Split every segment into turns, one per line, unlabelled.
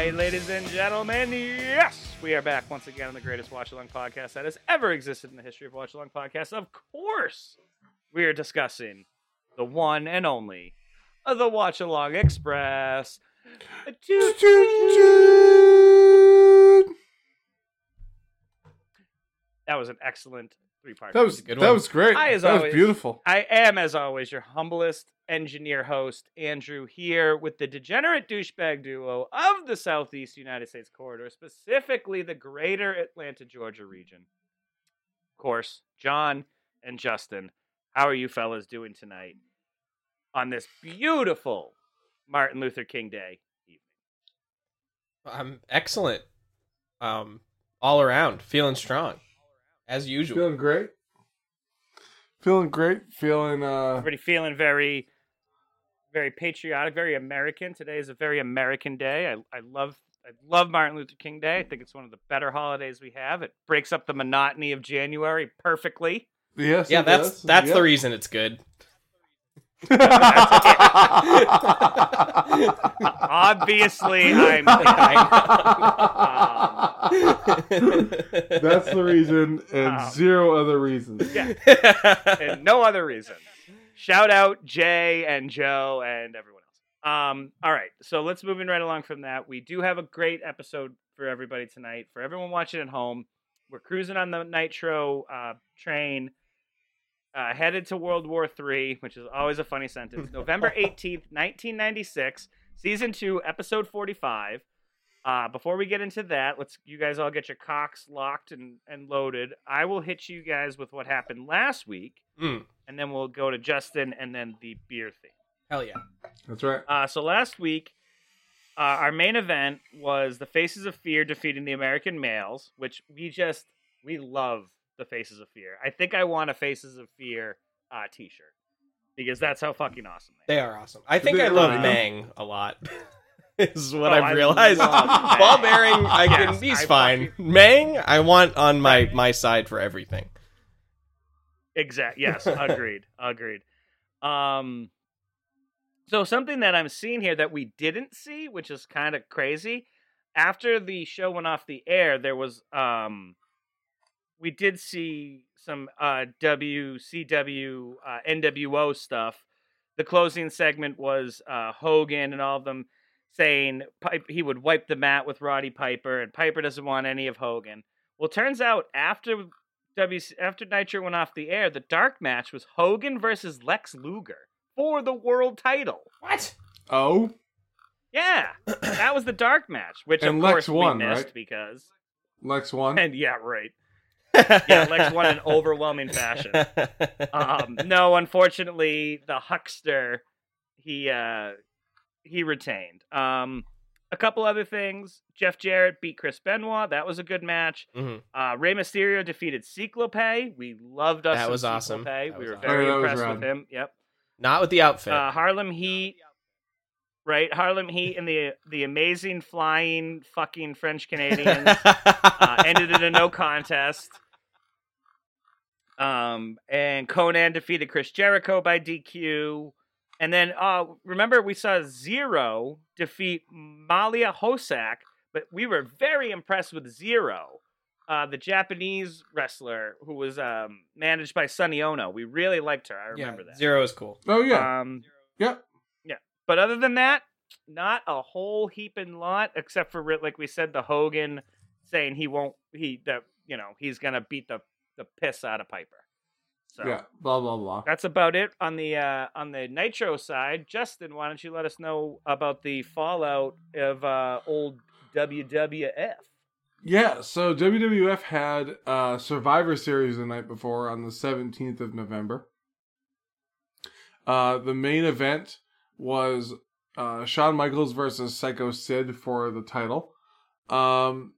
and gentlemen, yes, we are back once again on the greatest watch along podcast that has ever existed in the history of watch along podcasts. Of course, we are discussing the one and only uh, the Watch Along Express. Uh, toot, That was an excellent three part.
That was
Good
that
one.
was great.
I, as
that
always-
was beautiful.
I am, as always, your humblest engineer host, Andrew, here with the degenerate douchebag duo of the Southeast United States corridor, specifically the greater Atlanta, Georgia region. Of course, John and Justin, how are you fellas doing tonight on this beautiful Martin Luther King Day?
I'm excellent. Um, all around, feeling strong, as usual.
Feeling great. Feeling great. Feeling uh
Everybody feeling very, very patriotic, very American. Today is a very American day. I, I love I love Martin Luther King Day. I think it's one of the better holidays we have. It breaks up the monotony of January perfectly.
yes.
Yeah,
it
that's
does.
that's
Yep.
the reason it's good.
Obviously, I'm
that's the reason and
Wow.
zero other reasons.
Yeah. and no other reason. Shout out Jay and Joe and everyone else. Um, all right, so let's moving right along from that. We do have a great episode for everybody tonight. For everyone watching at home, we're cruising on the Nitro uh, train, uh, headed to World War III, which is always a funny sentence. November eighteenth, nineteen ninety six, season two, episode forty five. Uh, before we get into that, let's you guys all get your cocks locked and, and loaded. I will hit you guys with what happened last week,
Mm,
and then we'll go to Justin and then the beer thing.
hell yeah!
That's right.
Uh, so last week, uh, our main event was the Faces of Fear defeating the American Males, which we just we love the Faces of Fear. I think I want a Faces of Fear uh, T-shirt because that's how fucking awesome they. are.
They are awesome. I think
They
I love
are.
Mang a lot. is what
Oh, I
I've realized.
love Mang.
Ball bearing, I
Yes,
can. He's
I
fine. Mang, I want on my my side for everything.
Exact. Yes. Agreed. agreed. Um. So something that I'm seeing here that we didn't see, which is kind of crazy. After the show went off the air, there was um, we did see some uh WCW uh, NWO stuff. The closing segment was uh Hogan and all of them saying Pipe, he would wipe the mat with Roddy Piper, and Piper doesn't want any of Hogan. Well, turns out after W after Nitro went off the air, the dark match was Hogan versus Lex Luger for the world title.
What?
Oh,
Yeah, that was the dark match, which
And
of
Lex
course
won,
we missed
right?
because
Lex one.
and yeah, right. Yeah, Lex won in overwhelming fashion.
Mm-hmm.
Um, no, unfortunately, the huckster he uh, he retained. Um, a couple other things: Jeff Jarrett beat Chris Benoit. That was a good match.
Mhm.
Uh, Rey Mysterio defeated Ciclope. We loved us.
That
some
was
Ciclope.
awesome. That
we
was
were
awesome.
very
Oh, that was
impressed with
rad.
him. Yep.
Not with the outfit.
Uh, Harlem Heat, right? Harlem Heat and the the amazing flying fucking French Canadians uh, ended in a no contest. Um, and Conan defeated Chris Jericho by DQ. And then uh, remember we saw Zero defeat Malia Hosak, but we were very impressed with Zero, uh, the Japanese wrestler who was um, managed by Sonny Ono. We really liked her. I remember that.
Zero is cool.
oh yeah.
Um,
Yep.
Yeah. But other than that, not a whole heaping lot, except for like we said, the Hogan saying he won't, he that you know he's gonna beat the the piss out of Piper. So
yeah. Blah blah blah.
that's about it on the uh, on the Nitro side. Justin, why don't you let us know about the fallout of uh, old WWF?
Yeah, so WWF had uh, Survivor Series the night before on the 17th of November. Uh, the main event was uh, Shawn Michaels versus Psycho Sid for the title. Um,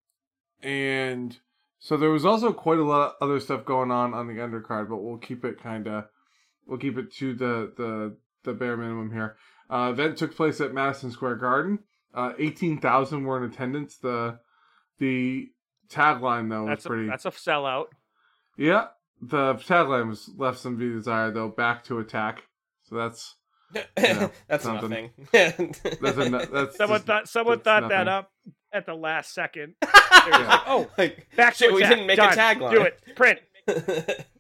and so there was also quite a lot of other stuff going on on the undercard, but we'll keep it kind of, we'll keep it to the, the, the bare minimum here. Uh, event took place at Madison Square Garden. Uh, 18,000 were in attendance. The the tagline though
That's
was pretty.
a, that's a sellout.
yeah, the tagline was left some to be desired though. Back to attack. So that's
that's
something.
nothing. that's
that's a, that's
Someone
just-
thought someone
that's
thought that
nothing.
up. at the last second.
Yeah.
Oh,
like
back
shit,
to
we
attack.
didn't make
Done.
a tagline.
Do it. Print.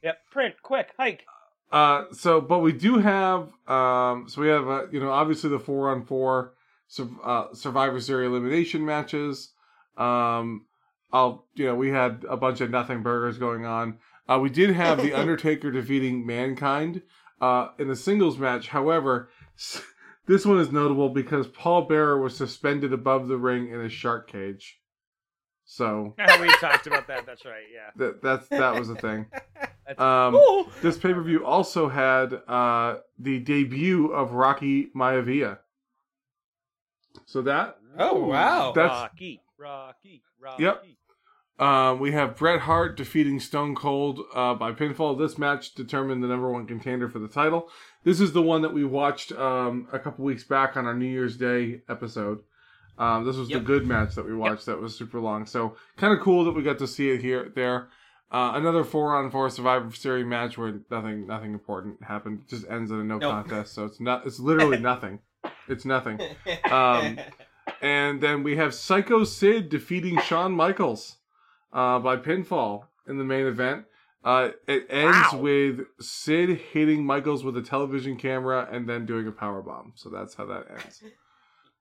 Yep. Print. Quick. Hike.
Uh, so, but we do have, um, so we have, uh, you know, obviously the four on four sur- uh, Survivor Series elimination matches. Um, I'll, you know, we had a bunch of nothing burgers going on. Uh, we did have the Undertaker defeating Mankind uh, in a singles match. However, s- this one is notable because Paul Bearer was suspended above the ring in a shark cage. So
we talked about that. That's right. Yeah.
that that's that was a thing.
That's-
Um,
Ooh.
this pay per view also had uh, the debut of Rocky Maivia. So that
Oh, wow.
That's-
Rocky. Rocky. Rocky.
Yep. uh, we have Bret Hart defeating Stone Cold uh, by pinfall. This match determined the number one contender for the title. This is the one that we watched um, a couple weeks back on our New Year's Day episode. Um, this was
Yep.
the good match that we watched that was super long. So kind of cool that we got to see it here there. Uh, another four on four Survivor Series match where nothing nothing important happened. It just ends in a no
Nope.
contest. So it's not it's literally nothing. It's nothing. Um, And then we have Psycho Sid defeating Shawn Michaels uh, by pinfall in the main event. Uh, it ends
Wow.
with Sid hitting Michaels with a television camera and then doing a power bomb. So that's how that ends.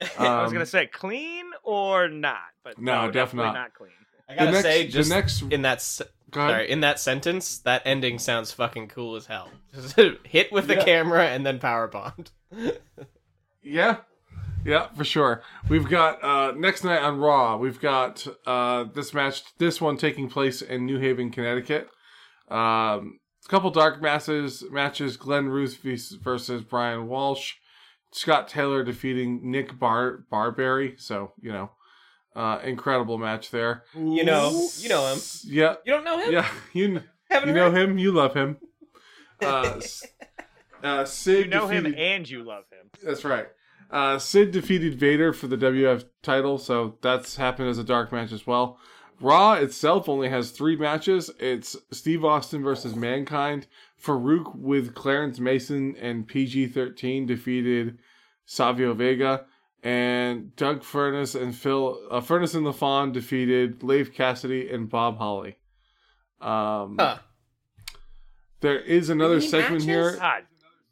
I was
Um,
gonna say clean or not, but
No, def
definitely
not.
not clean.
I gotta
the next,
say, just
the next.
in that s-
go ahead.
sorry, in that sentence, that ending sounds fucking cool as hell. Hit with the
Yeah.
camera and then power bombed.
Yeah. Yeah, for sure. We've got uh next night on Raw, we've got uh this match this one taking place in New Haven, Connecticut. Um a couple dark matches matches Glenn Ruth vis- versus Brian Walsh. Scott Taylor defeating Nick Bar Barberry, so, you know, uh incredible match there.
You know, you know him.
Yeah.
You don't know him?
Yeah, you
Haven't
you
heard?
know him, you love him. Uh, s- uh Sid
You know him
defeated-
and you love him.
that's right. Uh, Sid defeated Vader for the WF title, so that's happened as a dark match as well. Raw itself only has three matches. It's Steve Austin versus Mankind. Farouk with Clarence Mason and PG13 defeated Savio Vega. And Doug Furness and Phil uh, Furness and LaFon defeated Leif Cassidy and Bob Holly. Um,
Huh.
There is another
Three
segment
matches?
here.
God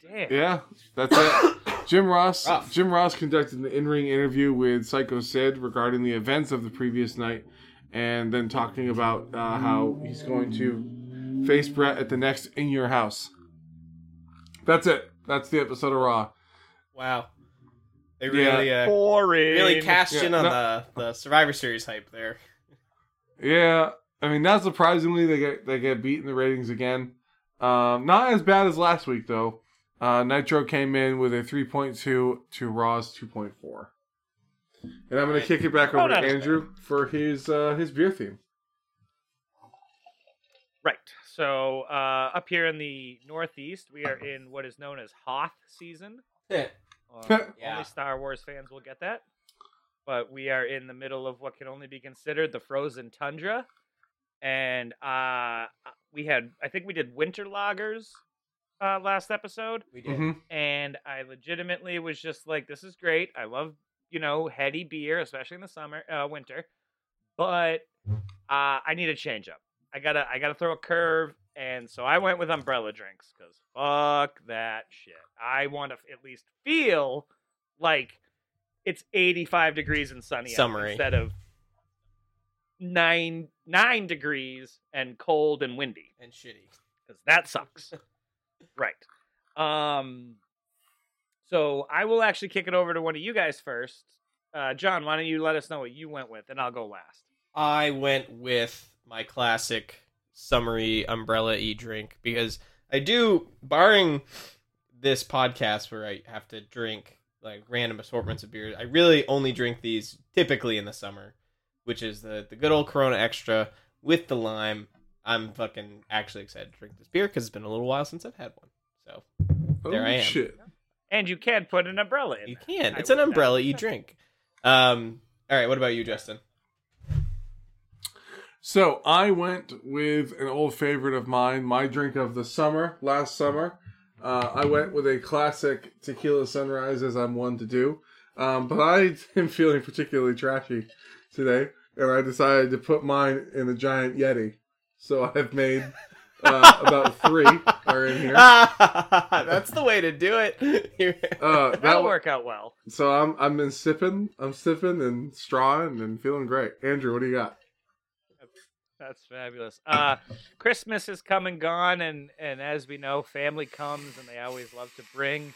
damn.
Yeah, that's it. Jim Ross.
Rough.
Jim Ross conducted an in-ring interview with Psycho Sid regarding the events of the previous night, and then talking about uh, how he's going to face Brett at the next In Your House. That's it. That's the episode of Raw.
Wow. They
Yeah.
really uh,
Boring.
really cashed
Yeah,
in on
no-
the, the Survivor Series hype there.
Yeah, I mean, not surprisingly, they get they get beat in the ratings again. Um, not as bad as last week though. Uh, Nitro came in with a 3.2 to Raw's 2.4. And I'm gonna kick it back
Oh,
over to
not as bad.
Andrew for his uh, his beer theme.
Right. So uh, up here in the Northeast, we are in what is known as Hoth season. Uh,
Yeah.
Only Star Wars fans will get that. But we are in the middle of what can only be considered the frozen tundra, and uh, we had I think we did winter lagers uh, last episode,
We did.
hmm
and I legitimately was just like, "This is great. I love you know heady beer, especially in the summer, uh, winter." But uh, I need a change up. I gotta I gotta throw a curve, and so I went with umbrella drinks because fuck that shit. I want to at least feel like it's 85 degrees and sunny out
Summery.
instead of nine nine degrees and cold and windy
And shitty.
because that sucks. right. Um. So I will actually kick it over to one of you guys first. Uh, John, why don't you let us know what you went with, and I'll go last.
I went with my classic summery umbrella e drink because I do, barring this podcast where I have to drink like random assortments of beer, I really only drink these typically in the summer, which is the, the good old Corona Extra with the lime. I'm fucking actually excited to drink this beer because it's been a little while since I've had one. So There I am.
Oh, Shit.
And you can put an umbrella in.
you
there.
can.
I
It's an
would
umbrella e drink. Um, all right. What about you, Justin?
So I went with an old favorite of mine, my drink of the summer last summer. Uh, I went with a classic tequila sunrise, as I'm one to do. Um, but I am feeling particularly trashy, today, and I decided to put mine in a giant Yeti. So I've made uh, about three are in here.
That's the way to do it. You're-
Uh, that
That'll
one-
work out well.
So I'm I'm been sipping, I'm sipping and strawing and feeling great. Andrew, what do you got?
That's fabulous. Uh, Christmas is come and gone, and and as we know, family comes, and they always love to bring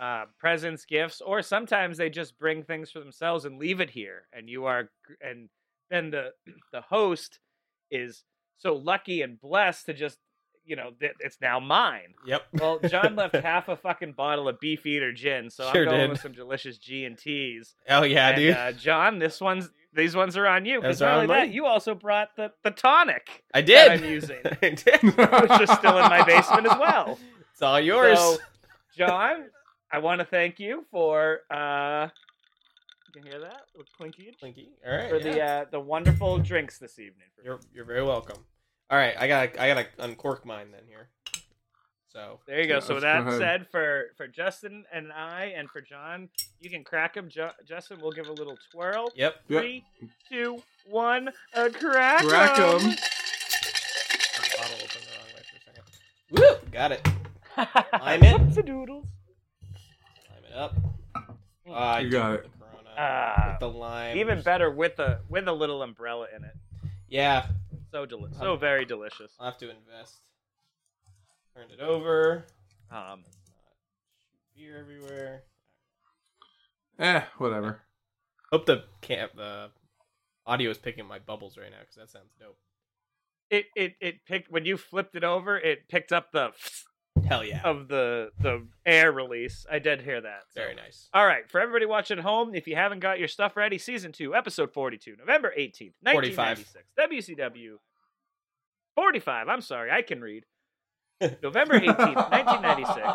uh, presents, gifts, or sometimes they just bring things for themselves and leave it here. And you are, gr- and then the the host is so lucky and blessed to just, you know, th- it's now mine.
yep.
Well, John left half a fucking bottle of beefeater gin, so
Sure
I'm going
did.
with some delicious G and T's.
Oh yeah,
And,
dude.
Uh, John, this one's these ones are on you. 'cause
Those are
not
on
only that,
mine.
you also brought the, the tonic
I did.
that I'm using, which
I did.
is still in my basement as well.
It's all yours.
So, John, I want to thank you for uh, you can hear that little clinky
Clinky. All right.
for
yeah.
the uh, the wonderful drinks this evening.
You're you're very welcome. All right, I got to I got to uncork mine then here. So
There you go.
Yeah,
so with that
let's go ahead.
said, for for Justin and I, and for John, you can crack them. Jo- Justin, we'll give a little twirl.
yep.
Yep.
Three, two, one, a crack.
Crack
'em.
'em.
Got the bottle opened the wrong way for a second. Woo! Got it. I'm in.
What's the doodles?
Lime it up. Ah, I
You
do
got
with
it.
The Corona.
Ah,
with the lime.
Even better with a with a little umbrella in it.
Yeah,
So deli- so very delicious.
I'll have to invest. Turned it over.
Um,
Beer everywhere.
Eh, whatever.
Hope the camp the audio is picking up my bubbles right now because that sounds dope.
it it it picked when you flipped it over, it picked up the
Hell yeah!
of the the air release. I did hear that. so.
Very nice.
All right, for everybody watching at home, if you haven't got your stuff ready, season two, episode forty-two, November eighteenth, nineteen
45.
ninety-six, WCW forty-five. I'm sorry, I can read. November eighteenth, nineteen ninety-six,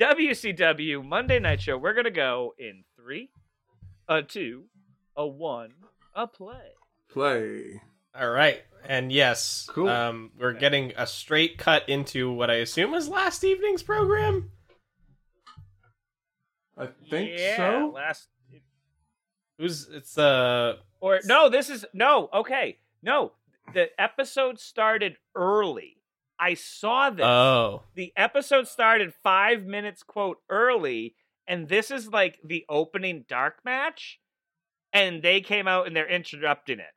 WCW Monday Night Show. We're gonna go in three, a two, a one, a play.
Play.
All right, and yes,
Cool.
Um, we're getting a straight cut into what I assume was last evening's program.
I think
yeah,
so.
Last
Who's it's uh
or no, this is no. Okay, no. The episode started early. I saw this.
oh
the episode started five minutes quote early and this is like the opening dark match and they came out and they're interrupting it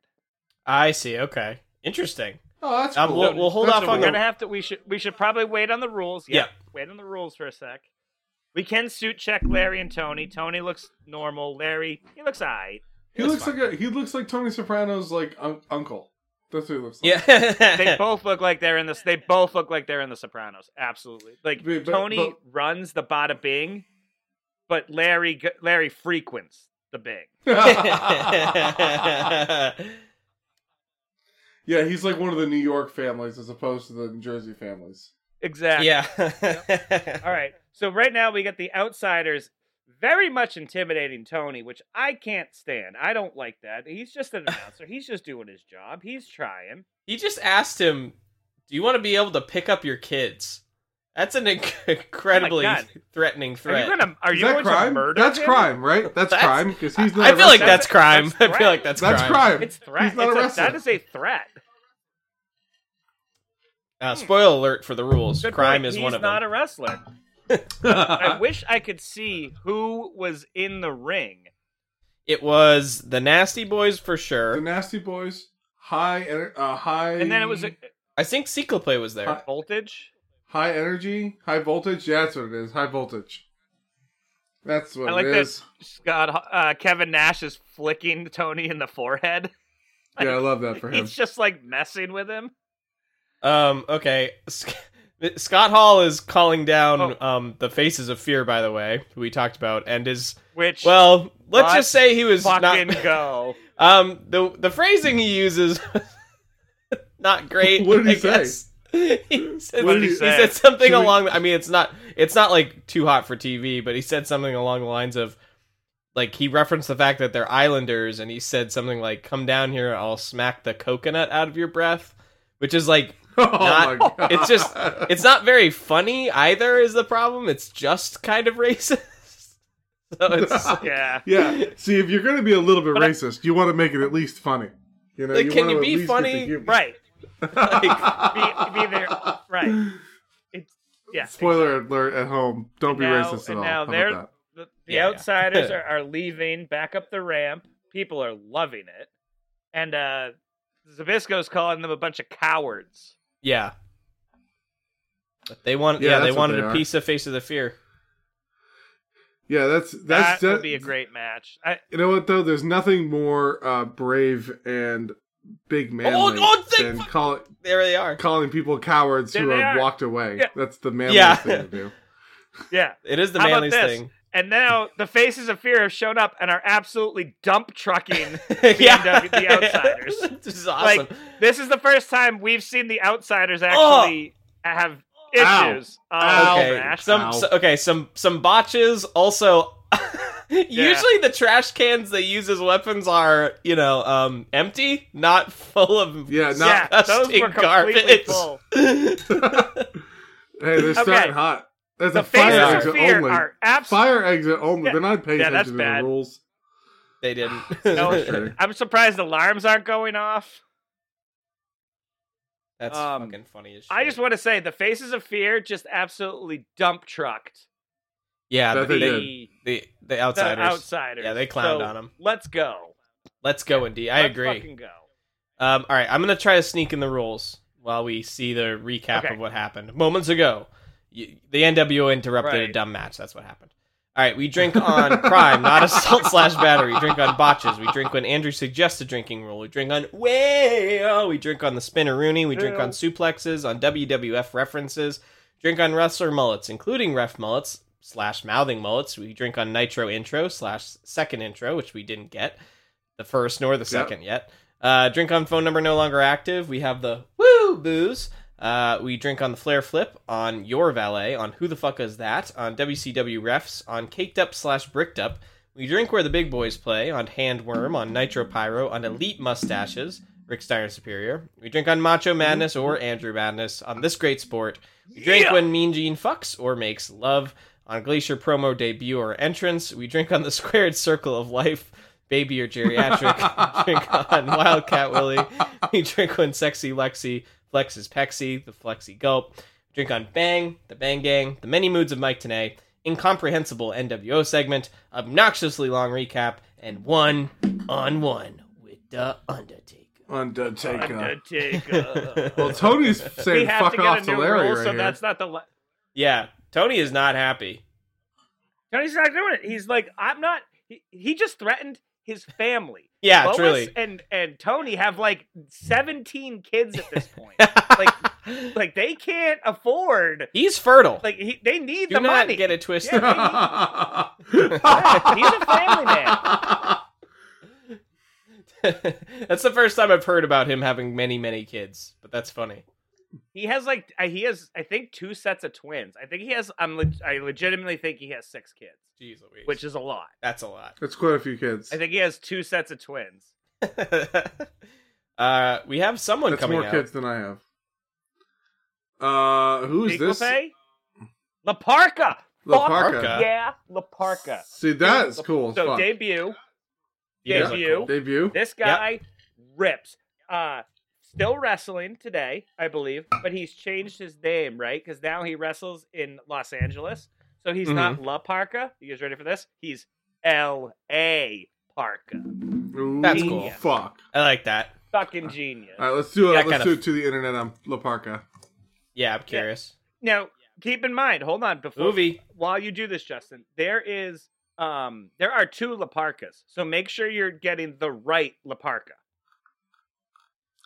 I see okay interesting
Oh, that's
Um,
cool.
we'll- we'll hold
That's
off
a
on
we're
little-
gonna have to we should we should probably wait on the rules yeah
Yeah.
wait on the rules for a sec we can suit check larry and tony tony looks normal larry he looks all right
He looks like a, he looks like Tony Soprano's like un- uncle. That's what he looks like.
yeah
they both look like they're in this they both look like they're in the sopranos absolutely like
But- but-
tony
but-
runs the bada bing but larry g- larry frequents the bing
yeah, he's like one of the New York families as opposed to the New Jersey families.
exactly
yeah
All right. So right now we got the outsiders very much intimidating Tony, which I can't stand. I don't like that. He's just an announcer. He's just doing his job. He's trying.
he just asked him do you want to be able to pick up your kids that's an inc- incredibly
Oh God.
threatening
Are
threat
you gonna are
Is
you
that
going
crime?
to murder?
that's
him?
crime, right? That's,
That's-
crime because he's not.
I feel like
arrested.
that's crime
That's
I feel like
threat.
that's,
that's
crime,
crime.
It's threat.
He's not
It's a,
arrested.
that is a threat.
Uh, spoiler alert for the rules
Good
crime
point.
is
He's
one of
not
them
a wrestler.
Uh,
I wish I could see who was in the ring.
it was the nasty boys for
the
sure
Nasty Boys. High, ener- uh, high,
And then it was a,
I think Play was there
Huh.
voltage.
high energy, high voltage. Yeah, that's what it is. High voltage. That's what
I like
it
that
is.
Scott uh, Kevin Nash is flicking Tony in the forehead.
Yeah, I love that for him.
He's just like messing with him.
Um. Okay. Sc- Scott Hall is calling down
Oh.
um the faces of fear. By the way, who we talked about, and is
Which
well. Let's
Let's
just say he was
fucking
not.
go.
Um. The the phrasing he uses, not great.
What did he
I
say?
guess. He said,
What did he
he
say?
said something
Should we-
along. I mean, it's not. It's not like too hot for TV, but he said something along the lines of, like he referenced the fact that they're islanders, and he said something like, "Come down here, I'll smack the coconut out of your breath," which is like
oh
not-
my god!
it's just- it's not very funny either is the problem it's just kind of racist So it's
Yeah.
Yeah. See, if you're going to be a little bit
But I-
racist, you want to make it at least funny. You know,
Like, can
wanna
you
at
be
least get
funny?
the humor.
Right.
Like,
Be, be there. Right. It's yeah.
Spoiler alert at home. Don't be
now-
racist at
and
all.
now
How about
they're-
that?
The, the
Yeah, yeah.
outsiders are, are leaving back up the ramp. People are loving it, and uh Zabisco's calling them a bunch of cowards.
yeah. But they want
Yeah,
yeah, they
that's what
wanted
they
a
are.
piece of Face of the Fear.
Yeah, that's
that
that's that-
would be a great match. I,
You know what though? There's nothing more uh, brave and big manly
Oh, oh, they
than
fuck-
call,
There they are.
calling people cowards
There
who
they
have
are.
walked away.
Yeah.
That's the manly
Yeah.
thing to do.
yeah.
It is the
How about
manliest
this?
thing.
And now the faces of fear have shown up and are absolutely dump trucking. BMW, the Outsiders.
this is awesome.
Like, this is the first time we've seen the outsiders actually have
Ow.
issues. Oh,
Ow.
Oh! okay,
Smash.
some
Ow.
so- okay, some some botches. Also, usually the trash cans they use as weapons are you know um empty, not full of
Yeah, not
yeah, those
disgusting
were completely
garbage.
full.
Hey, they're starting hot. That's
The
a fire
faces
exit
of fear
only.
are absolutely.
Fire exit only.
Yeah.
They're not paying
Yeah, that's
attention to
bad.
the rules.
they didn't.
No. I'm surprised alarms aren't going off.
That's
Um,
fucking funny as shit.
I just want to say the faces of fear just absolutely dump trucked
yeah,
That
the,
they
the,
did.
the,
the
the
outsiders.
outsiders.
Yeah, they clowned
So,
on 'em.
Let's go.
Let's go, indeed. I
Let's
agree.
Fucking go.
Um, all right, I'm gonna try to sneak in the rules while we see the recap
Okay.
of what happened moments ago. You, the NWO interrupted a
Right.
dumb match. That's what happened. All right, we drink on crime, not assault slash battery. We drink on botches. We drink when Andrew suggests a drinking rule. We drink on well. We drink on the spinneroonie. We drink on suplexes, on WWF references. Drink on wrestler mullets, including ref mullets slash mouthing mullets. We drink on nitro intro slash second intro, which we didn't get the first nor the second yet. Uh, drink on phone number no longer active. We have the woo booze. Uh, we drink on the flare flip, on your valet, on who the fuck is that, on WCW refs, on caked up slash bricked up. We drink where the big boys play, on handworm, on nitro pyro, on elite mustaches, Rick Steiner superior. We drink on macho madness or Andrew madness, on this great sport. We drink
Yeah.
when Mean Gene fucks or makes love. On Glacier promo debut or entrance, we drink on the squared circle of life, baby or geriatric. drink on Wildcat Willie. We drink on sexy Lexi flexes Pexi, the Flexi gulp. Drink on Bang, the Bang Gang, the many moods of Mike Tanay, incomprehensible NWO segment, obnoxiously long recap, and one on one with the Undertaker.
Undertaker.
Undertaker.
Well, Tony's saying
we have
fuck
uh, to get
off
a
to
new
Larry
rule,
right
so
here.
that's not the. La-
Yeah, Tony is not happy.
Tony's not doing it. He's like, I'm not. He, he just threatened his family.
Yeah,
Lois
truly.
and and Tony have like 17 kids at this point.
like,
like they can't afford.
he's fertile.
Like he, they need
Do
the
not
money.
get it twisted.
Yeah. He's a family man.
that's the first time I've heard about him having many, many kids. But that's funny.
He has like uh, he has I think two sets of twins. I think he has. I'm leg- I legitimately think he has six kids,
Jeez Louise.
which is a lot.
that's a lot.
That's quite a few kids.
I think he has two sets of twins.
uh, we have someone
That's
coming
more
out.
kids than I have. Uh, who's
Equal
this?
pay? La Parca.
La
Fuck
Parca.
Yeah, La Parca.
See, that's cool. as
So
fuck.
debut.
You guys look
Debut.
cool.
debut.
This guy rips. Uh still wrestling today, I believe, but he's changed his name, right? Cuz now he wrestles in Los Angeles. So he's
Mm-hmm.
not La Parca. You guys ready for this? He's L.A. Parca.
Ooh,
That's cool.
Fuck.
I like that.
Fucking
Uh,
genius.
All right, let's do it.
That
let's
kinda-
do it to the internet on La Parca.
Yeah, I'm curious.
now, keep in mind, hold on before
Movie.
while you do this, Justin, there is um there are two La Parcas. So make sure you're getting the right La Parca.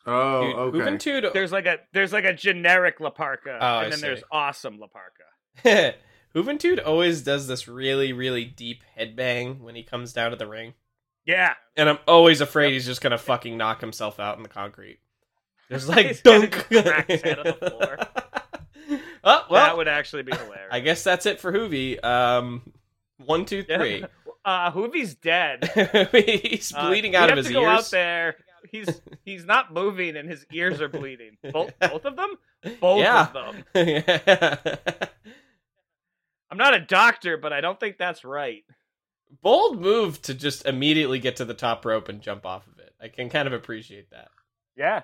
Oh,
Dude,
okay.
Hooven Tude-
There's like a there's like a generic La Parca,
Oh, I
and then
see.
there's awesome La Parca.
Juventud always does this really, really deep headbang when he comes down to the ring.
Yeah.
And I'm always afraid he's just gonna fucking knock himself out in the concrete. There's like
His head
dunk.
just cracks out of the floor.
oh
that
well,
would actually be hilarious.
I guess that's it for Hoovy. Um, one, two,
Yeah.
three.
Uh, Hoovy's dead.
he's
Uh,
bleeding
we
out of
have
his
to
ears.
Go out there. He's he's not moving, and his ears are bleeding. Both both of them. Both
Yeah.
of them.
yeah.
I'm not a doctor, but I don't think that's right.
bold move to just immediately get to the top rope and jump off of it. I can kind of appreciate that.
Yeah.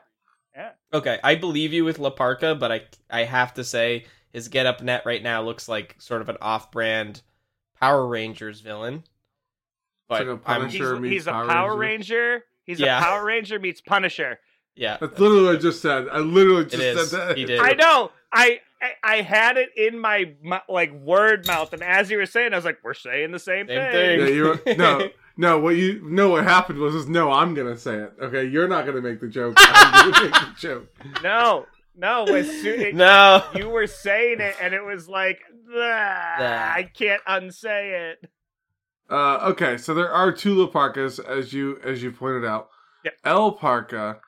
Okay, I believe you with Laparca, but I I have to say his get up net right now looks like sort of an off brand Power Rangers villain. But
like a
I'm
He's,
Punisher. Sure, meets
he's a
Power
Power, Ranger. He's
Yeah.
a Power Ranger meets Punisher.
yeah.
That's literally what I just said. I literally just
is.
said that.
He did.
I know. I, I I had it in my mu- like word mouth, and as you were saying, I was like, "We're saying the same,
Same
thing."
Yeah,
thing.
you were- no, no. What you no? What happened was is no. I'm gonna say it. Okay, you're not gonna make the joke. I'm gonna make the joke.
No, no. As soon, it,
No.
You were saying it, and it was like, "Ah, I can't unsay it.
Uh, okay, so there are two Laparcas, as you as you pointed out.
Yep.
El Parca,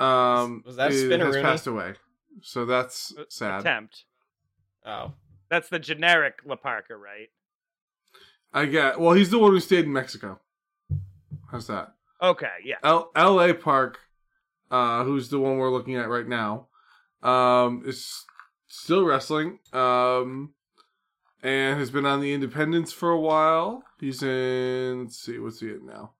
um,
Was that Uh,
is- has
Spinneroonie?
passed away, so that's sad.
Attempt.
Oh.
That's the generic Laparca, right?
I get. Well, he's the one who stayed in Mexico. How's that?
Okay, yeah.
L- L.A. Park, uh, who's the one we're looking at right now, um, is still wrestling, um, and has been on the independents for a while. He's in. Let's see, what's he in now?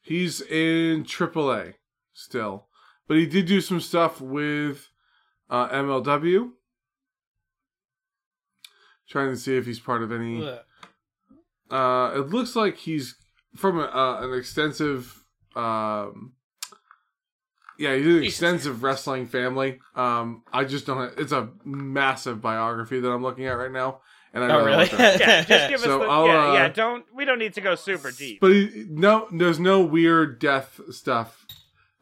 He's in AAA still, but he did do some stuff with uh, MLW. Trying to see if he's part of any.
Ugh.
Uh, it looks like he's from a, uh, an extensive, um, yeah, he's an
Jesus.
extensive wrestling family. Um, I just don't. It's a massive biography that I'm looking at right now, and I
Oh
don't
really?
want that.
Yeah, just give
So
us the
I'll,
yeah,
uh,
yeah. Don't we don't need to go super deep.
But he, no, there's no weird death stuff,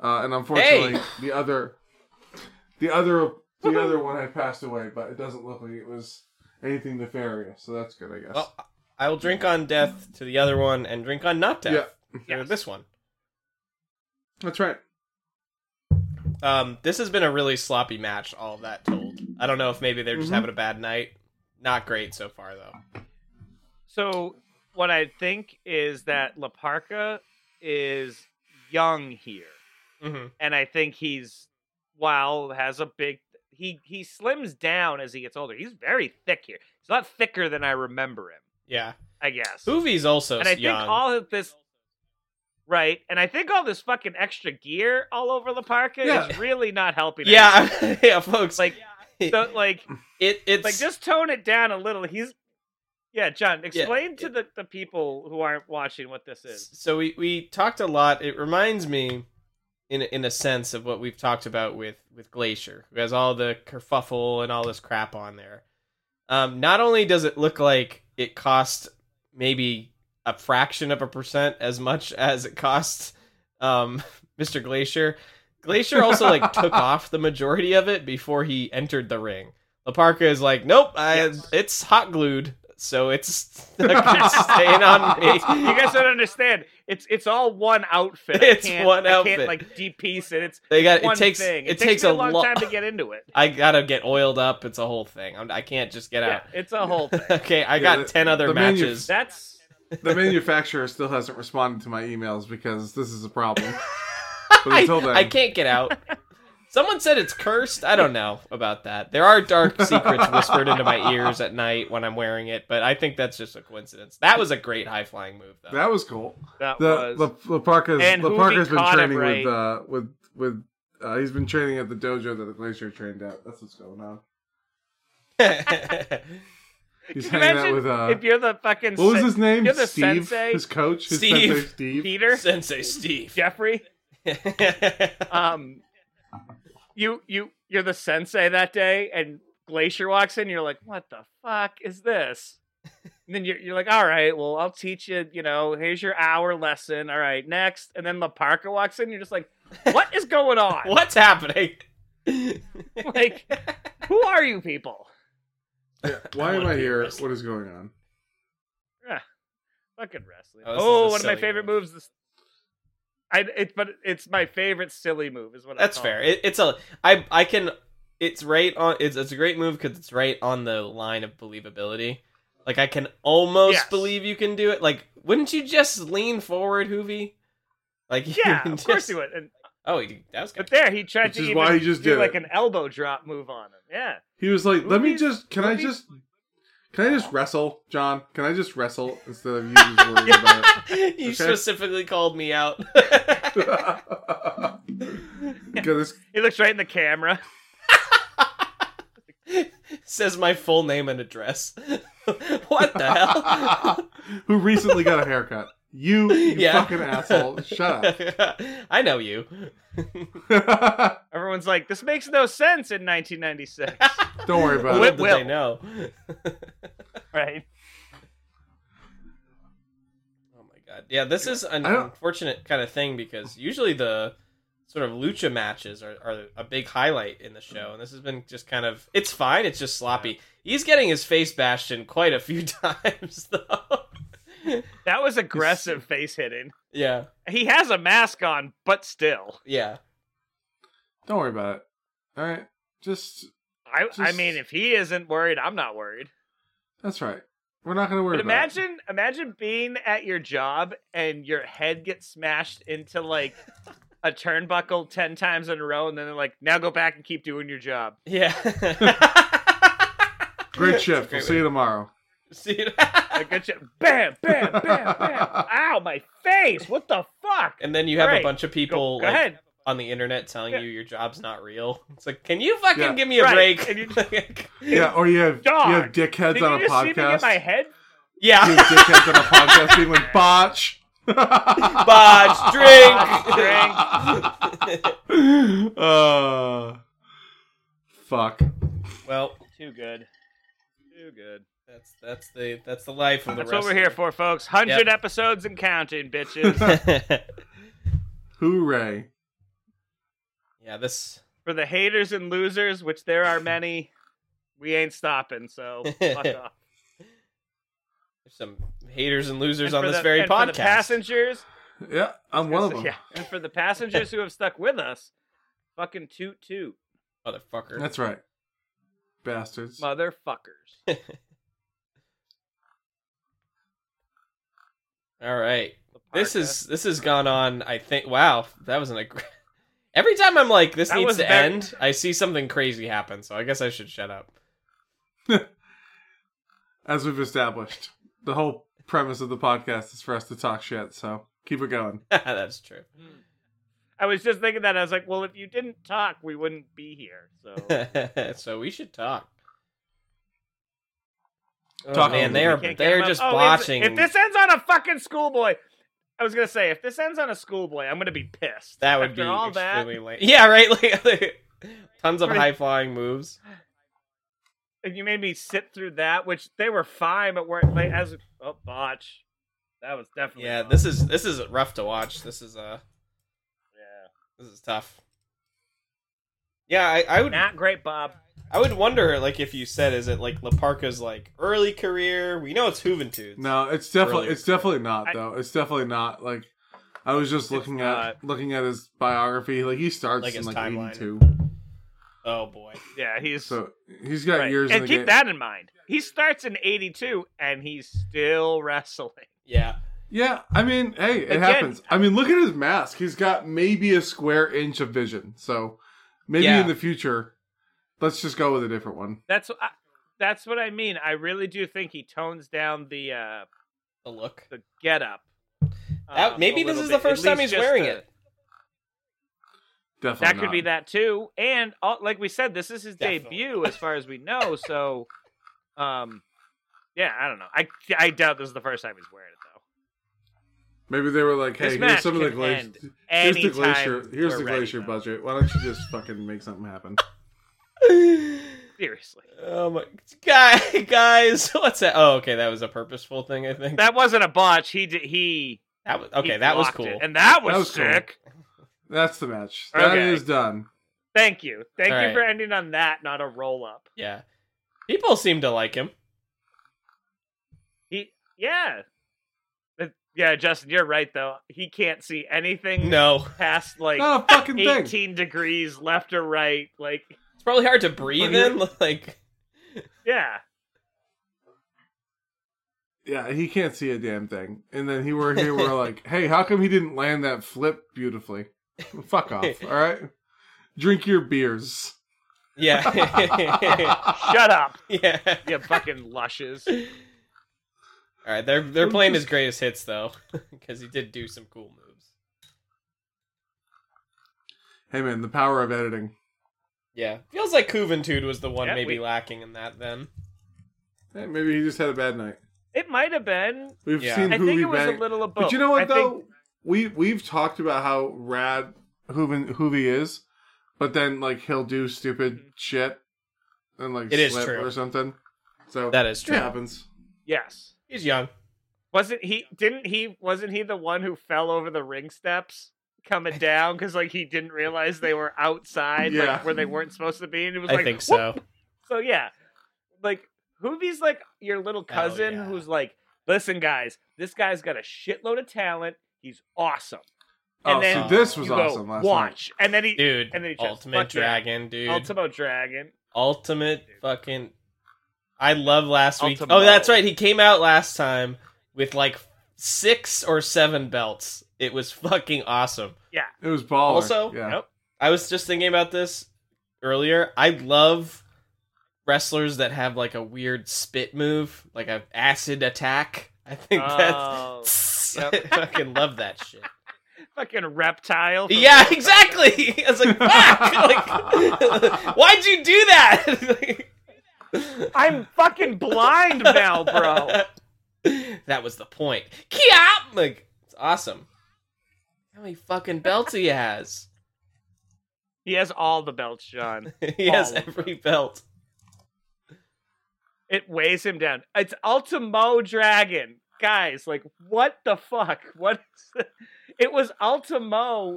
uh, and unfortunately, the other, the other, the other one had passed away, but it doesn't look like it was anything nefarious. So that's good, I guess.
Well, I will drink on death to the other one and drink on not death
Yeah.
to this one.
that's right.
Um, this has been a really sloppy match. All of that told. I don't know if maybe they're just
Mm-hmm.
Mhm.
having a bad night. Not great so far though.
So what I think is that Laparca is young here,
Mm-hmm.
and I think he's while has a big he he slims down as he gets older. He's very thick here. He's a lot thicker than I remember him.
Yeah.
I guess.
Hoovy's also
and I think
young.
all of this, right? And I think all this fucking extra gear all over La Parca
Yeah.
is really not helping.
yeah, yeah, folks.
Like- anything. So, like,
it, it's
like just tone it down a little. He's, yeah, John, explain to
it-
the, the people who aren't watching what this is.
So we, we talked a lot. It reminds me, in a- in a sense, of what we've talked about with with Glacier, who has all the kerfuffle and all this crap on there. Um, not only does it look like it cost maybe a fraction of a percent as much as it cost um, Mr. Glacier. Glacier also like took off the majority of it before he entered the ring. Laparca is like, nope, I,
Yes.
it's hot glued, so it's staying on me.
You guys don't understand. It's it's all one outfit. I
It's
can't-
one
I
outfit.
can't like depiece it. It's
They got
one
it takes
thing.
it,
It,
takes,
me
a
a long
lo-
time to get into it.
I gotta get oiled up. It's a whole thing. I'm, I can't just get
Yeah, it's a whole thing.
out. okay, I
Yeah,
got
the-
ten other
the menu-
matches.
That's
the manufacturer still hasn't responded to my emails because this is a problem. But
I,
until then,
I can't get out. Someone said it's cursed. I don't know about that. There are dark secrets whispered into my ears at night when I'm wearing it, but I think that's just a coincidence. That was a great high flying move, though.
that was cool.
that
The
was.
La, Laparca's
And Hoovy
Laparca's been
caught him
training
right.
with uh, with with uh, he's been training at the dojo that the glacier trained at. That's what's going on. He's
Can you
hanging out
imagine
with uh,
if you're the fucking
what was
se-
his name?
you're the
Steve,
sensei?
his coach, his
Steve.
sensei Steve.
Peter
Sensei Steve.
Jeffrey. um you you you're the sensei that day and glacier walks in you're like what the fuck is this and then you're, you're like all right well i'll teach you you know here's your hour lesson all right next and then laparca walks in you're just like what is going on
What's happening?
like who are you people
Yeah, Why am
wanna
I
be a
here?
wrestler.
What is going on?
fucking wrestling oh,
Oh, this is a
one of my
silly
favorite
move.
moves this I, it, but it's my favorite silly move is what I
That's
call
fair.
it.
It, it's a I I can it's right on it's it's a great move because it's right on the line of believability. Like I can almost
Yes.
believe you can do it. Like wouldn't you just lean forward, Hoovy? Like you
yeah
can
of course
just-
you would and,
Oh, he- that was
but
good.
there he tried
Which
to
is
even
why he just
do
did
like
it.
an elbow drop move on him yeah
He was like, "Let me
Hoovy's-
just. Can I
Hoovy's-
just? Can I just wrestle, John? Can I just wrestle instead of you just worrying about
you
Okay.
specifically called me out.
it? Because
He looks right in the camera.
Says my full name and address. what the hell?
who recently got a haircut? You, you
Yeah.
fucking asshole! Shut
I know you.
up!
Everyone's like, this makes no sense in 1996,
Don't worry about
Whip,
it.
Little
whip.
did they know.
right?
Oh my god. Yeah, this is an
I don't-
unfortunate kind of thing because usually the sort of lucha matches are, are a big highlight in the show, and this has been just kind of it's fine, it's just sloppy. He's getting his face bashed in quite a few times though.
That was aggressive face hitting.
yeah,
He has a mask on, but still.
yeah.
Don't worry about it. All right, just
I, I
Just-
mean, if he isn't worried, I'm not worried.
that's right. We're not gonna worry.
But
about it.
imagine, imagine being at your job and your head gets smashed into like a turnbuckle ten times in a row, and then they're like, "Now go back and keep doing your job."
Yeah.
Great shift. We'll see you tomorrow.
See you.
Like, it's just, bam, bam, bam, bam. Ow, my face! What the fuck?
and then you have
Great.
a bunch of
Go,
people
go
like,
ahead.
on the internet telling
Yeah.
you your job's not real. It's like, can you fucking
Yeah.
give me a
Right.
break?
And you-
Yeah, or you have
Dog,
you have dickheads
Did you
on a
just see me get
podcast.
my head?
You
yeah.
have dickheads on a podcast being like botch,
Bodge,
botch,
drink, drink.
uh, fuck.
well,
Too good. Too good.
that's that's the that's the life of the.
That's what we're here for, folks. Hundred episodes and counting, bitches.
for.
Hooray!
yeah, this.
For the haters and losers, which there are many, we ain't stopping. So fuck off.
There's some haters and losers
And
on
for
this
the-
very
and For the
podcast.
passengers,
Yeah, I'm one of them.
Yeah, and for the passengers who have stuck with us, fucking toot toot,
Motherfucker.
That's right, bastards.
motherfuckers.
All right.
The
This
parka.
is this has gone on. I think. Wow, that was an. Ag- Every time I'm like, this
That
needs
was
to
very-
end. I see something crazy happen, so I guess I should shut up.
As we've established, the whole premise of the podcast is for us to talk shit. So keep it going.
That's true.
I was just thinking that I was like, well, if you didn't talk, we wouldn't be here. So
so we should talk. Oh,
Talk
man,
over.
they are
We can't get
they
them
are
up.
just
Oh, if-
botching.
If this ends on a fucking schoolboy, I was gonna say if this ends on a schoolboy, I'm gonna be pissed.
that would
After
be
all that.
extremely lame. Yeah, right. Like, tons of
Pretty-
high flying moves.
and you made me sit through that, which they were fine, but were like as oh botch. That was definitely
Yeah,
wrong.
this is this is rough to watch. This is uh
yeah.
this is tough. Yeah, I, I would
not great, Bob.
I would wonder like if you said is it like Laparca's like early career? We know it's Juventude.
No, it's definitely
Earlier.
it's definitely not
I-
though. It's definitely not like I was just looking at
not.
looking at his biography. Like he starts
Like
in
his
like
timeline.
eighty two,
Oh boy.
Yeah, he's
so he's got
Right.
years.
and
in the
keep
game.
that in mind. He starts in '82 and he's still wrestling.
Yeah.
Yeah, I mean, hey, it
Again-
happens. I mean, look at his mask. He's got maybe a square inch of vision. So maybe
Yeah.
in the future, let's just go with a different one.
That's I, that's what I mean. I really do think he tones down the uh,
The look.
the getup.
That,
um,
maybe
a
this
little
is
bit,
the
at
first time
least
he's
just
wearing
to-
it.
Definitely.
That could
not.
be that too. And all, like we said, this is his
Definitely.
debut as far as we know. So, um, yeah, I don't know. I I doubt this is the first time he's wearing it though.
Maybe they were like, hey,
This
here's
match
some of the
can
glacier.
end
Here's the
anytime
glacier. Here's
we're
the
ready,
glacier
though.
budget. Why don't you just fucking make something happen?
Seriously,
Oh my guy, guys, what's that? Oh, okay, that was a purposeful thing, I think. That,
that wasn't a botch. He did, he
was
he
okay. That was
blocked
cool.
it. and that was,
That was cool.
sick.
That's the match. That
Okay.
is done.
Thank you. Thank
All
you
right.
for ending on that, not a roll up.
yeah, people seem to like him.
He yeah. But- yeah, Justin, you're right though. He can't see anything
No,
past like
Not a fucking thing.
18 degrees left or right. Like
it's probably hard to breathe
Well,
in. Like,
yeah.
Yeah, he can't see a damn thing. And then he were here, we're like, hey, how come he didn't land that flip beautifully? Fuck off. All right. Drink your beers.
Yeah.
Ah.
Shut up,
yeah.
you fucking lushes.
All right, they're they're playing his greatest hits though, because he did do some cool moves.
Hey man, the power of editing.
Yeah, feels like Juventud was the one
Yeah,
maybe
we-
lacking in that. Then
Hey, maybe he just had a bad night.
It might have been.
We've
Yeah.
seen
I think
Hoovy
it was
bang-
a little of both.
But you know what
Oh, I
though?
Think,
We we've talked about how rad Hoovin Hoovy is, but then like he'll do stupid shit and like
It is
slip
true.
or something. So
that is
it happens.
yes.
He's young.
Wasn't he? Didn't he? Wasn't he the one who fell over the ring steps coming down because like he didn't realize they were outside,
Yeah.
like where they weren't supposed to be, and it was
I
like,
think
"Whoop!"
so.
So yeah, like Hoovy's like your little cousin
Oh, yeah.
who's like, listen, guys, this guy's got a shitload of talent. He's awesome. And
oh,
then
see, this was
you go,
awesome last night.
watch, and then he
Dude,
and then he just-
Ultimate
fuck yeah.
Dragon, dude.
Ultimo Dragon.
Ultimate fucking. I love last week.
Ultimo.
Oh, that's right. He came out last time with like six or seven belts. It was fucking awesome.
It was baller.
Also-
yeah.
Nope.
I was just thinking about this earlier. I love wrestlers that have like a weird spit move, like a acid attack. I think that's.
Oh, yep.
I fucking love that shit.
Fucking reptile. from-
Yeah, exactly. I was like, fuck. Like, why'd you do that?
I'm fucking blind now, bro.
that was the point. Kiap! Like, it's awesome. How many fucking belts he has?
He has all the belts, Sean.
he has
All of
every belt.
It weighs him down. It's Ultimo Dragon. Guys, like, what the fuck? What is It was Ultimo,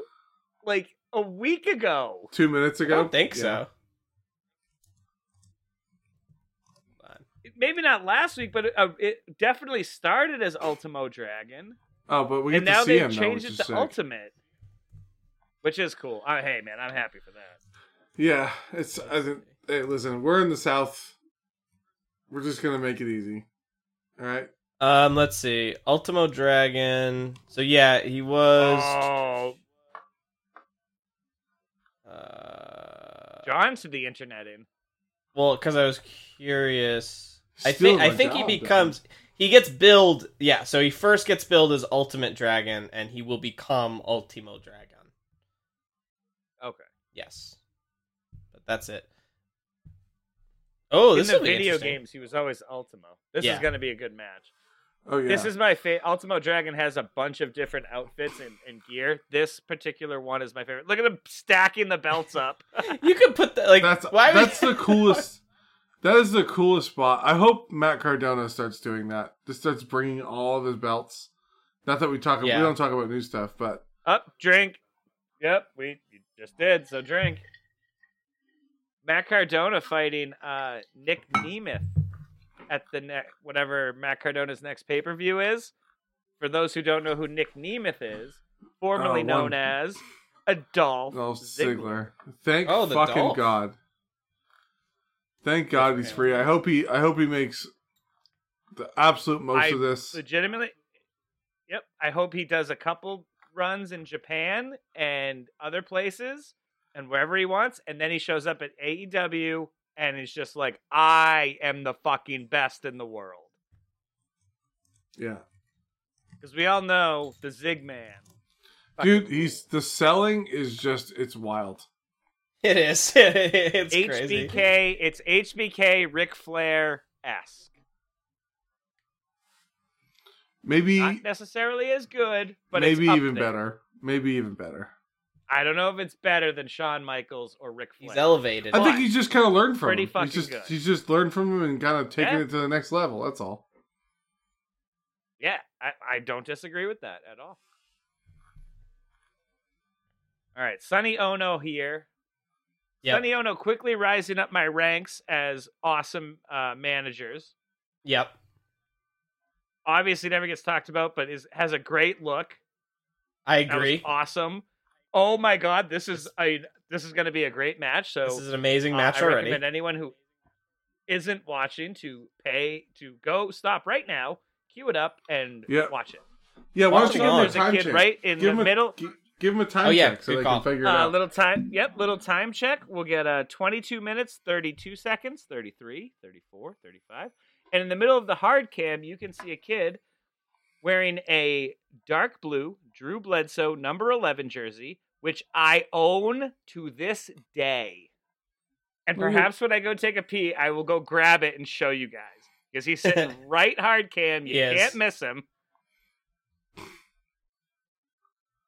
like, a week ago.
Two minutes
I
ago.
don't think
Yeah.
so.
Maybe not last week, but it, uh, it definitely started as Ultimo Dragon.
Oh, but we
and
get to
now
see
they've
him now,
changed
which
it
is
to
sick.
Ultimate, which is cool. I, hey, man, I'm happy for that.
Yeah, it's. I think, hey, listen, we're in the south. We're just gonna make it easy. All right.
Um, let's see. Ultimo Dragon. So yeah, he was.
Oh,
Uh,
John's to the internet in.
well, because I was curious. I
Still
think I
my
think he
job,
becomes. He gets billed. Yeah, so he first gets billed as Ultimate Dragon, and he will become Ultimo Dragon.
Okay.
Yes, but that's it. Oh,
In
this
the
will be
video
interesting.
games, he was always Ultimo. This
Yeah.
is going to be a good match.
Oh yeah.
This is my favorite. Ultimo Dragon has a bunch of different outfits and, and gear. This particular one is my favorite. Look at him stacking the belts up.
You could put that like
that's
why would-
that's the coolest. That is the coolest spot. I hope Matt Cardona starts doing that. Just starts bringing all of his belts. Not that we talk.
Yeah.
We don't talk about new stuff, but
Up, drink. Yep, we you just did. So drink. Matt Cardona fighting uh, Nick Nemeth at the ne- whatever Matt Cardona's next pay per view is. For those who don't know who Nick Nemeth is, formerly
Uh,
known
one-
as Adolph
no
Ziggler.
Ziggler. Thank
Oh, the
fucking
Dolph.
god. Thank God he's
man.
free. I hope he. I hope he makes the absolute most
I
of this.
legitimately yep i hope he does a couple runs in japan and other places and wherever he wants and then he shows up at aew and he's just like i am the fucking best in the world
Yeah,
because we all know the zig man
dude. He's the selling is just. It's wild.
it is. it's
hbk
crazy.
it's hbk Ric flair esque
Maybe.
not necessarily as good but it's
maybe
up
even
there.
better. Maybe even better.
i don't know if it's better than Shawn michaels or Ric flair
He's elevated.
I
But
think he's just kind of learned from
pretty
him.
fucking
he's just
good.
he's just learned from him and kind of taken
Yeah.
it to the next level. That's all.
Yeah, I, I don't disagree with that at all. All right, Sonny Ono here.
Yep.
Sonny Ono quickly rising up my ranks as awesome uh, managers.
Yep.
Obviously, never gets talked about, but is has a great look.
I
That was
agree.
awesome. Oh my god, this is a this is going to be a great match. So
This is an amazing
uh,
match
I
already.
recommend anyone who isn't watching to pay to go stop right now, cue it up, and
Yep.
watch it.
Yeah, why don't
Watch
you
it
give him
on.
a
There's
There's
a
time
kid
check?
right in
give
the
him a-
middle.
gi- Give, Give him a time
Oh, yeah,
check so
good
they
call.
can figure it
Uh,
out.
little time. Yep, little time check. We'll get uh, 22 minutes, 32 seconds, 33, 34, 35. And in the middle of the hard cam, you can see a kid wearing a dark blue Drew Bledsoe number 11 jersey, which I own to this day. And
Ooh.
perhaps when I go take a pee, I will go grab it and show you guys. Because he's sitting right hard cam. You
Yes.
can't miss him.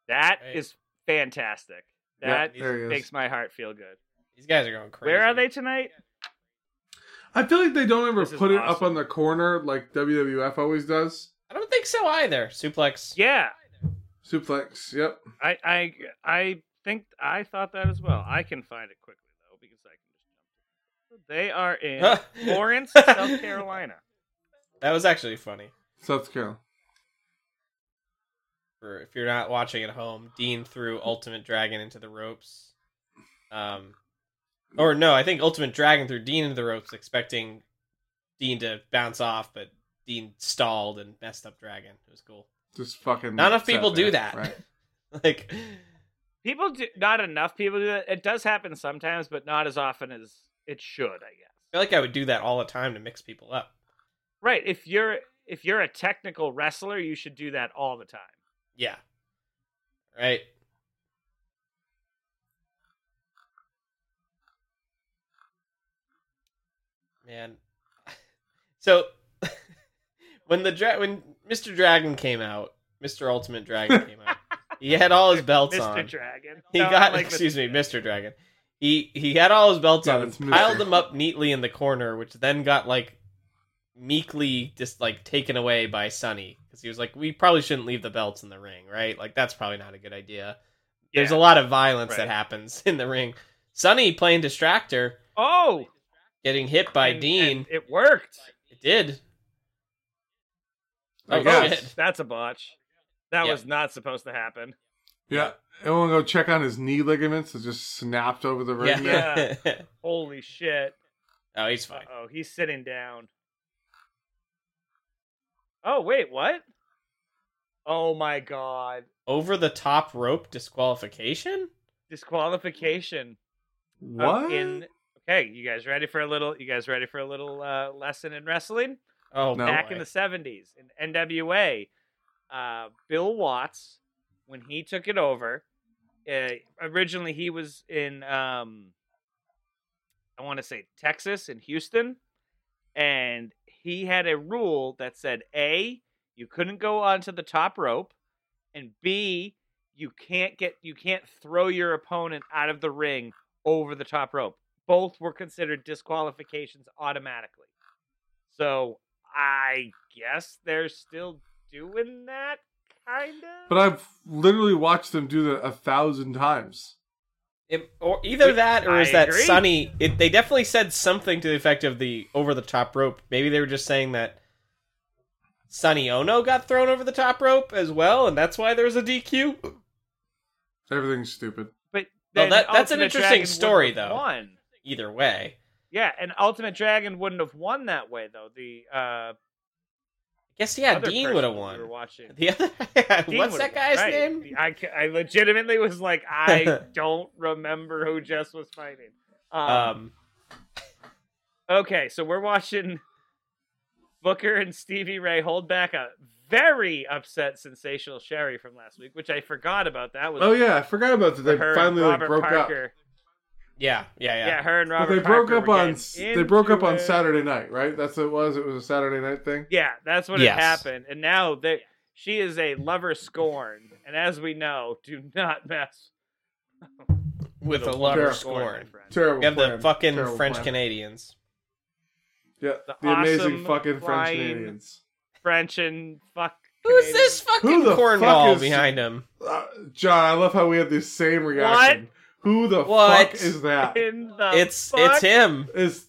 That is
Right.
fantastic.
Yep,
That
there he is.
makes my heart feel good.
These guys are going crazy.
Where are they tonight?
I feel like they don't ever
This is
put it up
awesome.
on the corner like WWF always does.
I don't think so either. Suplex.
Yeah,
Suplex. Yep.
I, I, I think I thought that as well. I can find it quickly though because I can just jump. They are in Lawrence, South Carolina.
that was actually funny.
South Carolina.
For if you're not watching at home, Dean threw Ultimate Dragon into the ropes. Um, or no, I think Ultimate Dragon threw Dean into the ropes, expecting Dean to bounce off, but Dean stalled and messed up Dragon. It was cool.
Just fucking.
Not enough
sat
people
there,
do that.
Mm, Right.
like,
People do not enough people do that. It does happen sometimes, but not as often as it should. I guess.
I feel like I would do that all the time to mix people up.
Right. If you're if you're a technical wrestler, you should do that all the time.
Yeah. Right. Man. So when the dra- when Mr. Dragon came out, Mr. Ultimate Dragon came out. He had all his belts on.
Mr. Dragon.
He
No, I
got
don't like
excuse me, Mr. Dragon. He he had all his belts
Yeah,
on
that's
and
Mr..
piled them up neatly in the corner, which then got like meekly just like taken away by Sonny because he was like, "We probably shouldn't leave the belts in the ring, right? Like that's probably not a good idea." There's
Yeah.
a lot of violence that
Right.
happens in the ring. Sonny playing distractor,
Oh,
getting hit by
and-
Dean.
and it worked.
it did.
I
Oh,
guess.
shit.
That's a botch. That
Yeah.
was not supposed to happen.
Yeah. Everyone go check on his knee ligaments. It just snapped over the ring. there.
Yeah.
Holy shit.
oh, he's
Uh
fine.
oh, he's sitting down. Oh, wait, what? Oh my god.
Over the top rope disqualification.
Disqualification. of
What?
In... Okay, you guys ready for a little you guys ready for a little uh, lesson in wrestling?
Oh,
No.
back in
boy.
the 70s in NWA. Uh, Bill Watts, when he took it over, uh, originally he was in, um, I want to say Texas in Houston, and he had a rule that said A, you couldn't go onto the top rope, and B, you can't get you can't throw your opponent out of the ring over the top rope. Both were considered disqualifications automatically. So I guess they're still doing that, kind of.
But I've literally watched them do that a thousand times.
It, or either that, or is
I
that
agree.
Sonny? It, they definitely said something to the effect of the over the top rope. Maybe they were just saying that Sonny Ono got thrown over the top rope as well, and that's why there was a DQ.
Everything's stupid.
But
Well,
then
that- that's an
Ultimate
interesting
Dragon wouldn't
story,
have
though.
Won.
Either way,
Yeah, and Ultimate Dragon wouldn't have won that way though. The uh,
I guess yeah,
other
Dean
person
would have
We
won.
were watching.
The other,
Dean
what's
would've won,
that guy's
right.
name?
I, ca- I legitimately was like, I don't remember who Jess was fighting. um,
Um,
okay, so we're watching Booker and Stevie Ray hold back a very upset sensational Sherry from last week, which I forgot about. That was
Oh yeah, I forgot about that. They
her and
finally like,
Robert
broke up.
Parker.
yeah, yeah,
Yeah.
yeah,
her and
Well,
Robert.
they broke
Parker
up
were
on
getting
s- they broke up
into
on
it.
Saturday night, right? That's what it was. It was a Saturday night thing.
Yeah, that's what
Yes.
it happened, and now they she is a lover scorn, and as we know, do not mess
with
with
a lover
Sure.
scorn, my
scorn.
friend.
Terrible.
You have the
plan.
fucking
Terrible
French
plan.
Canadians.
Yeah,
The
the, amazing
awesome
fucking French
flying-
Canadians.
French and fuck.
Who's
Canadian.
this fucking
Who the fuck
cornball
is-
behind him?
Uh, John, I love how we have the same reaction. Who the
What?
fuck is that?
In the
It's
fuck?
it's him.
Is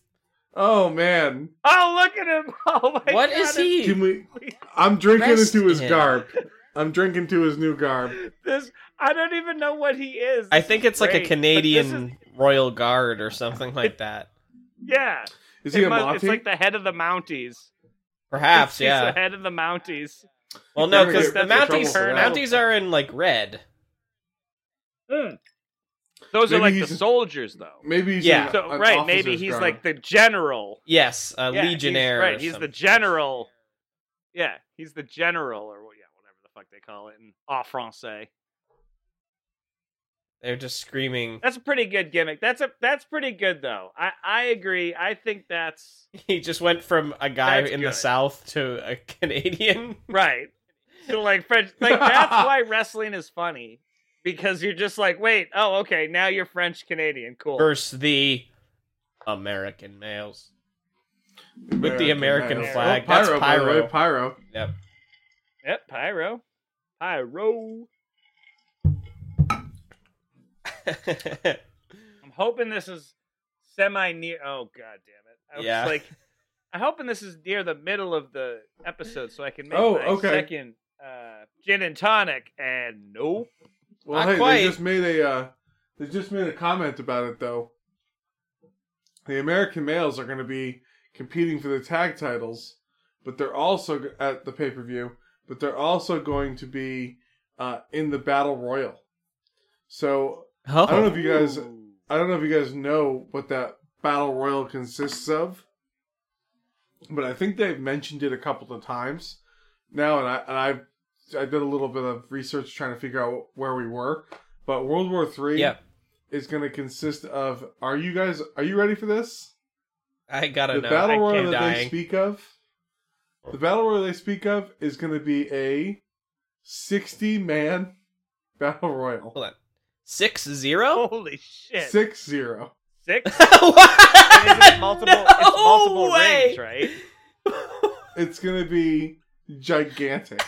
oh man,
Oh, look at him! Oh my
What
god!
is he?
can we? I'm drinking
Rest
into his
him.
garb. I'm drinking to his new garb.
This I don't even know what he is.
I think it's like
Great,
a
but this
Canadian
is-
Royal Guard or something like that.
yeah,
Is
It
he a
must-
Monty?
it's like the head of the Mounties.
Perhaps,
He's the
yeah.
head of the Mounties.
Well, no,
They're
because the
gonna get in
Mounties,
trouble for that.
Mounties are in like red. Hmm.
Mm. Those
Maybe
are like the
he's-
soldiers, though.
Maybe he's
Yeah.
in
So
an
right, maybe
officer's
he's
garb.
like the general.
Yes, a
Yeah, he's-
legionnaire.
right,
or
he's the
something.
general. Yeah, he's the general, or what- yeah, whatever the fuck they call it in au français.
They're just screaming.
That's a pretty good gimmick. That's a that's pretty good though. I I agree. I think that's
He just went from a guy
That's
in the
good.
South to a Canadian.
right. So like French, like that's why wrestling is funny because you're just like, wait, oh okay, now you're French Canadian, cool.
versus the American males. with the American
Knights.
flag.
Oh, pyro,
That's
by the
pyro.
way, pyro.
Yep.
Yep, pyro, pyro.
Oh.
I'm hoping this is semi near. Oh god damn it! I was
Yeah.
like, I'm hoping this is near the middle of the episode so I can make
Oh,
my
okay.
second uh, gin and tonic. And nope.
Well,
Not
hey,
quite.
they just made a uh, they just made a comment about it though. The American males are going to be competing for the tag titles, but they're also g- at the pay per view. But they're also going to be uh, in the battle royal. So I don't know if you
Oh.
guys
Ooh.
I don't know if you guys know what that battle royal consists of, but I think they've mentioned it a couple of times now, and I and I I did a little bit of research trying to figure out where we were, but World War Three
Yeah.
is going to consist of. Are you guys are you ready for this?
I gotta
The
know.
battle
I
royal
am
that they
dying.
speak of, the battle royal they speak of is going to be a sixty man battle royal,
Hold on. Six zero?
Holy shit!
six zero.
Six?
What?
And is it multiple, Oh. it's
No
multiple
way!
rings, right?
It's going to be gigantic.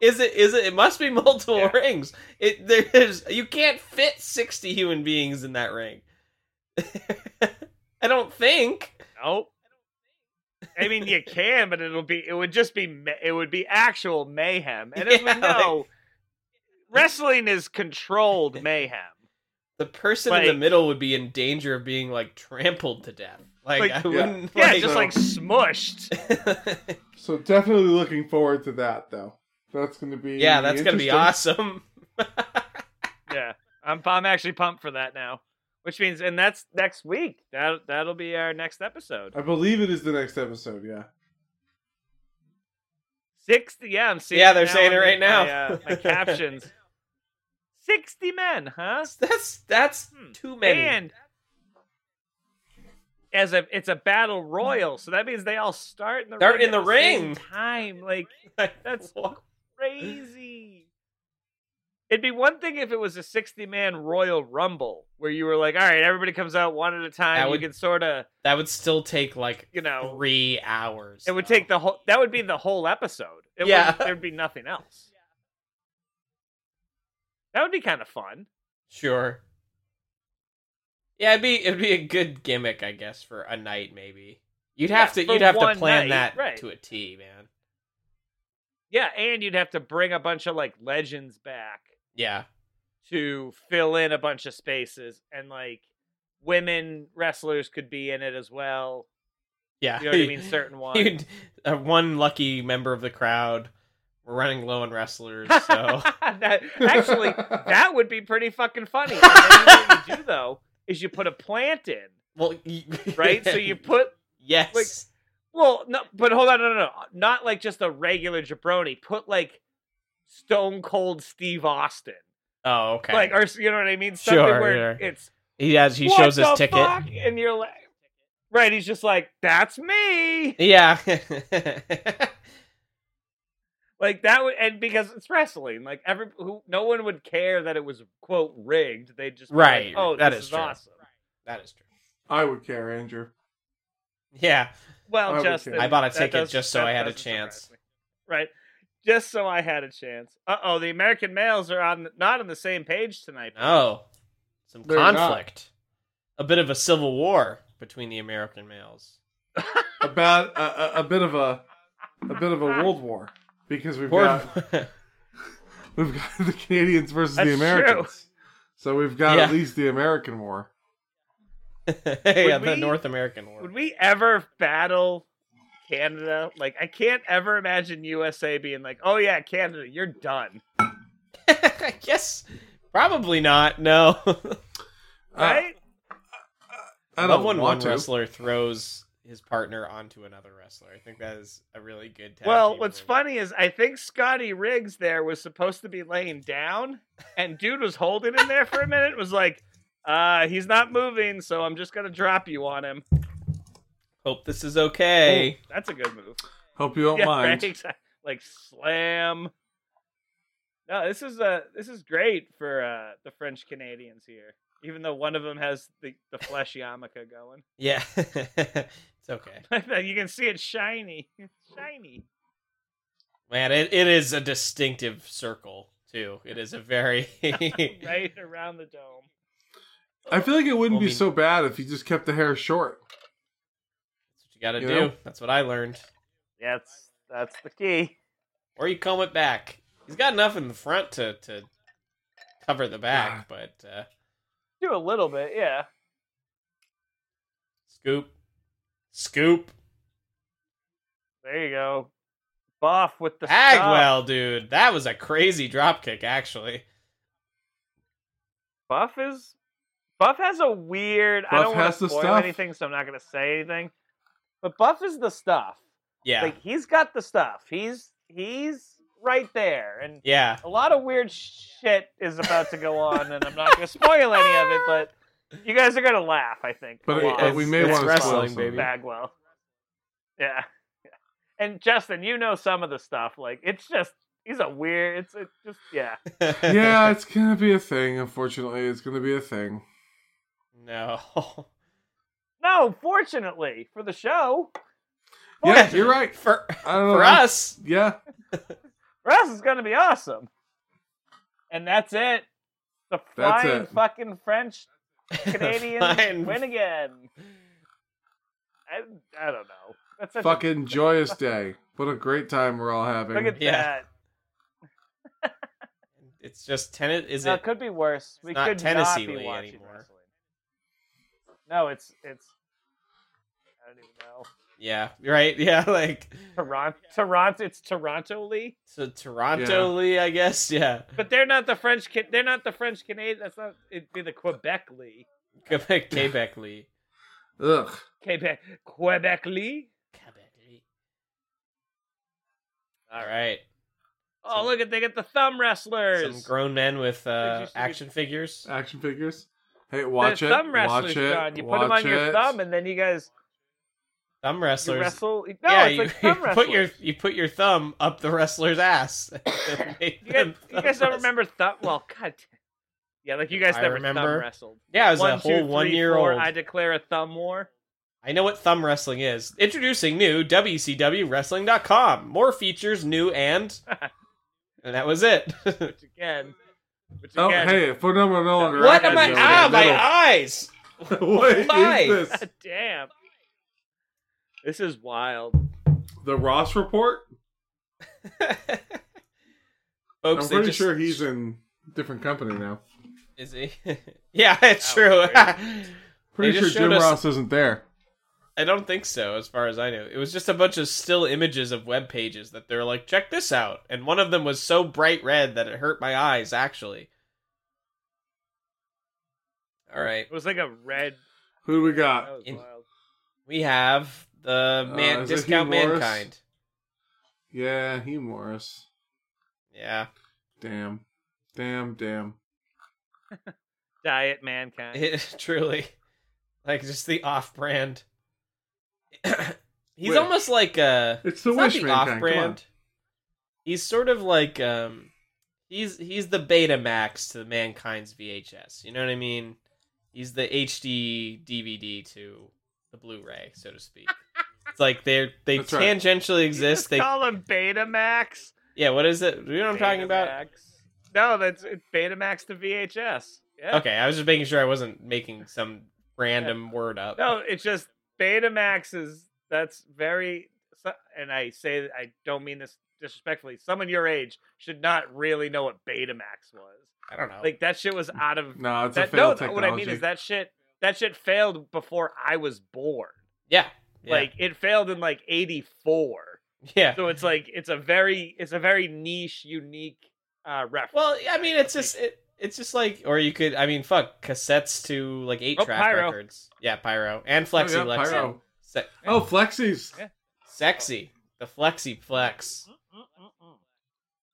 Is it? Is it? It must be multiple
Yeah.
rings. It there's you can't fit sixty human beings in that ring. I don't think.
Nope. I mean, you can, but it'll be it would just be ma- it would be actual mayhem. And as
Yeah,
we
like-
know, wrestling is controlled mayhem.
The person in
Like-
the middle would be in danger of being like trampled to death. Like,
Like-
I
Yeah.
wouldn't.
Yeah,
like, uh,
just
so-
like smushed.
So definitely looking forward to that though. That's going to be
yeah, that's gonna be
interesting.
awesome.
Yeah, I'm I'm actually pumped for that now. Which means, and that's next week. That that'll be our next episode.
I believe it is the next episode. Yeah,
Sixty. Yeah, I'm seeing.
Yeah,
it
they're
now
saying it
in
right now.
My, uh, my captions. Sixty men, huh?
That's that's
Hmm.
too many.
And as a it's a battle royal, so that means they all start in the
Start
ring
in the
at same
ring.
time. Like that's
Wha-
crazy. It'd be one thing if it was a 60 man Royal Rumble where you were like, all right, everybody comes out one at a
That
time.
would-
you can sort of,
that would still take like
you know,
three hours.
Oh. it would
though.
take the whole, that would be the whole episode. It
Yeah.
wouldn't- There'd be nothing else. That would be kind of fun.
Sure. Yeah, it'd be it'd be a good gimmick, I guess, for a night maybe. You'd
Yeah,
have to
for
you'd have to
one
plan
night,
that
right.
to a T, man.
Yeah. And you'd have to bring a bunch of like legends back
Yeah.
to fill in a bunch of spaces and like women wrestlers could be in it as well.
Yeah.
You know what I mean? Certain ones.
You'd, uh, one lucky member of the crowd. We're running low on wrestlers, so
That- actually, that would be pretty fucking funny. And then what you do though is you put a plant in,
well, y-
right? so you put
yes,
like- well, no, but hold on, no, no, no, not like just a regular jabroni. Put like Stone Cold Steve Austin,
oh okay,
like or you know what I mean? Something
Sure,
where
yeah.
it's
he has he
"What
shows his
the
ticket.
fuck?" and you're like, right? He's just like, that's me.
Yeah,
Like that would, and because it's wrestling, like every who, no one would care that it was quote rigged. They would just be like,
Right,
oh,
that
this
is
is
true.
awesome.
that is true.
I would care, Andrew.
Yeah,
I
Well,
would
just
too.
that-
I
bought a
that
ticket
does-
just so
that
I had a
doesn't surprise
chance.
me. Right, just so I had a chance. Uh oh, the American males are on not on the same page tonight.
no, some
They're not.
conflict, a bit of a civil war between the American males.
About a, a, a bit of a a bit of a world war because we've
Or-
got we've got the Canadians versus the
That's true.
Americans. So we've got at
Yeah.
least the American war.
yeah,
Would
uh, the
we-
North American war.
Would we ever battle Canada? Like, I can't ever imagine USA being like, "Oh yeah, Canada, you're done."
I guess probably not. No.
Uh,
right?
I
Love
don't
when
want
one
to.
wrestler throws his partner onto another wrestler. I think that is a really good. Tag
well,
team
what's
move.
funny is I think Scotty Riggs there was supposed to be laying down, and dude was holding him there for a minute. Was like, uh, he's not moving, so I'm just gonna drop you on him.
Hope this is okay.
Oh.
That's a good move.
Hope you don't
yeah,
mind.
right, exact- Like slam. No, this is uh this is great for uh the French Canadians here. Even though one of them has the the flesh yarmulke going,
Yeah, it's okay.
you can see it shiny, shiny.
Man, it, it is a distinctive circle too. It is a very
right around the dome.
I feel like it wouldn't
Well, I
be
mean-
so bad if you just kept the hair short.
That's what you got to
You
do.
know?
That's what I learned.
That's that's the key.
Or you comb it back. He's got enough in the front to to cover the back, but uh,
Do a little bit, yeah.
scoop, scoop,
There you go. Buff with the stop.
Agwell, dude. That was a crazy drop kick, actually.
Buff is Buff has a weird. I
Buff
don't want
has
to
the
spoil
stuff.
anything, so I'm not going to say anything. But Buff is the stuff.
Yeah,
Like he's got the stuff. He's he's right there, and
yeah.
a lot of weird shit is about to go on, and I'm not going to spoil any of it. But you guys are going to laugh, I think. a
But,
lot.
but we may
It's
want to
wrestling,
spoil something.
baby.
Bagwell. Yeah. And Justin, you know some of the stuff. Like it's just he's a weird it's it just yeah.
yeah, it's gonna be a thing. Unfortunately, it's gonna be a thing.
No.
No, fortunately for the show.
Yeah, you're right. Uh,
For
I don't know.
for us,
Yeah,
Russ is gonna be awesome. And that's it. The
That's
flying
it.
fucking French Canadians
Fine.
win again. I, I don't know. That's such a-
fucking joyous day. What a great time we're all having.
look at
Yeah.
that.
It's just tenant. Is
No,
it?
it could be worse. We
not
could
Tennessee
not be
League
watching
anymore.
wrestling. No, it's it's. I don't even know.
Yeah. Right. Yeah. Like
Toronto, Toronto. It's Toronto Lee,
so Toronto Lee, I guess. Yeah.
but they're not the French. Ca- They're not the French Canadian. That's not. It'd be the Quebec Lee.
Quebec, Quebec Lee.
Ugh.
Quebec, Quebec Lee.
Quebec Lee. All right.
Oh,
Some-
look at they get the thumb
Some
wrestlers.
grown men with uh,
used to be-
action figures.
Uh,
Action figures. Hey, watch
They're
it.
thumb wrestlers,
watch it.
John. You put
watch
them on
it.
your thumb, and then you guys
Thumb
you
wrestlers.
wrestle. e, No,
yeah,
it's
you,
like thumb
you
wrestlers.
put your you put your thumb up the wrestler's ass. and make
You guys,
them
you guys
thumb
don't remember thumb? Well, God. Yeah, like you guys
I
never
remember.
thumb wrestled.
wrestle. Yeah, I was
One,
a
two,
whole
three,
one year
four,
old.
I
I...
declare a thumb war.
know what thumb wrestling is. Introducing new WCWWrestling.com. More features, new and and that was it. what
Which again, which
Oh,
again,
hey, phone number no longer.
What
active
am I-
over
ah,
there.
my
Middle.
eyes.
what is
Why?
this?
God damn, this is wild.
The Ross report?
Folks,
I'm
they
pretty
just-
sure he's in different company now.
Is he? yeah, it's true.
Pretty
They
sure
just
Jim
showed us-
Ross isn't there.
I don't think so, as far as I knew. It was just a bunch of still images of web pages that they were like, check this out. And one of them was so bright red that it hurt my eyes, actually. All right.
It was like a red.
Who do we
That
got?
was
In-
wild.
We have the
Uh,
man
is it
discount
Hugh Morris?
mankind.
Yeah, he Morris.
Yeah.
Damn. Damn, damn.
Diet mankind.
It, truly. Like just the off brand. He's
Wish.
almost like uh
It's the
it's
Wish
not the
Mankind. Come on.
off-brand. He's sort of like um, he's he's the Betamax to the mankind's VHS. You know what I mean? He's the HD DVD to the Blu-ray, so to speak. it's like they're they
That's right.
tangentially
You
exist.
just
They
call him Betamax.
yeah. What is it? You know what I'm talking about?
Betamax. No, that's it's Betamax to VHS. Yeah.
Okay, I was just making sure I wasn't making some random word up.
No, it's just Betamax is that's very. so- And I say I don't mean this disrespectfully. Someone your age should not really know what Betamax was.
I don't know.
Like that shit
Mm.
was out of
No, it's a
that,
failed
no,
technology.
what I mean is that shit that shit failed before I was born.
yeah, yeah,
Like it failed in like 84.
yeah.
So it's like it's a very it's a very niche unique uh, reference.
Well, I mean, it's just it, it's just like, or you could, I mean, fuck cassettes to like eight
Oh,
track
Pyro.
records. Yeah, pyro and flexi,
oh, yeah,
Lexi.
pyro.
Se-
Oh, flexies.
sexy, the flexi flex.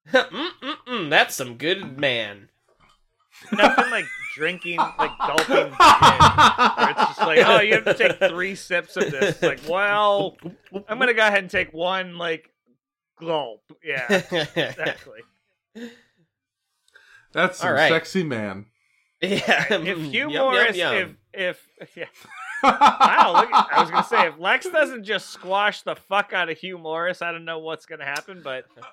mm, Mm-mm-mm.
Mm-mm-mm, that's some good man.
Nothing like drinking, like gulping. gin. Where it's just like, oh, you have to take three sips of this. It's like, well, I'm gonna go ahead and take one like gulp. Yeah, exactly.
That's some
All right.
sexy man.
yeah.
If
mm,
Hugh
yum,
Morris,
yum, yum.
if if yeah, wow, look, at- I was gonna say if Lex doesn't just squash the fuck out of Hugh Morris, I don't know what's gonna happen. But
All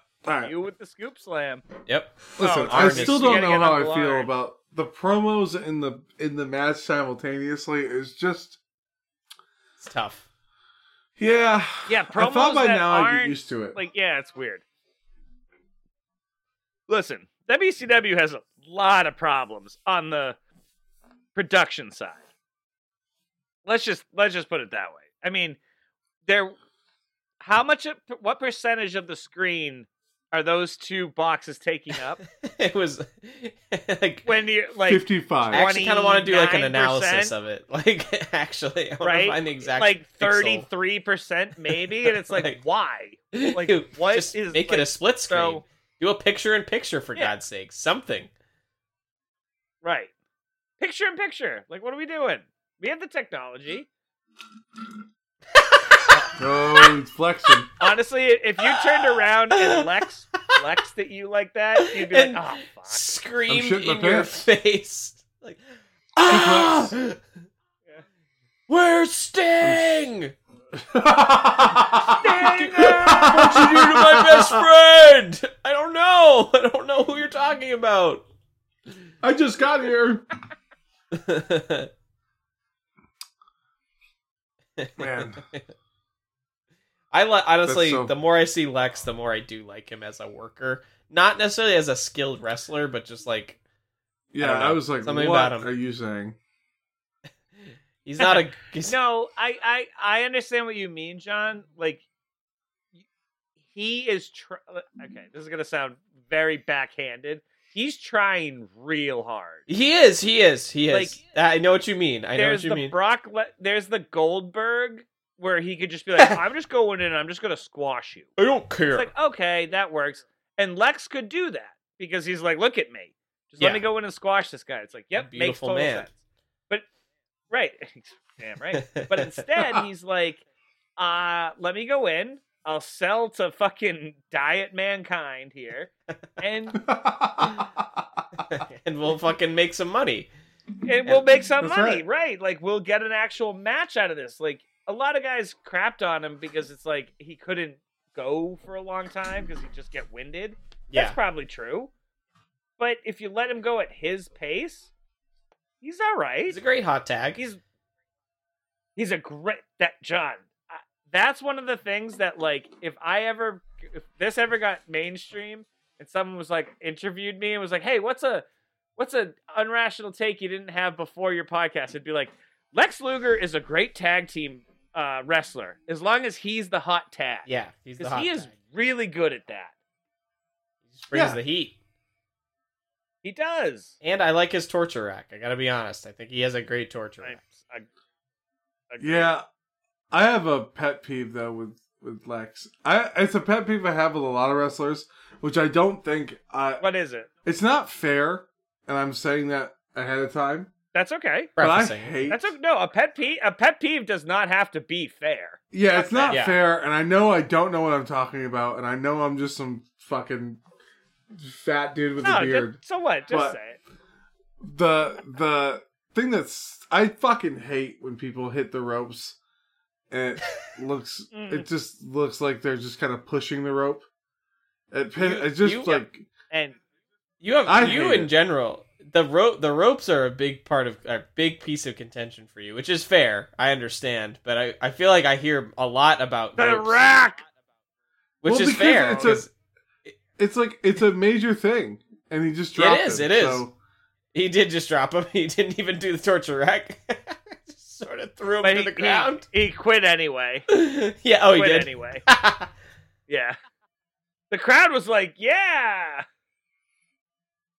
right.
you with the scoop slam,
Yep.
Listen,
Oh,
I
artists.
still
You
don't
gotta
know
get
how
on
I
the
feel
line.
about the promos in the in the match simultaneously is just
It's tough.
yeah.
yeah, promos
I thought by
that
now I'd get
aren't
used to it.
like yeah, it's weird. Listen, WCW has a lot of problems on the production side. Let's just let's just put it that way. I mean, there how much of, what percentage of the screen are those two boxes taking up?
it was like
when you like
I
Fifty-five.
actually kind of want to do like an
29%?
analysis of it. Like actually, I want
Right?
to find the exact
like
pixel.
33% maybe and it's like,
Like-
why? like, what
just
is,
make
like,
it a split screen?
so-
do a picture in picture for
Yeah.
God's sake, something.
Right. Picture in picture. Like what are we doing? We have the technology.
Oh, he's flexing.
Honestly, if you turned around and Lex flexed at you like that, you'd be
And-
like, oh, fuck.
Scream
I'm shitting my
in your
pants.
face, like ah, where's Sting? What you do to my best friend? I don't know. I don't know who you're talking about.
I just got here. Man.
I li- honestly,
That's so-
the more I see Lex, the more I do like him as a worker. Not necessarily as a skilled wrestler, but just like
Yeah,
I don't know.
I, was like,
Something
what
about him.
are you saying?
he's not a he's,
No, I, I, I understand what you mean, John. Like, he is. Tr- uh, okay, this is going to sound very backhanded. He's trying real hard.
he is he is he is.
Like-
I know what you mean. I know
there's
what you
the
mean.
Brock. Le- there's the Goldberg where he could just be like, "I'm just going in and I'm just going to squash you."
I don't care.
It's like, okay, that works. And Lex could do that because he's like, "Look at me, just let
Yeah.
me go in and squash this guy." It's like, "Yep, makes
Beautiful
total
man.
sense." But right, damn right. But instead, he's like, uh, let me go in. I'll sell to fucking Diet Mankind here. And,
and we'll fucking make some money.
and we'll make some
That's
money.
right.
Right. Like, we'll get an actual match out of this. Like, a lot of guys crapped on him because it's like he couldn't go for a long time because he'd just get winded.
Yeah,
That's probably true. But if you let him go at his pace, he's all right.
he's a great hot tag.
he's he's a great that John. I- That's one of the things that like if I ever if this ever got mainstream and someone was like interviewed me and was like, "Hey, what's a what's a unrational take you didn't have before your podcast?" It'd be like, "Lex Luger is a great tag team uh, wrestler as long as he's the hot tag."
yeah, he's the
because
hot
he is
tag.
really good at that.
He just brings
Yeah.
the heat.
He does.
And I like his torture rack. I gotta be honest. I think he has a great torture rack.
I- I-
yeah, I have a pet peeve though with with Lex. I it's a pet peeve I have with a lot of wrestlers, which I don't think I.
What is it?
It's not fair, and I'm saying that ahead of time.
That's okay.
But I
Prefacing.
hate.
That's a, no a pet peeve. A pet peeve does not have to be fair.
Yeah, it's not
Yeah.
fair, and I know I don't know what I'm talking about, and I know I'm just some fucking fat dude with a
No,
beard.
just, so what? Just
But-
say it.
the the thing that's I fucking hate when people hit the ropes and it looks
Mm.
it just looks like they're just kind of pushing the rope. It, pin,
You-
it just
you-
like
And
You have
I
you
hate
in
it.
general. The rope the ropes are a big part of a big piece of contention for you, which is fair. I understand, but I, I feel like I hear a lot about
the
ropes,
rack.
which
Well,
is
because
fair.
it's a-
'cause
it's like it's a major thing, and he just
It
dropped
is,
It
it is.
So,
he did just drop him. He didn't even do the torture rack. just sort of threw him
But
to
he,
the ground.
he, he quit anyway.
yeah. Oh, he
quit
did.
anyway. Yeah. The crowd was like, "Yeah."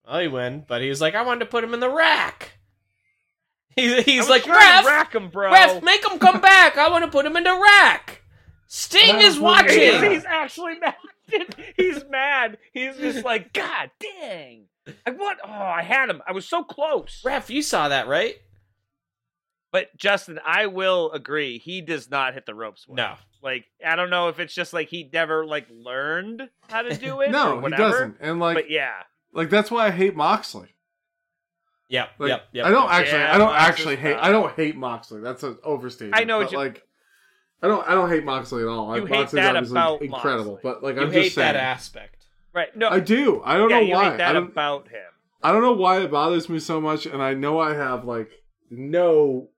Well, he win, but he's like, I wanted to put him in the rack. He, he's
I'm
like,
trying to
ref,
rack 'em, bro.
ref, make him come back. I want to put him in the rack.
Well,
Sting is
he's-
he's,
watching.
he's actually mad. he's mad. He's just like, God dang. I want. Oh, I had him. I was so close.
Ref, you saw that, right?
But Justin, I will agree. He does not hit the ropes. Well.
No.
Like I don't know if it's just like he never like learned how to do it. or
No, he
whatever.
doesn't. And like,
but yeah,
like that's why I hate Moxley.
Yep.
Like,
yep. Yep.
I don't
yep.
actually.
Yeah,
I don't
Moxley's
actually hate.
tough.
I don't hate Moxley. That's an overstatement.
I know
But
you-
like, I don't. I don't hate Moxley at all.
You
I,
hate
Moxley's
that
obviously
about
incredible.
Moxley.
But like,
You
I'm
hate
just saying.
that aspect.
right. No,
I do. I don't
yeah,
know
you
why.
hate that
I don't,
about him.
I don't know why it bothers me so much, and I know I have like no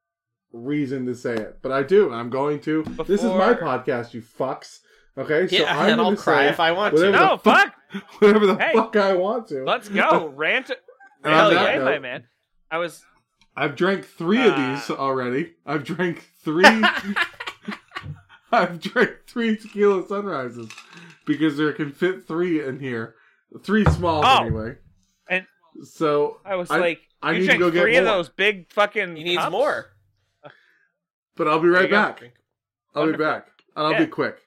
reason to say it, but I do. I'm going to. This is my
Before-
podcast, you fucks. Okay,
Yeah,
I'm
and I'll
gonna
cry
say
if I want
whatever
to.
the
No, fuck.
fuck- whatever the
Hey.
fuck I want to.
Let's go. Rant.
And
Hell
on
yeah,
that
my
note-
man. I was.
I've drank three of these
Ah.
already. I've drank three. I've drank three tequila sunrises because there can fit three in here, three smalls
Oh.
anyway.
And-
so
I was
I-
like,
I
you
need to
drank
go get
three of
more.
those big fucking.
He needs
cups?
more.
But I'll be
There
right
you go.
back. I'll
Wonderful.
be back. And I'll
Yeah.
be quick.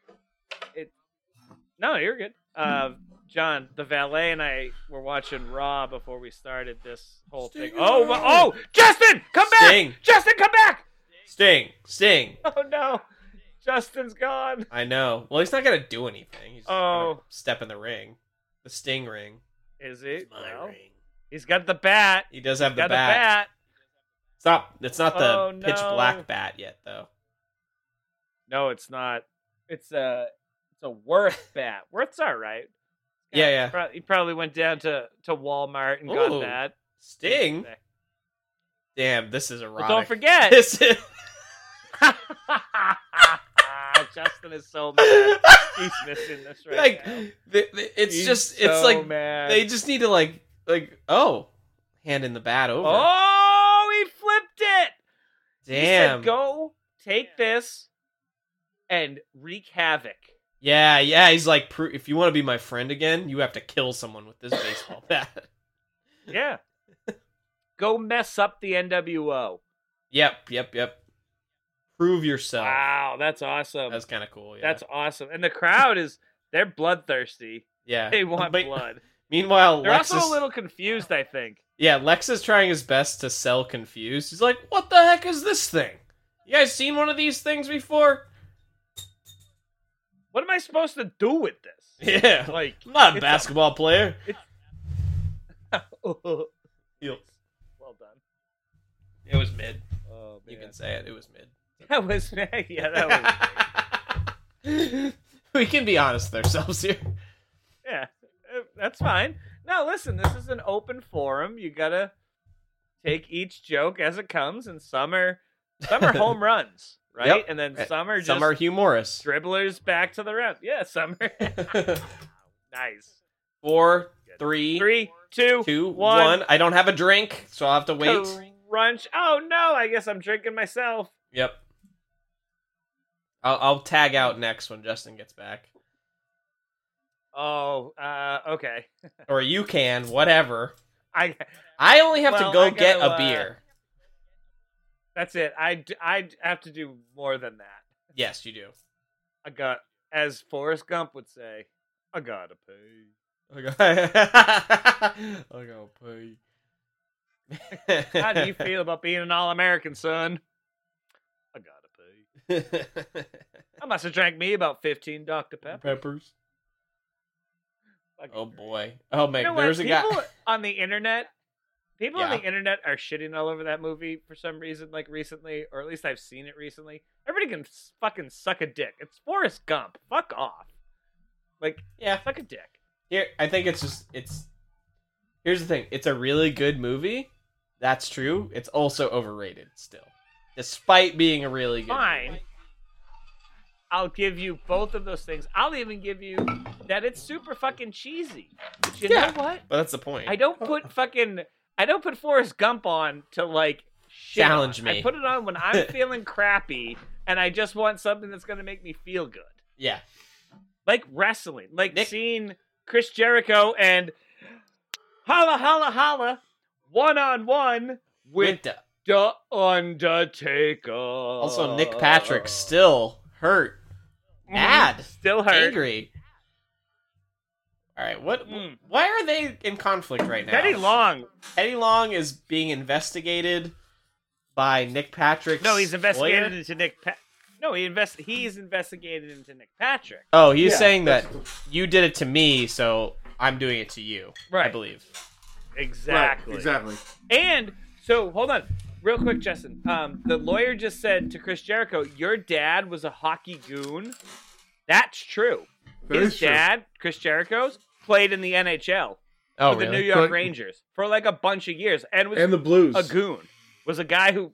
No, you're good. Uh, John, the valet, and I were watching Raw before we started this whole thing.
Sting
Oh,
is
well-
out.
oh, Justin, come back!
Sting.
Justin, come back!
Sting. Sting.
Oh no, Justin's gone.
I know. Well, he's not gonna do anything. He's just
Oh.
gonna step in the ring, the Sting ring.
Is he?
It's my
Well,
ring.
he's got the bat.
He does have
got the
the bat.
bat.
Stop. It's not the
Oh,
pitch
no.
black bat yet, though.
No, it's not. It's a it's a Worth bat. Worth's all right.
Yeah, yeah.
Pro- he probably went down to to Walmart and got
Ooh,
that.
Sting. Damn, this is erotic.
But don't forget,
This is.
Justin is so mad. He's missing this right
like,
now.
the, the, it's
He's
just,
so
it's like
mad.
they just need to like, like, oh, hand in the bat over.
Oh, he flipped it. He said,
Damn.
Go take this and wreak havoc.
yeah, yeah. He's like, "Pro- if you want to be my friend again, you have to kill someone with this baseball bat.
Yeah. go mess up the NWO.
yep, yep, yep. Prove yourself.
Wow, that's awesome.
Oh. That's kind of cool. Yeah.
That's awesome. And the crowd is they're bloodthirsty.
yeah.
They want
But-
blood.
Meanwhile,
They're
Lex
also
is-
a little confused, I think.
yeah, Lex is trying his best to sell confused. He's like, "What the heck is this thing? You guys seen one of these things before?"
What am I supposed to do with this?
Yeah, like,
Like
I'm not a
It's a-
basketball player.
well
You-
done.
It was mid.
Oh,
You
man.
can say it. It was mid.
That was yeah, that was
we can be honest with ourselves here.
yeah. Uh, That's fine. No, listen, this is an open forum. You gotta take each joke as it comes, and some are some are home runs, right?
Yep.
And then
Uh,
some are just
Some are humorous.
dribblers back to the rim. Yeah, some are nice.
Four,
Good.
three, two, one.
Three, two, one.
I don't have a drink, so I'll have to wait.
Crunch. Oh no, I guess I'm drinking myself.
Yep. I'll, I'll tag out next when Justin gets back,
Oh, uh, okay.
or you can, whatever.
I
I only have
Well,
to go
I gotta,
get a
uh,
beer.
that's it. I d- I d- have to do more than that.
Yes, you do.
I got, as Forrest Gump would say, I gotta pay.
I go, I go pee.
How do you feel about being an all-American, son? I gotta pee. I must have drank me about fifteen Dr Pepper.
Peppers.
Fucking
Oh
great.
boy. Oh man,
You know
there
what?
was a guy.
people on the internet. People on the
Yeah.
internet are shitting all over that movie for some reason, like recently, or at least I've seen it recently. Everybody can s- fucking suck a dick. It's Forrest Gump. Fuck off. Like,
Yeah.
suck a dick.
Here, I think it's just it's. Here's the thing. It's a really good movie. That's true. It's also overrated still, despite being a really good.
Fine.
movie.
I'll give you both of those things. I'll even give you that it's super fucking cheesy. But you
Yeah. Oh.
know what?
But that's the point.
I don't put fucking I don't put Forrest Gump on to like shit
Challenge
on.
me.
I put it on when I'm feeling crappy and I just want something that's gonna make me feel good.
yeah.
Like wrestling. Like
Nick-
seeing Chris Jericho and holla, holla, holla, one on one with
With the-
the Undertaker. Also,
also Nick
Uh,
Patrick still hurt, mad,
Mhm. still hurt.
angry. All right, what?
Mm.
Why are they in conflict right now?
Teddy Long.
Eddie Long is being investigated by Nick Patrick.
No, he's investigated
Lawyer?
into Nick. Pa- no, he invest. He's investigated into Nick Patrick.
Oh, he's saying that
that's
you did it to me, so I'm doing it to you. I
Right.
believe.
Exactly.
Right, exactly.
And so, hold on, real quick, Justin. Um, the lawyer just said to Chris Jericho, "Your dad was a hockey goon." That's true.
That
His
is true.
dad, Chris Jericho's, played in the NHL
Oh,
for the
really?
New York
But-
Rangers for like a bunch of years, and was
And the Blues.
a goon. Was a guy who,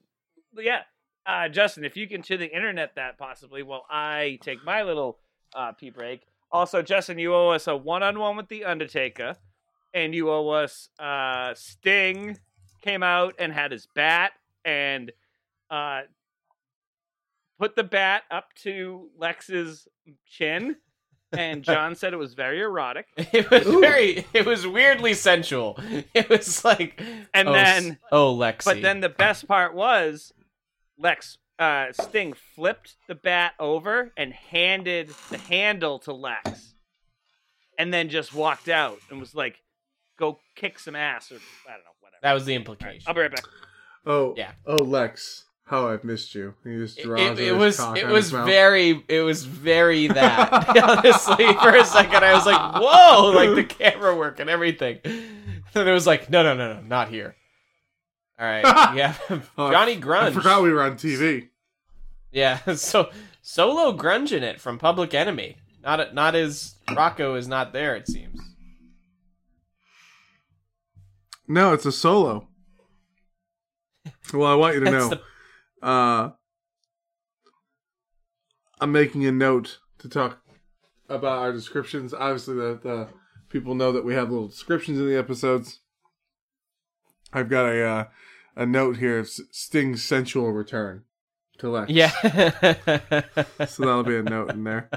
yeah, uh, Justin. If you can to the internet that possibly, while I take my little uh, pee break. Also, Justin, you owe us a one-on-one with the Undertaker, and you owe us uh, Sting came out and had his bat and uh, put the bat up to Lex's chin, and John said it was very erotic.
It was
Ooh.
very. It was weirdly sensual. It was like.
And
oh, s-
then-
Oh, Lexi.
But then the best part was Lex uh, Sting flipped the bat over and handed the handle to Lex, and then just walked out and was like, "Go kick some ass," or I don't know, whatever.
that was the
All right,
implication.
I'll be right back.
Oh,
Yeah.
Oh, Lex, how I've missed you. He just
It,
draws
it- it
his
was
cock
it
out
was
his mouth.
very it was very that honestly for a second I was like whoa like the camera work and everything then it was like no no no no not here all right yeah
Oh,
Johnny
I
Grunge
forgot we were on TV.
yeah so solo grunge in it from Public Enemy not not as Rocco is not there it seems
No, it's a solo. Well, I want you to
That's
know. Uh, I'm making a note to talk about our descriptions. Obviously, the, the people know that we have little descriptions in the episodes. I've got a uh, a note here: of S- Sting's sensual return to Lex.
yeah
So that'll be a note in there.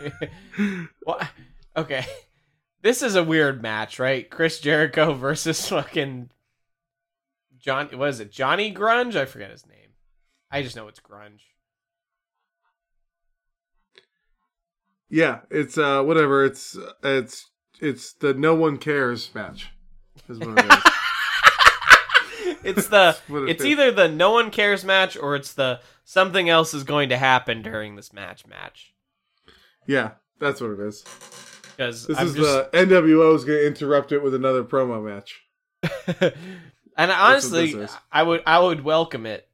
Wha- Okay. This is a weird match, right? Chris Jericho versus fucking John what is it? Johnny Grunge? I forget his name. I just know it's Grunge.
Yeah, it's uh whatever. It's it's it's the no one cares match. Is what it is.
It's the
What it
it's
is.
either the no one cares match or it's the something else is going to happen during this match match.
yeah, that's what it is.
Because
This
I'm
is
just
the NWO is going to interrupt it with another promo match.
and honestly
this is.
I would I would welcome it.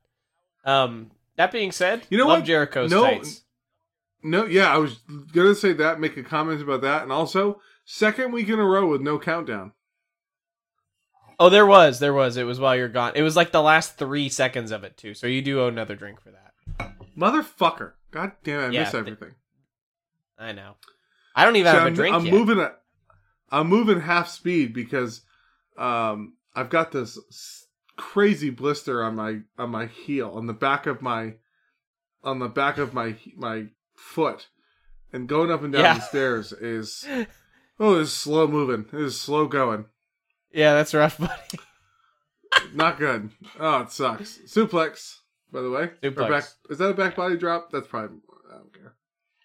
Um that being said,
You know
love
what?
Jericho's
No-
tights.
No, yeah, I was going to say that, make a comment about that, and also second week in a row with no countdown.
Oh, there was, there was. It was while you're gone. It was like the last three seconds of it too. So you do owe another drink for that.
Motherfucker! God damn, it, I
Yeah,
miss
th-
everything.
I know. I don't even
See,
have
I'm,
a drink
I'm
yet.
moving at I'm moving half speed because um I've got this s- crazy blister on my on my heel on the back of my on the back of my my foot and going up and down
Yeah.
the stairs is oh it's slow moving it is slow going
Yeah, that's rough, buddy.
not good oh it sucks suplex by the way Or
Suplex.
back, is that a back body drop that's probably I don't care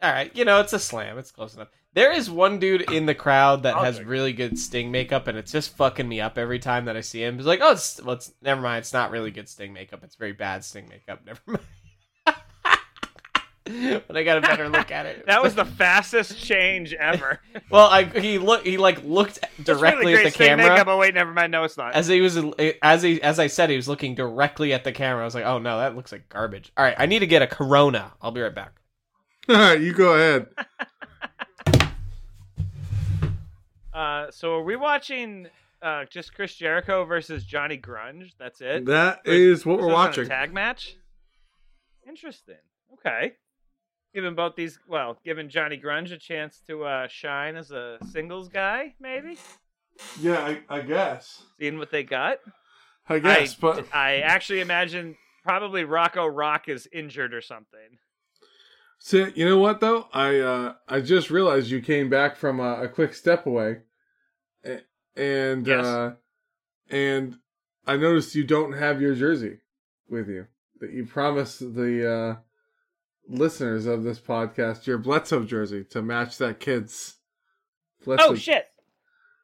All right, you know it's a slam. It's close enough. There is one dude in the crowd that
I'll
has
take it.
really good Sting makeup, and it's just fucking me up every time that I see him. He's like, "Oh, it's, well, it's never mind. It's not really good Sting makeup. It's very bad Sting makeup. Never mind." but I got a better look at it.
That was the fastest change ever.
well. I he look he like looked
That's
directly
really great
at the
Sting
camera.
Makeup. Oh wait, never mind. No, it's not.
as he was as he as I said, he was looking directly at the camera. I was like, "Oh no, that looks like garbage." All right, I need to get a Corona. I'll be right back.
all right you go ahead
Uh, so are we watching uh, just Chris Jericho versus Johnny Grunge? That's it.
that is what
This isn't
we're
a
watching
tag match. Interesting. Okay. Giving both these, well, giving Johnny Grunge a chance to uh, shine as a singles guy, maybe
yeah I, I guess
seeing what they got.
I guess
I,
but
I actually imagine probably Rocco Rock is injured or something.
See, you know what though? I uh, I just realized you came back from a, a quick step away, a- and
Yes.
uh, and I noticed you don't have your jersey with you that you promised the uh, listeners of this podcast your Bledsoe jersey to match that kid's. Bledsoe-
oh shit!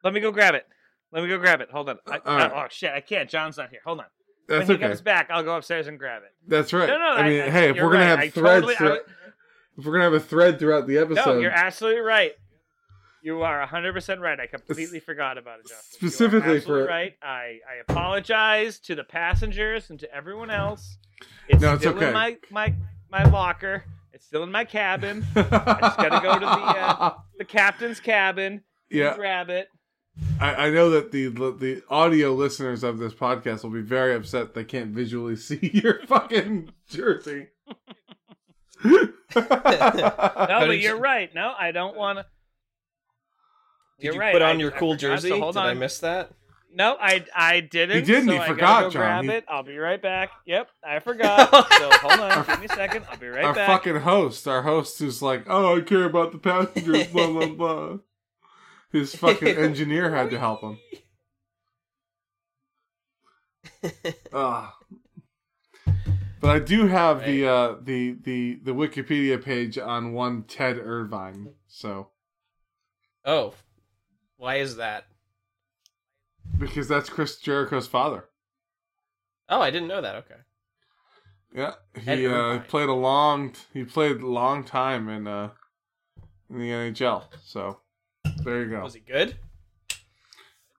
Let me go grab it. Let me go grab it. Hold on. I,
Uh, all right.
oh shit! I can't. John's not here. Hold on.
That's
when he
okay.
comes back, I'll go upstairs and grab it.
That's right.
No, no.
I mean, hey, if
you're
we're gonna
right.
have
I
threads,
totally- I
throughout,
would-
if we're gonna have a thread throughout the episode,
no, you're absolutely right. You are 100 percent right. I completely forgot about it. Justin. You are
specifically
absolutely
for-
right. I I apologize to the passengers and to everyone else. It's
No, it's
still
okay.
in my my my locker. It's still in my cabin,
I
just gotta go to the, uh, the captain's cabin.
yeah,
grab it.
I, I know that the the audio listeners of this podcast will be very upset they can't visually see your fucking jersey.
No,
How
but
did
you're
you-
right. No, I don't want to.
Did
you're
you
right.
put
I-
on your
I
cool
forgot to-
jersey?
hold
Did I
on.
miss that?
No, I I didn't.
He didn't,
So
he
I
forgot,
gotta go
John.
Grab
He-
it. I'll be right back. Yep, I forgot. so hold on, give me a second. I'll be right
our
back.
fucking host, our host who's like, oh, I care about the passengers, blah blah blah. His fucking engineer had to help him. Ah. But I do have the uh, the the the Wikipedia page on one Ted Irvine. So
Oh, why is that?
because that's Chris Jericho's father.
Oh, I didn't know that. Okay.
Yeah,
Ted
he uh,
Irvine.
played a long. He played a long time in uh, in the NHL. So there you go.
Oh. Was he good?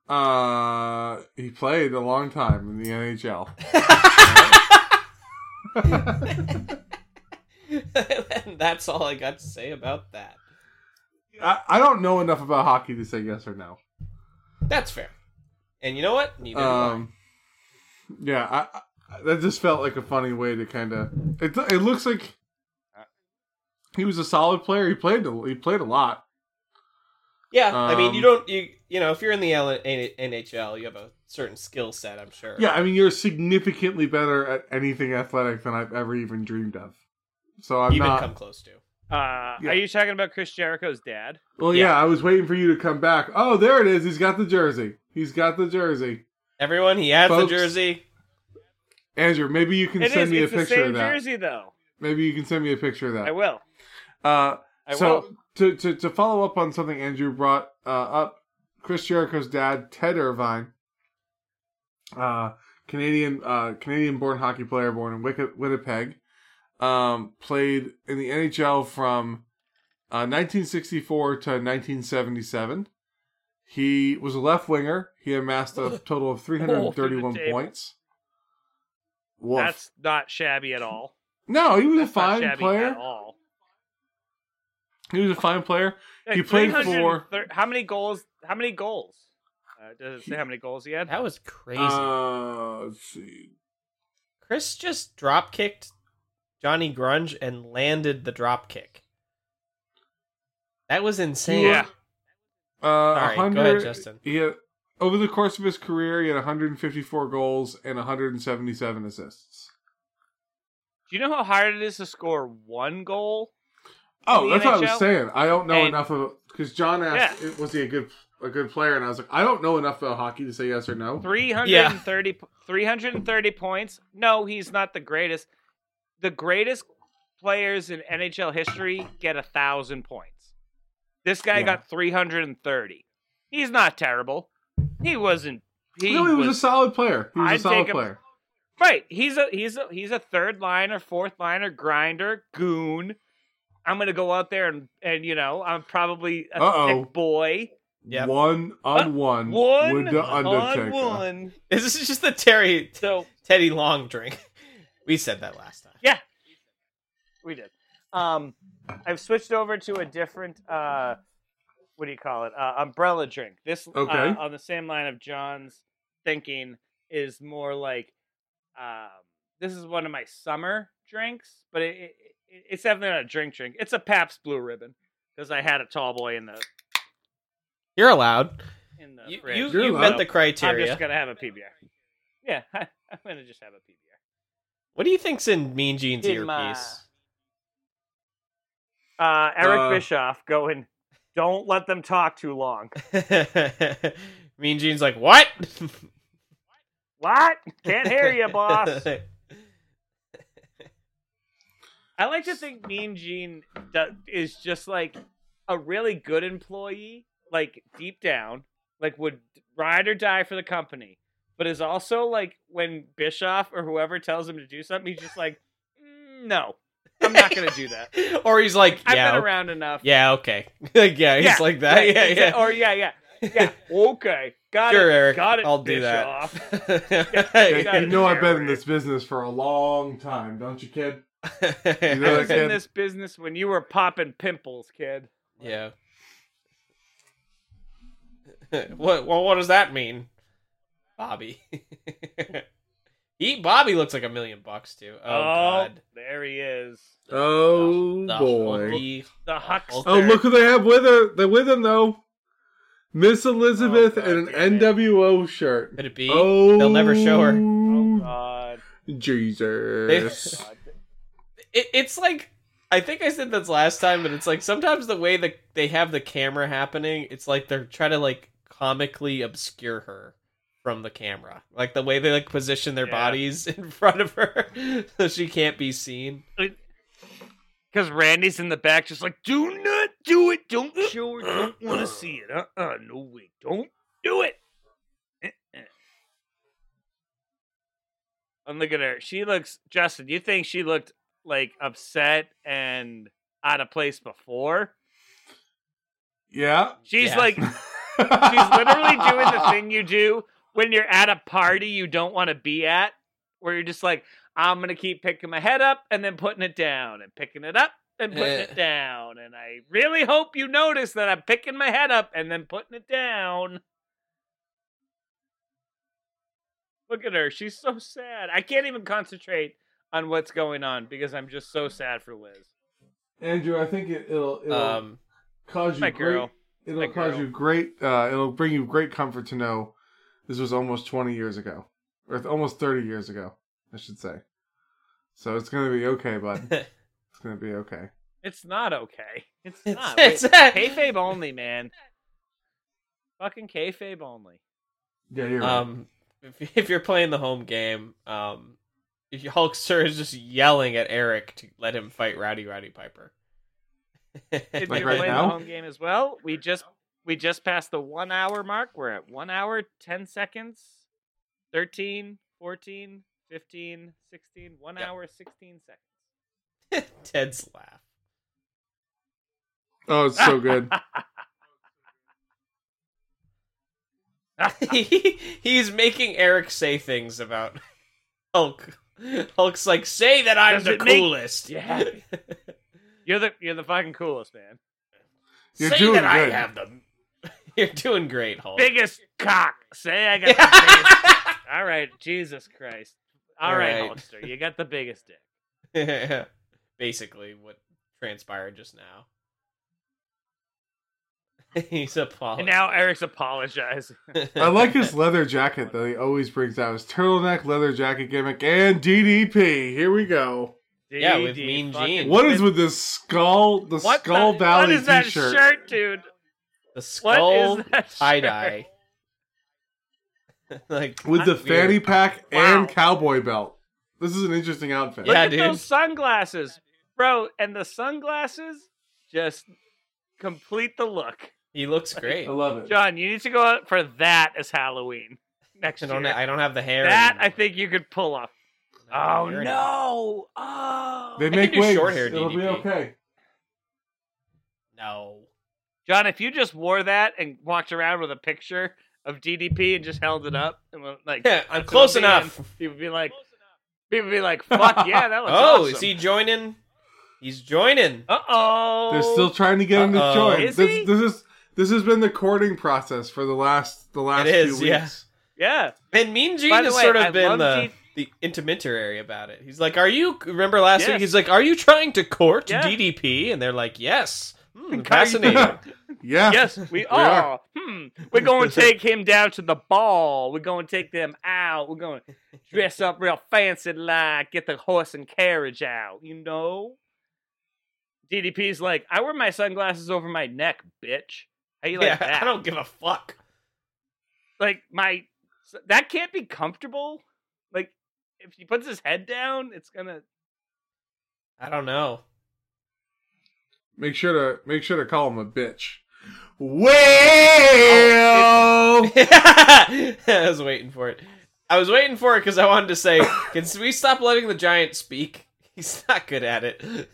Uh, he played a long time in the NHL.
and that's all I got to say about that.
I, I don't know enough about hockey to say yes or no.
That's fair. And you know what? Neither do I.
Um, yeah, I, I, that just felt like a funny way to kind of. It it looks like he was a solid player. He played a, he played a lot.
Yeah, I mean, you
um,
don't you you know if you're in the L- N- NHL, you have a certain skill set. I'm sure.
Yeah, I mean you're significantly better at anything athletic than I've ever even dreamed of. So I'm
even
not.
come close to.
Uh,
Yeah.
Are you talking about Chris Jericho's dad?
well, yeah. I was waiting for you to come back. Oh, there it is. He's got the jersey. He's got the jersey.
Everyone, he has
Folks,
the jersey.
Andrew, maybe you can
It
send
is.
me
It's
a
the
picture
same
of that.
jersey, though.
Maybe you can send me a picture of that.
I will.
Uh,
I
so
will.
To, to to follow up on something Andrew brought uh, up, Chris Jericho's dad, Ted Irvine, uh, Canadian uh, Canadian born hockey player, born in Wick- Winnipeg, um, played in the NHL from uh, 1964 to 1977. He was a left winger. He amassed a total of 331
table.
points. Woof.
That's not shabby at all.
no, he was a
That's not
fine
shabby
player.
at all.
He was a fine player.
Yeah,
He played
300 How many goals? How many goals? Uh, does it say how many goals he had?
That was crazy.
Uh, let's see.
Chris just drop kicked Johnny Grunge and landed the drop kick. That was insane.
Yeah.
Uh,
right, go ahead,
100
Justin.
He had, over the course of his career, he had 154 goals and 177 assists.
Do you know how hard it is to score one goal?
Oh,
the
that's what I was
NHL?
saying. I don't know
And-
enough of because John asked, it- "Was he a good a good player?" And I was like, "I don't know enough about hockey to say yes or no."
330, po- 330 points. No, he's not the greatest. The greatest players in NHL history get a thousand points. This guy
Yeah.
got 330. He's not terrible. He wasn't. He
no, he was,
was
a solid player. He was
I'd
a solid
take him-
player.
Right. He's a he's a he's a third liner, fourth liner, grinder, goon. I'm gonna go out there and and you know I'm probably a
Uh-oh.
thick boy.
Yep.
One on one,
One
with the
on
Undertaker.
one.
This is just the Terry
So
Teddy Long drink. We said that last time.
we did. Um, I've switched over to a different uh, what do you call it? Uh, umbrella drink. This uh,
Okay.
on the same line of John's thinking is more like um, this is one of my summer drinks, but it, it, it- it's definitely not a drink drink. It's a Pabst Blue Ribbon because I had a tall boy in the
You're allowed.
in the
You,
fridge.
you,
You're
you
allowed.
met the
I'm
criteria.
just gonna have a PBR. Yeah, I, am gonna just have a PBR.
What do you think's in Mean Gene's
In
earpiece?
my- Uh, Eric
Uh,
Uh, Bischoff going. Don't let them talk too long.
Mean Gene's like, what?
What? Can't hear you, boss. I like to think Mean Gene do- is just like a really good employee, like deep down, like would ride or die for the company, but is also like when Bischoff or whoever tells him to do something, he's just like, "Mm, no, I'm not gonna do that.
or he's like,
I've
yeah,
been
o-
around enough.
yeah, okay, yeah, he's
Yeah,
like that,
Right,
yeah,
exa-
yeah.
Or yeah, yeah, yeah. Okay, got
sure,
it.
Eric,
got it.
I'll do
Bischoff.
Hey,
got
you
it.
that.
know I've been in this business for a long time, don't you, kid? You
I
know,
was in
kid?
this business when you were popping pimples, kid.
yeah. what? Well, what does that mean, Bobby? he Bobby looks like a million bucks too. Oh, God.
there he is.
Oh
The
boy!
hulky-
The huckster.
Oh look who they have with her. They with him though. Miss Elizabeth
God
and
damn
an
it.
NWO shirt.
Could it be?
Oh,
They'll never show her.
Oh god. Oh,
Jesus.
They- it, it's like I think I said this last time, but it's like sometimes the way that they have the camera happening, it's like they're trying to like comically obscure her from the camera, like the way they like position their
Yeah.
bodies in front of her so she can't be seen.
Because Randy's in the back, just like, do not do it. Don't show it. Don't want to see it. Uh uh No way. Don't do it. Uh-uh. And look at her. She looks, Justin, you think she looked like upset and out of place before?
yeah.
She's
Yeah.
like, she's literally doing the thing you do when you're at a party you don't want to be at, where you're just like, I'm gonna keep picking my head up and then putting it down and picking it up and putting
Eh.
it down. And I really hope you notice that I'm picking my head up and then putting it down. Look at her. She's so sad. I can't even concentrate on what's going on because I'm just so sad for Liz.
Andrew, I think it, it'll it'll
Um,
cause you
My
great,
girl.
it'll
My
cause
girl.
you great uh, it'll bring you great comfort to know this was almost 20 years ago or th- almost 30 years ago i should say so it's gonna be okay bud it's gonna be okay
It's not okay. It's not.
it's that.
kayfabe only, man. Fucking kayfabe only.
yeah you're right
Um, if, if you're playing the home game, um, if you- Hulkster is just yelling at Eric to let him fight Rowdy Rowdy Piper.
If
Like
you're
right
playing
now?
the home game as well, we just we just passed the one hour mark. We're at one hour, ten seconds, 13, 14, 15, 16, one
Yep.
hour, sixteen seconds.
Ted's laugh.
oh it's so good
He's making Eric say things about Hulk. Hulk's like, say that I'm
Does
the
it make-
coolest.
you happy? You're the you're the fucking coolest, man.
You're
say
doing
that I
good.
have the. You're doing great, Hulk.
Biggest cock. Say I got the biggest All right, Jesus Christ. All
All
right,
right.
Hulkster, you got the biggest dick.
Basically, what transpired just now. He's a
And now Eric's apologizing.
i like his leather jacket that he always brings out his turtleneck leather jacket gimmick and ddp here we go
Yeah, with
DD
Mean
fucking
Gene.
what is with this skull the
What
skull
the-
valley
What is that
t-shirt
shirt, dude?
the
What
skull
is that
tie
shirt?
dye. like
with the
Weird.
fanny pack
Wow.
and cowboy belt this is an interesting outfit
Look
Yeah,
at
dude.
those sunglasses, bro. And the sunglasses just complete the look.
he looks great.
i love it
John, you need to go out for that as Halloween next
I don't.
year.
I don't have the hair.
that
anymore.
I think you could pull off.
I
Oh
don't have the hair anymore.
no! Oh,
They
can
make
do
wigs.
short hair
It'll be
DDP.
okay.
No.
John, if you just wore that and walked around with a picture of DDP and just held it up and went like,
Yeah, I'm close
it'll be
enough.
people would be like, people would be like, "Fuck yeah, that was
Oh,
awesome."
is he joining? He's joining.
Uh oh.
They're still trying to get him to
Uh-oh.
join.
Is
this,
he?
this is this has been the courting process for the last the last
It
few
is,
weeks.
yeah.
yeah.
And Mean Gene
By the
has
way,
sort of
I love
been the,
Gene-
the intermitterary about it. He's like, "Are you remember last week?"
Yes.
He's like, "Are you trying to court
Yeah.
DDP?" And they're like, "Yes." Hmm,
Car-
fascinating.
Yeah.
Yes, we are. Hmm. We're going to take him down to the ball. We're going to take them out. We're going to dress up real fancy like, get the horse and carriage out, you know? DDP's like, I wear my sunglasses over my neck, bitch. How you like
yeah,
that?
I don't give a fuck.
like my that can't be comfortable. Like if he puts his head down, it's gonna.
I don't know.
Make sure to make sure to call him a bitch. Well,
I was waiting for it. I was waiting for it because I wanted to say, can we stop letting the giant speak? He's not good at it. Look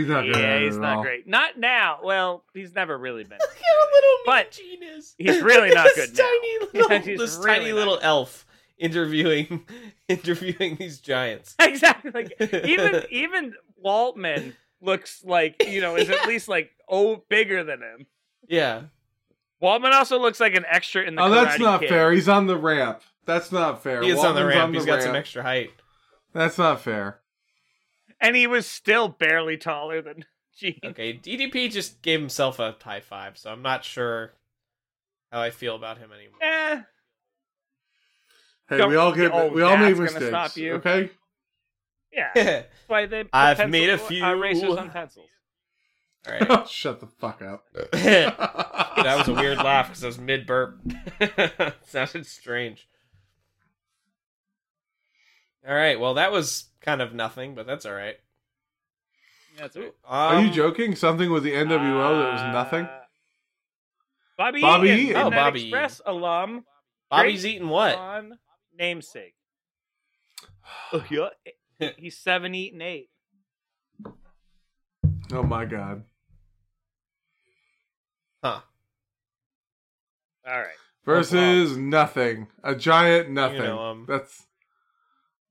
he's not good.
yeah,
at it
he's
at
not
all.
great. Not now. Well, he's never really been.
at how little Mean
But
Gene is.
he's really
Look
not
at this
good now.
Tiny little,
He's
this
really
tiny
not
little elf interviewing, interviewing these giants.
exactly. Like even even Waltman looks like you know is at least like oh bigger than him.
yeah,
Waltman also looks like an extra in the.
Oh, that's
Karate
not
Kid.
fair. He's on the ramp. That's not fair.
he is on the
Waltman's
ramp. He's got some
ramp.
extra height.
That's not fair.
And he was still barely taller than Gene.
Okay, DDP just gave himself a high five, so I'm not sure how I feel about him anymore.
Eh,
Hey,
Don't-
we all get
oh,
we all make
that's gonna
mistakes.
stop you.
Okay.
yeah. That's why they. put
I've
pencil-
made a
uh,
few-
erasers on pencils.
All right,
Shut the fuck up.
that was a weird laugh because I was mid burp. Sounded strange. All right, well that was kind of nothing, but that's all right.
That's
Ooh,
it.
Are you
um,
joking? Something with the NWO that was nothing?
Uh, Bobby,
Bobby
Eaton,
Eaton.
Midnight
Oh, Bobby
Express alum
Bobby's eating what?
on namesake. Oh, yeah. He's seven, eight, and eight.
Oh my god.
Huh?
All right.
Versus nothing. A giant nothing.
You know him.
That's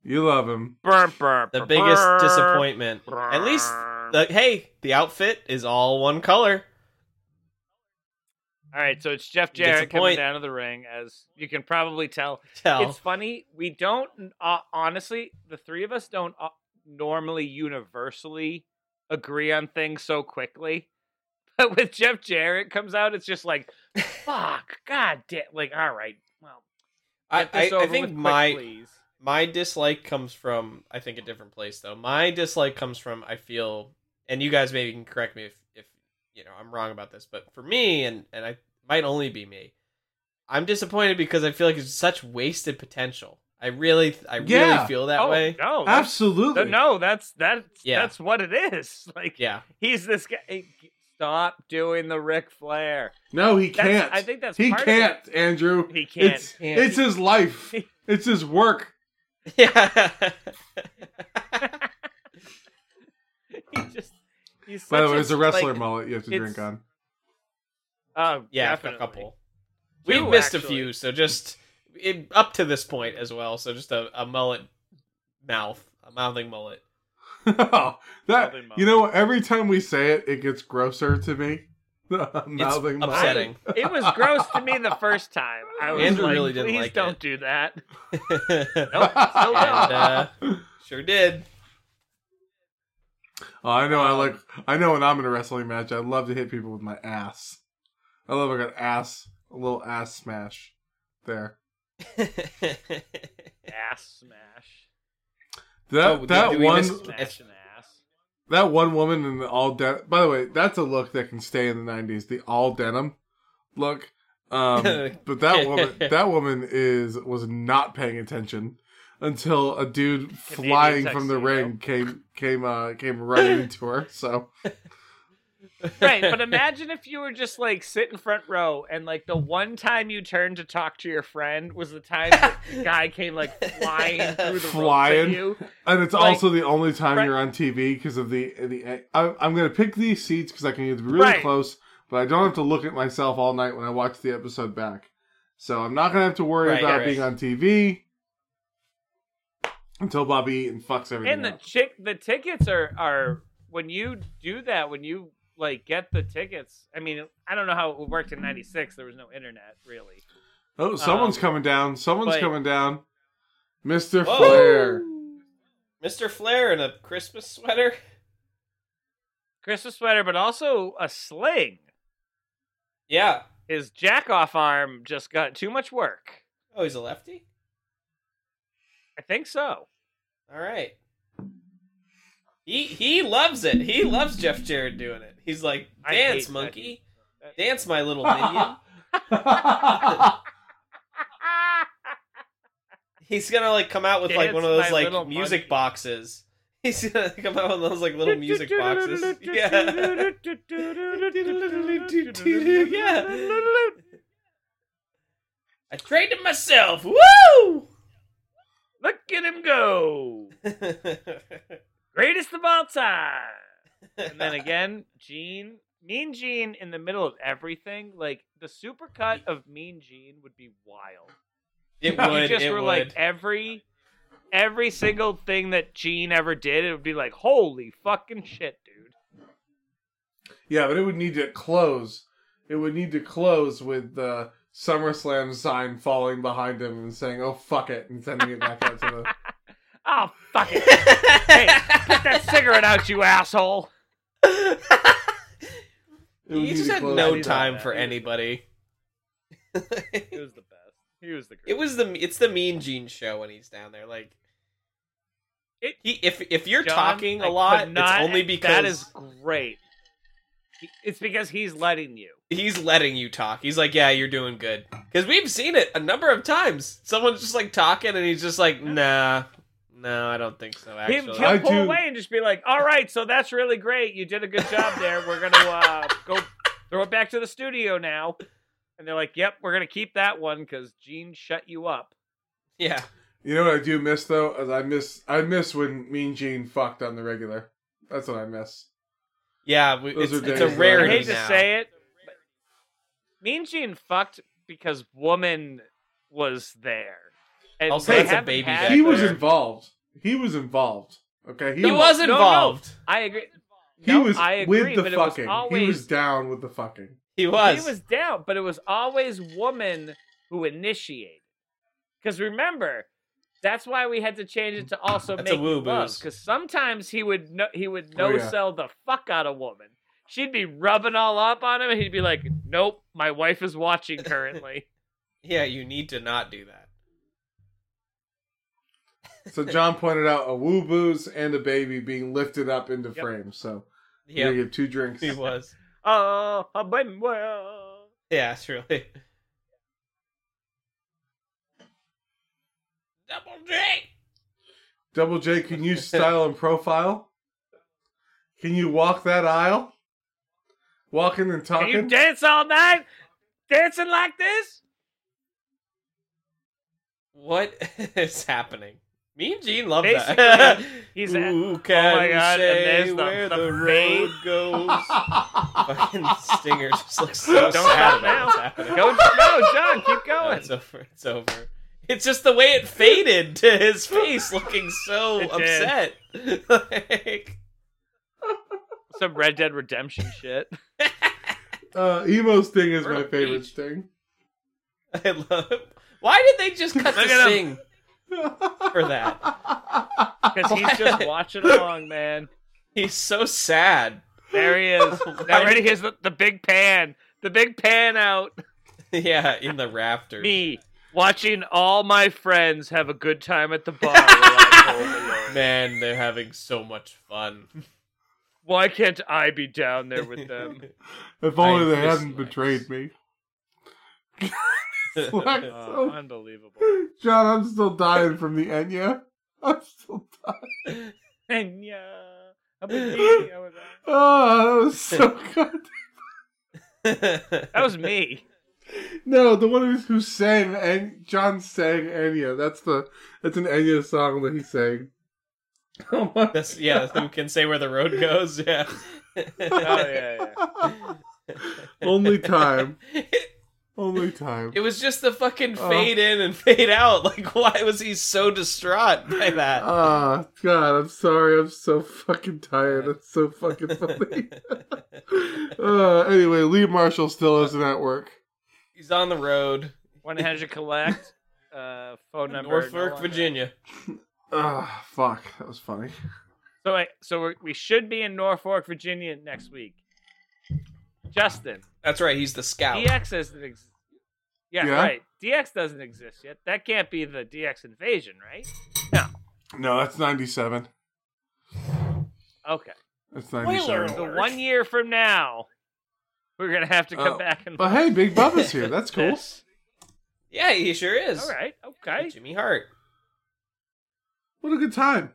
you love him.
Burp, burp,
The
burp,
biggest
burp.
disappointment. At least, the, hey, the outfit is all one color.
All right, so it's Jeff
He gets a
Jarrett coming
point.
down to the ring, as you can probably tell.
Tell.
It's funny. We don't uh, honestly. The three of us don't uh, normally universally agree on things so quickly. But with Jeff Jarrett comes out, it's just like, fuck, god damn. Like, all right, well,
I,
get
I,
this
I
over
think
with quick,
my
please.
my dislike comes from I think a different place though. My dislike comes from I feel and you guys maybe can correct me if, if you know I'm wrong about this, but for me and and I might only be me, I'm disappointed because I feel like it's such wasted potential. I really I really
Yeah.
feel that
oh,
way.
No, that's,
Absolutely.
no, that's that's
Yeah.
that's what it is. Like,
Yeah.
he's this guy. hey, Stop doing the Ric Flair.
No, he
That's-
can't.
I think that's
he
part of
can't, Andrew.
He can't.
It's
Can't.
it's his life. It's his work.
Yeah.
he just. He's
By the
such
way, there's a wrestler
like,
mullet you have to
it's-
drink on.
Oh,
yeah,
definitely.
a couple.
Two,
We've missed a
actually.
few, so just it, up to this point as well. So just a, a mullet mouth, a mouthing mullet.
Oh, that
Mouthing mullet.
you know every time we say it, it gets grosser to me. Mouthing
It's
mullet.
upsetting.
It was gross to me the first time. I was
Andrew
like,
really didn't
please
like
don't
it."
do that.
nope.
still
And, uh, sure did.
Oh, I know. I like. I know when I'm in a wrestling match, I love to hit people with my ass. I love like an ass, a little ass smash. There.
Ass smash.
That
Oh, did-
that
did we
one
miss-
Smash an ass.
that one woman in the all denim. By the way, that's a look that can stay in the '90s. The all denim look. Um, but that woman, that woman is was not paying attention until a dude flying from the
tuxedo.
ring came came uh came right into her. So
Right, but imagine if you were just like sitting front row and like the one time you turned to talk to your friend was the time that the guy came like flying through the
Flying.
ropes at you.
And it's
Like,
also the only time
right-
you're on TV because of the the. I, I'm going to pick these seats because I can either be really
Right.
close, but I don't have to look at myself all night when I watch the episode back. So I'm not going to have to worry
Right,
about
right.
being on TV until Bobby Eaton fucks everything
And the
up.
chick, the tickets are are when you do that when you like get the tickets. I mean, I don't know how it worked in '96. There was no internet really.
Oh, someone's
um,
coming down. Someone's
but-
coming down. Mr.
Whoa.
Flair.
Mr. Flair in a Christmas sweater.
Christmas sweater, but also a sling.
Yeah.
His jack off arm just got too much work.
Oh, he's a lefty.
I think so.
All right. He he loves it. He loves Jeff Jarrett doing it. He's like,
I hate
dance
that
monkey,
he-
dance my little minion. He's gonna like come out with like one of
It's
those
my
like
little
music
monkey.
boxes. He's gonna come out with one of those like little music boxes. Yeah. Yeah. I trained him myself. Woo!
Look at him go. Greatest of all time. And then again, Gene, Mean Gene in the middle of everything. Like the supercut of Mean Gene would be wild.
it
If
would.
you just
it
were
would.
like every every single thing that Gene ever did, it would be like, holy fucking shit, dude.
Yeah, but it would need to close. It would need to close with the SummerSlam sign falling behind him and saying, "Oh fuck it," and sending it back out to the.
Oh fuck it. hey, get that cigarette out, you asshole.
It would
he
need
just
to
had
close
no
with that.
time
that.
for anybody.
He was the best. He was the greatest.
It was the it's the Mean Gene show when he's down there. Like
It-
he if if you're
John,
talking
I
a
could
lot,
not-
it's only because
that is great. It's because he's letting you.
he's letting you talk. He's like, yeah, you're doing good because we've seen it a number of times. Someone's just like talking, and he's just like, nah, no, I don't think so.
Him
Actually,
I
he'll pull
do-
away and just be like, "All right, so that's really great. You did a good job there. We're gonna uh, go throw it back to the studio now." And they're like, "Yep, we're gonna keep that one because Gene shut you up."
yeah,
You know what I do miss though? Is I miss I miss when Mean Gene fucked on the regular. That's what I miss.
yeah, we,
Those
it's,
are
it's
days
a
that I
I
rarity
hate
now.
to say it, but Mean Gene fucked because woman was there. And
Also,
they
that's a
haven't
baby
had
back
He was
there.
involved. He was involved. Okay,
he was
No, no.
involved.
I agree.
He
No,
was
I agree,
with the
but
fucking.
It was always,
He was down with the fucking.
He was.
He was down, but it was always woman who initiated. Because remember, that's why we had to change it to also
That's a
make
woo
love.
booze.
Because sometimes he would no, he would no
Oh, yeah.
sell the fuck out of woman. She'd be rubbing all up on him, and he'd be like, "Nope, my wife is watching currently."
Yeah, you need to not do that.
So John pointed out a woo booze and a baby being lifted up into
Yep.
frame. So yeah,
Yeah,
you get two drinks.
he was.
oh, I've been well.
Yeah, truly. Double drink.
Double J, can you style and profile? Can you walk that aisle? Walking and
Can you
talking.
dance all night, dancing like this?
What is happening? Me and Gene love that.
Basically, He's at,
Who can
oh my God, and
say
there's the-
where the,
the
road
fade.
goes? Fucking stinger just looks so
Don't stop
sad about
now.
what's happening.
go, no, John, keep
No,
going.
it's over. It's over. It's just the way it faded to his face, looking so
It
upset.
did.
like,
Some Red Dead Redemption shit.
uh, emo sting is
We're
my
on a
favorite
beach.
sting.
I love. Why did they just
Look
cut the
at
sting for that?
Because he's just watching along, man.
He's so sad.
There he is.
Why-
Now, ready? Here's the, the big pan. The big pan out.
yeah, in the rafters.
Me watching all my friends have a good time at the bar. "Oh, while I'm home alone.
Man, they're having so much fun.
Why can't I be down there with them?
if only
I
they
miss
hadn't
Lex.
betrayed me. Lex,
Oh,
oh,
unbelievable.
John, I'm still dying from the Enya. I'm still.
And yeah, I'm a baby, I'm a-
Oh, that was so good.
that was me.
No, the one who's, who sang and John sang Enya. That's the that's an Enya song that he sang. Oh my
That's yeah. Who can say where the road goes? Yeah.
Oh yeah, yeah.
Only time. Only time.
It was just the fucking
Oh.
fade in and fade out. Like, why was he so distraught by that?
Ah, God, I'm sorry. I'm so fucking tired. That's so fucking funny. uh, anyway, Lee Marshall still isn't at work.
He's on the road,
When had you collect uh, phone number?
Norfolk,
no longer-
Virginia.
Ah, fuck. That was funny.
So, I, so we're, we should be in Norfolk, Virginia next week. Justin,
That's right. He's the scout.
DX doesn't exist. Yeah,
Yeah?
right. DX doesn't exist yet. That can't be the DX invasion, right?
No, that's 97.
Okay.
That's
So
97.
one year from now, we're gonna have to come
Oh,
back and.
But hey, Big Bubba's here. That's cool.
this.
Yeah, he sure is.
All right. Okay.
Jimmy Hart.
What a good time.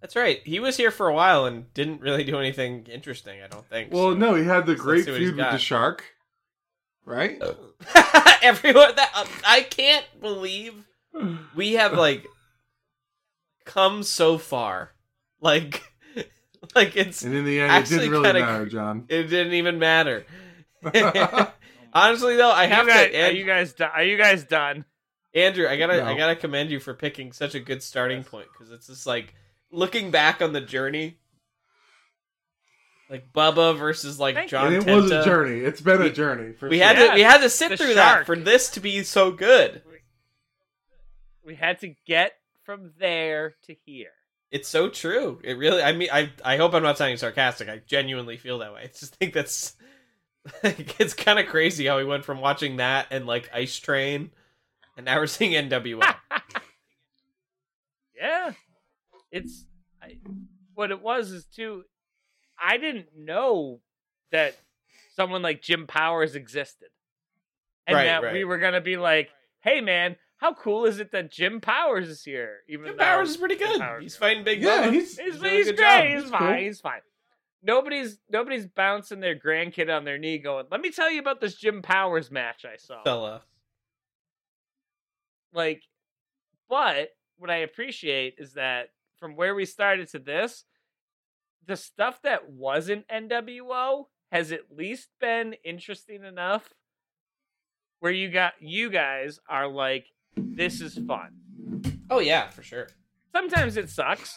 That's right. He was here for a while and didn't really do anything interesting. I don't think.
Well,
so-
no, he had the
Let's
great
see what he's
feud with the
got.
shark, right?
Everyone that uh, I can't believe we have like come so far. Like, like it's
And in the end, it
Actually
didn't really
kinda-
matter, John.
it didn't even matter. Honestly, though, I have
you guys,
to.
Are you guys done? Are you guys done?
Andrew, I gotta I
uh, No.
gotta commend you for picking such a good starting point because it's just like looking back on the journey, like Bubba versus like
Thank you.
John.
and it was a
Tenta.
journey. It's been
We-
a journey. For
We
sure.
had to we had to sit
The
through that
shark.
for this to be so good.
We had to get from there to here.
It's so true. It really. I mean, I I hope I'm not sounding sarcastic. I genuinely feel that way. I just think that's like, it's kind of crazy how we went from watching that and like Ice Train, and now we're seeing NWA.
Yeah, it's I, what it was is too. I didn't know that someone like Jim Powers existed, and
Right,
that we
right.
were gonna be like, "Hey, man, how cool is it that Jim Powers is here?" Even
Jim
though-
Powers is pretty
Jim
good.
Powers-
He's fighting Big
Yeah,
Bubba.
he's
He's,
doing a
he's
good
great.
job.
He's,
He's
fine.
cool.
He's fine. Nobody's nobody's bouncing their grandkid on their knee, going, "Let me tell you about this Jim Powers match I saw."
fella.
Like, but what I appreciate is that from where we started to this, the stuff that wasn't NWO has at least been interesting enough where you got you guys are like, "This is fun."
Oh yeah, for sure.
Sometimes it sucks.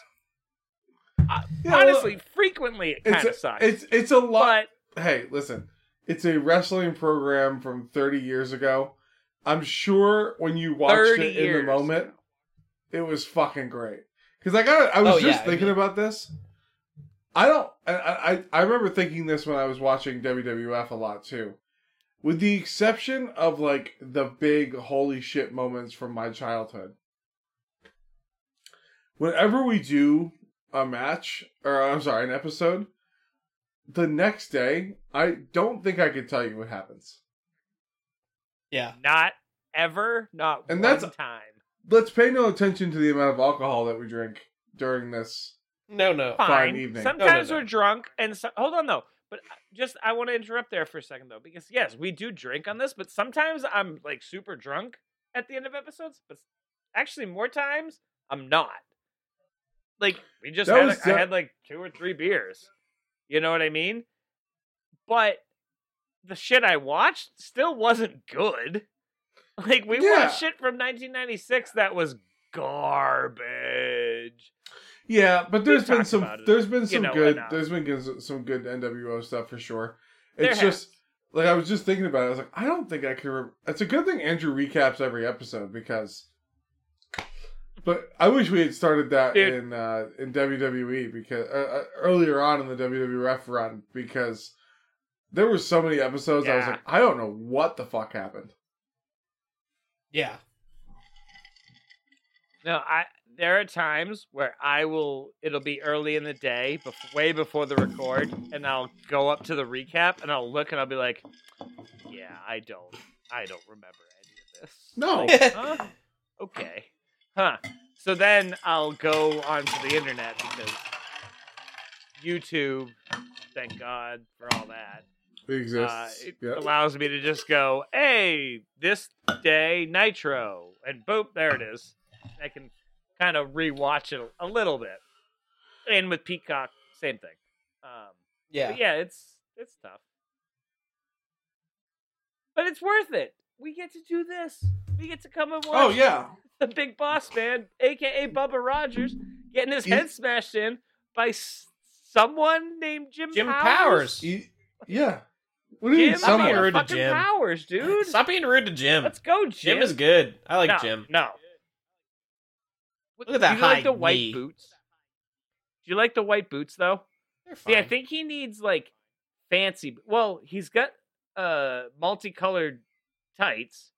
Yeah, well,
Honestly, frequently it kind of
it's a,
sucks.
it's it's a lot.
but
hey, listen, it's a wrestling program from 30 years ago. I'm sure when you watched
30
it in the
years
moment, it was fucking great. Because I got, I was
Oh,
just
yeah, I
thinking
mean-
about this. I don't, I, I, I remember thinking this when I was watching WWF a lot too. With the exception of like the big holy shit moments from my childhood, whenever we do a match, or I'm sorry, an episode, the next day, I don't think I could tell you what happens.
Yeah.
Not ever, not one
And that's-
time.
Let's pay no attention to the amount of alcohol that we drink during this.
No, no.
Fine.
evening.
Sometimes
No, no, no.
we're drunk, and so, hold on though. But uh, just I want to interrupt there for a second though, because yes, we do drink on this, but sometimes I'm like super drunk at the end of episodes. But actually, more times I'm not. Like we just
That
had,
was
a- I
de-
had like two or three beers. You know what I mean? But the shit I watched still wasn't good. Like we
Yeah.
watched shit from 1996 that was garbage.
Yeah, but there's been
talked
some
about it,
there's been some
know,
good
enough.
there's been good- some good NWO stuff for sure.
There
It's
has-
just like I was just thinking about it. I was like, I don't think I could. Re- it's a good thing Andrew recaps every episode because. But I wish we had started that
Dude.
in uh, in WWE because uh, uh, earlier on in the WWF run because there were so many episodes I was
Yeah.
like, I don't know what the fuck happened.
Yeah.
No, I there are times where I will it'll be early in the day, bef- way before the record, and I'll go up to the recap and I'll look and I'll be like, "Yeah, I don't, I don't remember any of this."
No.
Like, huh? Okay, huh? So then I'll go onto the internet because YouTube, thank God for all that
It exists.
uh, it
Yep.
allows me to just go, hey, this day Nitro, and boop, there it is. I can kind of rewatch it a little bit. And with Peacock, same thing. Um,
Yeah.
But yeah, it's it's tough, but it's worth it. We get to do this. We get to come and watch
oh yeah,
the big boss man, aka Bubba Rogers, getting his
You-
head smashed in by s- someone named Jim
Jim
Powers.
Powers.
E- yeah. What do you mean?
Jim,
Stop
I'm
being
Somewhere?
here
rude to
fucking
Jim.
powers, dude.
Stop being rude to Jim.
Let's go, Jim.
Jim is good. I like
no,
Jim.
No.
Look at that
Do you like
high
the white
knee.
boots? Do you like the white boots though?
They're fine.
Yeah, I think he needs like fancy. bo- Well, he's got uh multicolored tights.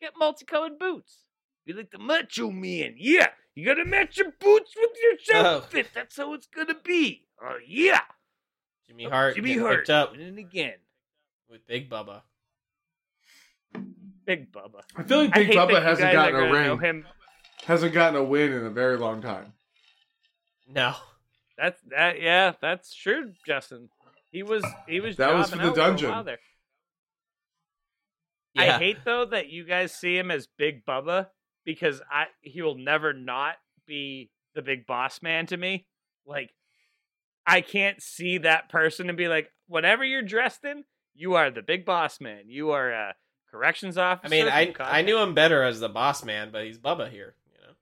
Get multicolored boots. Be like the macho man. Yeah, you gotta match your boots with your
Oh.
outfit. That's how it's gonna be. Oh yeah,
Jimmy Hart.
Jimmy
getting
Hart.
picked up
And again,
with Big Bubba.
Big Bubba.
I feel like
I
Big
hate that
Bubba
you
hasn't
guys are
gotten
gonna
a
know
ring.
him
hasn't gotten a win in a very long time.
No.
That's that. Yeah, that's true, Justin. He was he was
That was
jobbing
for the
out a
dungeon.
while there.
Yeah.
I hate though that you guys see him as Big Bubba because I he will never not be the big boss man to me. Like I can't see that person and be like, whatever you're dressed in, you are the big boss man. You are a corrections officer.
I mean, I
from
I knew him better as the boss man, but he's Bubba here. You know,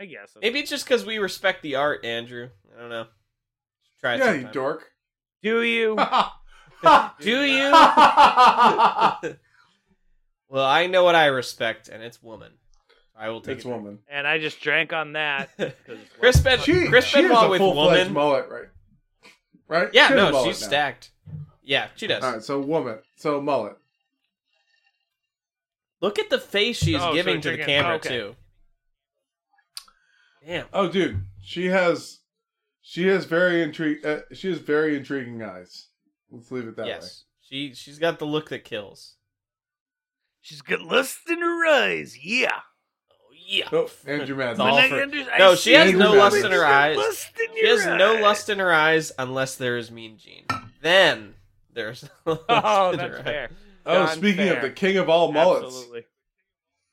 I guess that's-
maybe it's just because we respect the art, Andrew. I don't know. Try it
yeah, you
sometime.
dork.
do you?
Do you?
you?
well, I know what I respect, and it's woman. I will take
it's
it.
woman.
and I just drank on that. 'cause
Chris Ben,
She,
Chris
she has
Benoit
a
with
full-fledged
woman.
mullet, right? Right?
yeah,
She has a
no,
mullet
she's
now.
stacked. Yeah, she does.
All right, so woman, so mullet.
Look at the face she's
Oh, so
giving to
you're
the
drinking-
camera
oh, okay.
too. Damn.
Oh, dude, she has, she has very intrigue. Uh, she has very intriguing eyes. Let's leave it that
yes, she she's got the look that kills.
She's got lust in her eyes. Yeah.
Oh yeah.
way. Oh, Andrew Madden.
all
When I
for-
under- I
No, she
see
has
you,
no
but
lust
she's
in
her
got
eyes.
lust in
She
your
has no
eyes.
lust in her eyes unless there is Mean Gene. Then there's lust
Oh,
in her
that's
eye.
fair.
Oh,
John
speaking of
Fair.
the king of all mullets
Absolutely.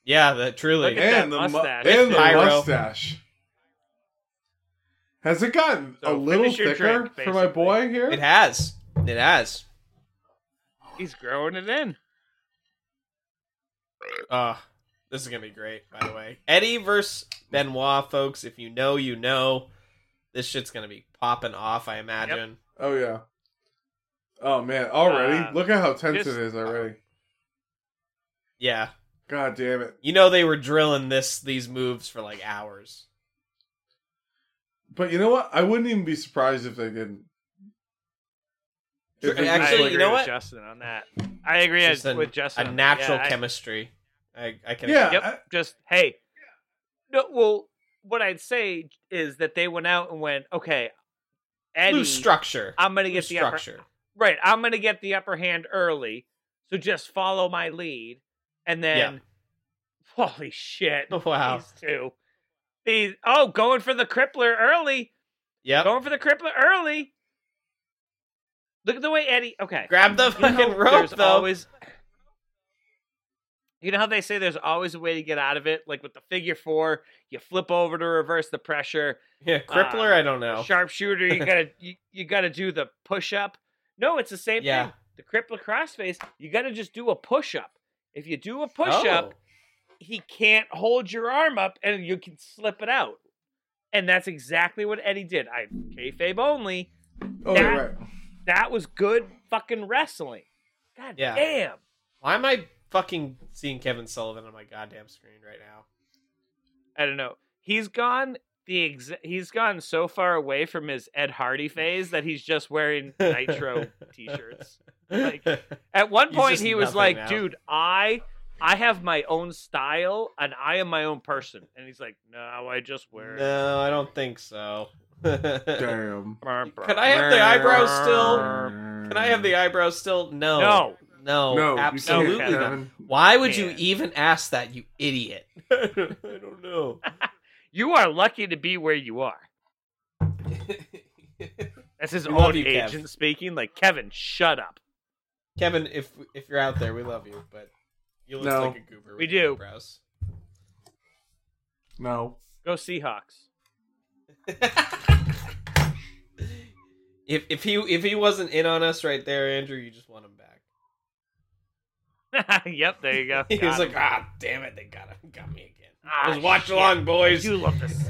Yeah, that truly.
Look at
and
that
the mu-
mustache.
and the
Pyro.
mustache, has it gotten
So
a little
finish your
thicker
drink,
for my boy here?
It has. It has.
He's growing it in.
Uh, this is gonna be great, by the way. Eddie versus Benoit, folks. If you know, you know. This shit's gonna be popping off, I imagine.
oh yeah. Oh man, already
Uh,
look at how tense
just-
it is already.
Yeah.
God damn it!
You know they were drilling this these moves for like hours.
But you know what? I wouldn't even be surprised if they didn't. If it was
Actually,
I
you
agree
know
with
what?
Justin on that. I agree
Just an-
with Justin.
A
on that.
natural
yeah, I-
chemistry. I, I can
Yeah.
yep. just hey. No, well, what I'd say is that they went out and went, okay, Eddie,
Loose structure.
I'm gonna get
Loose
the upper,
structure.
right. I'm gonna get the upper hand early, so just follow my lead, and then, holy shit,
Oh, Wow.
these two, these oh, going for the crippler early.
Yep.
Going for the crippler early. Look at the way Eddie. Okay.
Grab the
You know,
fucking rope
there's
though.
Always, you know how they say there's always a way to get out of it? Like with the figure four, you flip over to reverse the pressure.
Yeah, crippler.
uh,
I don't know.
Sharpshooter, you gotta you, you gotta do the push up. No, it's the same
Yeah.
thing. The crippler crossface, you gotta just do a push up. If you do a push up,
Oh.
he can't hold your arm up and you can slip it out. And that's exactly what Eddie did. I kayfabe only.
Oh, yeah,
That-
right.
That was good fucking wrestling. God
Yeah.
damn.
Why am I fucking seeing Kevin Sullivan on my goddamn screen right now?
I don't know. He's gone the ex- he's gone so far away from his Ed Hardy phase that he's just wearing Nitro t-shirts. Like, At one
He's
point
just
he was
nothing
like,
now.
"Dude, I I have my own style and I am my own person." And he's like, "No, I just wear it."
no, I don't think so. Can
Damn.
Can
I have the eyebrows still? Can I have the eyebrows still? No.
No.
No.
No,
absolutely
you can't,
Kevin.
not.
Kevin.
Why would you
Can't.
even ask that, you idiot? I don't know.
You are lucky to be where you are. That's his
We love
own
you, Kev.
agent speaking. Like, "Kevin, shut up."
Kevin, if if you're out there, we love you, but you look
No.
like a goober. with
We
your
do.
eyebrows.
No.
Go Seahawks.
if if he if he wasn't in on us right there, Andrew, you just want him back.
yep, there you go.
He
Got
was
him.
like, ah, damn it, they got him, got me again.
Ah,
Let's watch
shit.
along,
I
boys.
do love this.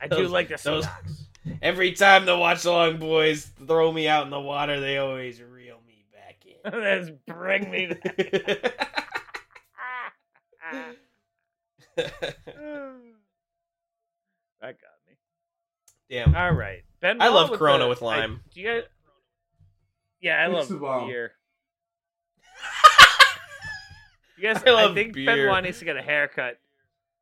I do
Those-
like this.
those- Every time the watch along boys throw me out in the water, they always reel me back in.
Let's bring me. Ah, the- that got me.
Damn.
All right, Ben.
I
Wall
love
with
Corona
the-
with
I-
lime.
do you guys? Yeah, I
It's the
love
bomb.
beer. You guys,
I
I,
love
think
beer.
Ben Wall needs to get a haircut.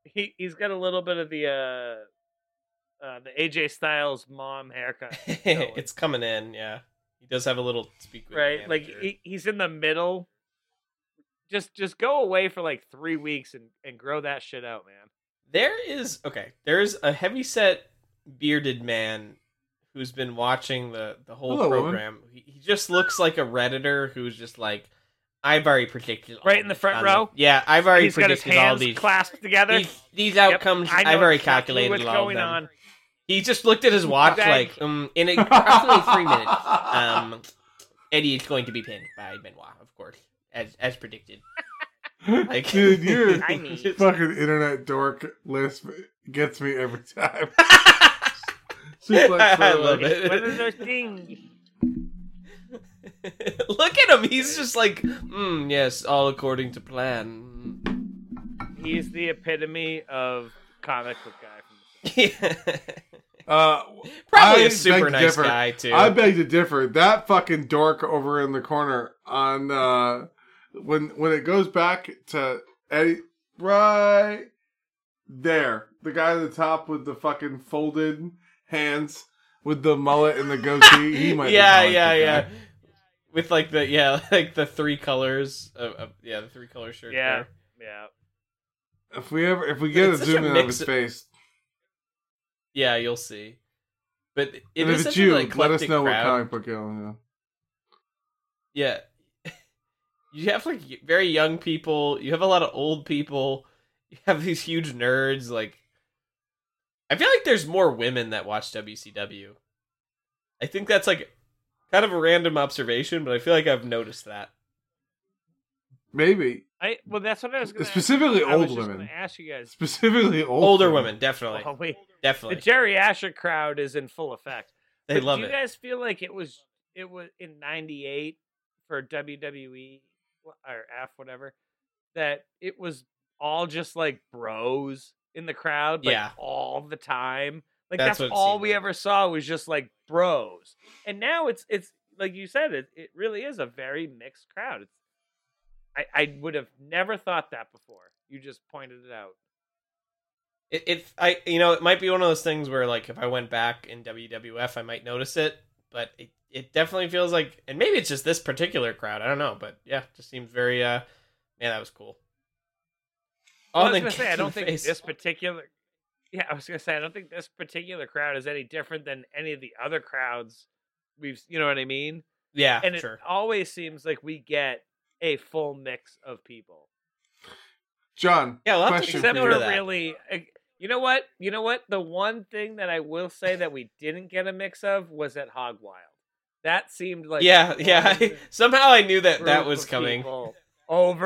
He he's got a little bit of the uh, uh the AJ Styles mom haircut,
it's coming in, yeah. He does have a little speak with
right? Like
manager.
he, he's in the middle. Just just go away for like three weeks and and grow that shit out, man.
There is okay. There's a heavyset bearded man who's been watching the the whole
Hello, woman.
program. He, he just looks like a redditor who's just like, I've already predicted. all
Right in the
this
front
on
row?
yeah, I've already
He's got his
predicted all
hands
these
clasped together.
these, these outcomes.
I know
I've already
exactly
calculated
what's
all of
going
them.
on.
He just looked at his watch
Dang.
like, um, in approximately three minutes, um, Eddie is going to be pinned by Benoit, of course, as as predicted. Like,
Dude, you're
I mean-
fucking internet dork lisp gets me every time. Suplex
I
photo.
love it.
What are those things?
Look at him. He's just like, mm, yes, all according to plan.
He's the epitome of comic book guy. From the
Probably
Uh, I
a super
beg to
nice
differ.
guy too.
I beg to differ. That fucking dork over in the corner on uh, when when it goes back to Eddie right there, the guy at the top with the fucking folded hands with the mullet and the goatee. he might. be
yeah,
my
yeah,
guy.
yeah. With like the yeah, like the three colors of, of yeah, the three color shirt.
Yeah.
there.
Yeah.
If we ever if we get
It's
a
such
zoom
a
in of
mix
his
of-
face,
yeah, you'll see. But it
and
is
if it's
such an
you, let us
eclectic
know
crowd.
what comic book you know.
Yeah. You have like y- very young people, you have a lot of old people, you have these huge nerds like I feel like there's more women that watch WCW. I think that's like kind of a random observation, but I feel like I've noticed that.
Maybe
I well, that's what I was gonna
specifically
I was
old
just
women,
gonna ask you guys.
specifically old
Older women, Oh, definitely.
Well, we- the
Definitely.
Jerry Asher crowd is in full effect.
They
But
love
do you
it.
guys feel like it was it was in '98 for WWE wh- or F whatever that it was all just like bros in the crowd, like,
Yeah.
all the time. Like
That's
that's,
what it
all
seemed
we
like.
ever saw was just like bros. And now it's it's like you said, it it really is a very mixed crowd. It's I, I would have never thought that before. You just pointed it out.
It, it I you know it might be one of those things where like if I went back in WWF I might notice it, but it, it definitely feels like and maybe it's just this particular crowd I don't know, but yeah, just seems very uh man that was cool.
Well,
Oh,
I was
then
gonna say
kick
I
to
don't
the
think
face.
this particular. Yeah, I was gonna say I don't think this particular crowd is any different than any of the other crowds we've. You know what I mean?
Yeah,
and it
sure.
always seems like we get a full mix of people,
John,
Yeah, we'll have to
question
except
for
for
you.
figure that.
really. eh, You know what? You know what? The one thing that I will say that we didn't get a mix of was at Hog Wild. That seemed like
yeah, yeah.
one
somehow I knew that that
group
was
of
coming.
people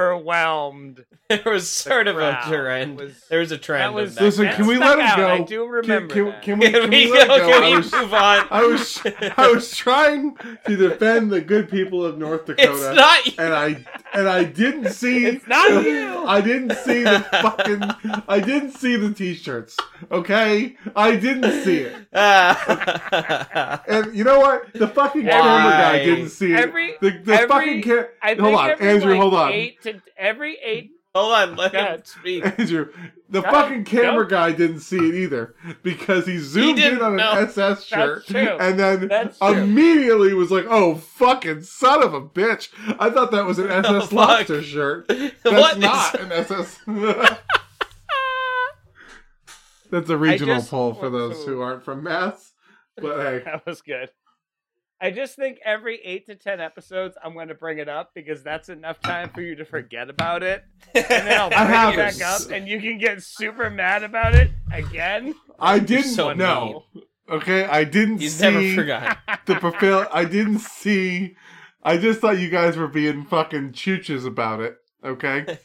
Overwhelmed.
There was sort of a
crowd
trend.
was-
there was a trend.
That was
of
Listen,
that
can we
stuck
let it
out. I
go?
do
Can,
remember.
can,
that.
can we, can we
go?
let it go?
Can
I
we
was,
move on?
I was, I was trying to defend the good people of North
it's
Dakota,
not you.
and I and I didn't see.
It's not you.
I didn't see the fucking. I didn't see the t-shirts. Okay, I didn't see it.
Ah.
And you know what? The fucking camera guy
Why?
didn't see it.
Every-
the the
every-
fucking ca-
I think
Hold on,
every,
Andrew.
like,
hold on,
Eight to every eight.
Hold on, let him
God.
speak.
Andrew. The
No,
fucking camera
no.
guy didn't see it either because he zoomed in
didn't
on an
know.
SS shirt
true.
and then
That's true.
immediately was like, "Oh fucking son of a bitch!" I thought that was an SS
Oh, fuck.
lobster shirt. That's
What is-
not an SS. That's a regional
just
poll for
want
those
to-
who aren't from Mass. But hey,
That was good. I just think every eight to ten episodes, I'm going to bring it up because that's enough time for you to forget about it, and then I'll bring
have
it
it.
back up, and you can get super mad about it again.
I didn't
so
know. Okay, I didn't
He's
see.
never forgotten.
the profile. I didn't see. I just thought you guys were being fucking chooches about it. Okay.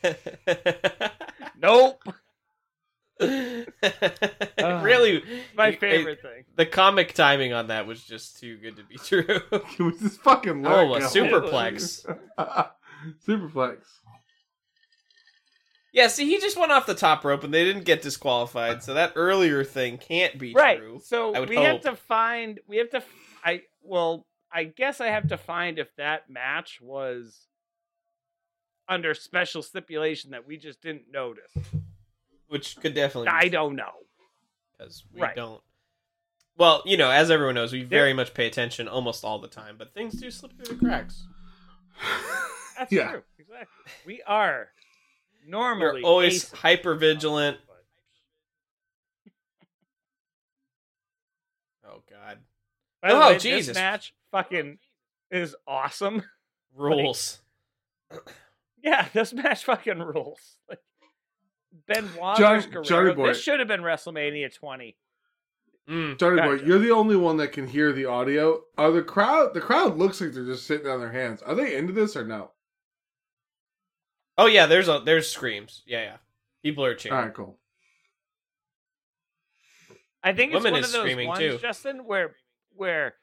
Nope,
really,
my
it-
favorite thing.
the comic timing on that was just too good to be true.
It was just fucking let
oh, a
it go.
superplex.
Superplex.
Yeah, see, he just went off the top rope and they didn't get disqualified, so that earlier thing can't be
right.
true. I
So
would
we have
hope.
to find. We have to. f- I well, I guess I have to find if that match was under special stipulation that we just didn't notice.
Which could definitely
I
be
don't know.
because we
Right.
don't. Well, you know, as everyone knows, we
There-
very much pay attention almost all the time, but things do slip through the cracks.
That's
Yeah.
true. Exactly. We are normally
We're always
aces.
hyper vigilant. Oh God,
By the
Oh,
way, this
Jesus.
match fucking is awesome.
rules.
Yeah, this match fucking rules. Like, Benoit
Johnny-
versus Guerrero.
Johnny boy.
This should have been WrestleMania 20.
Mm.
Johnny
Gotcha.
boy, you're the only one that can hear the audio. Are the crowd? The crowd looks like they're just sitting on their hands. Are they into this or no?
Oh yeah, there's a there's screams. Yeah, yeah. People are cheering.
All right, cool.
I think it's
Women
one
is
of those
screaming,
ones,
too.
Justin, where where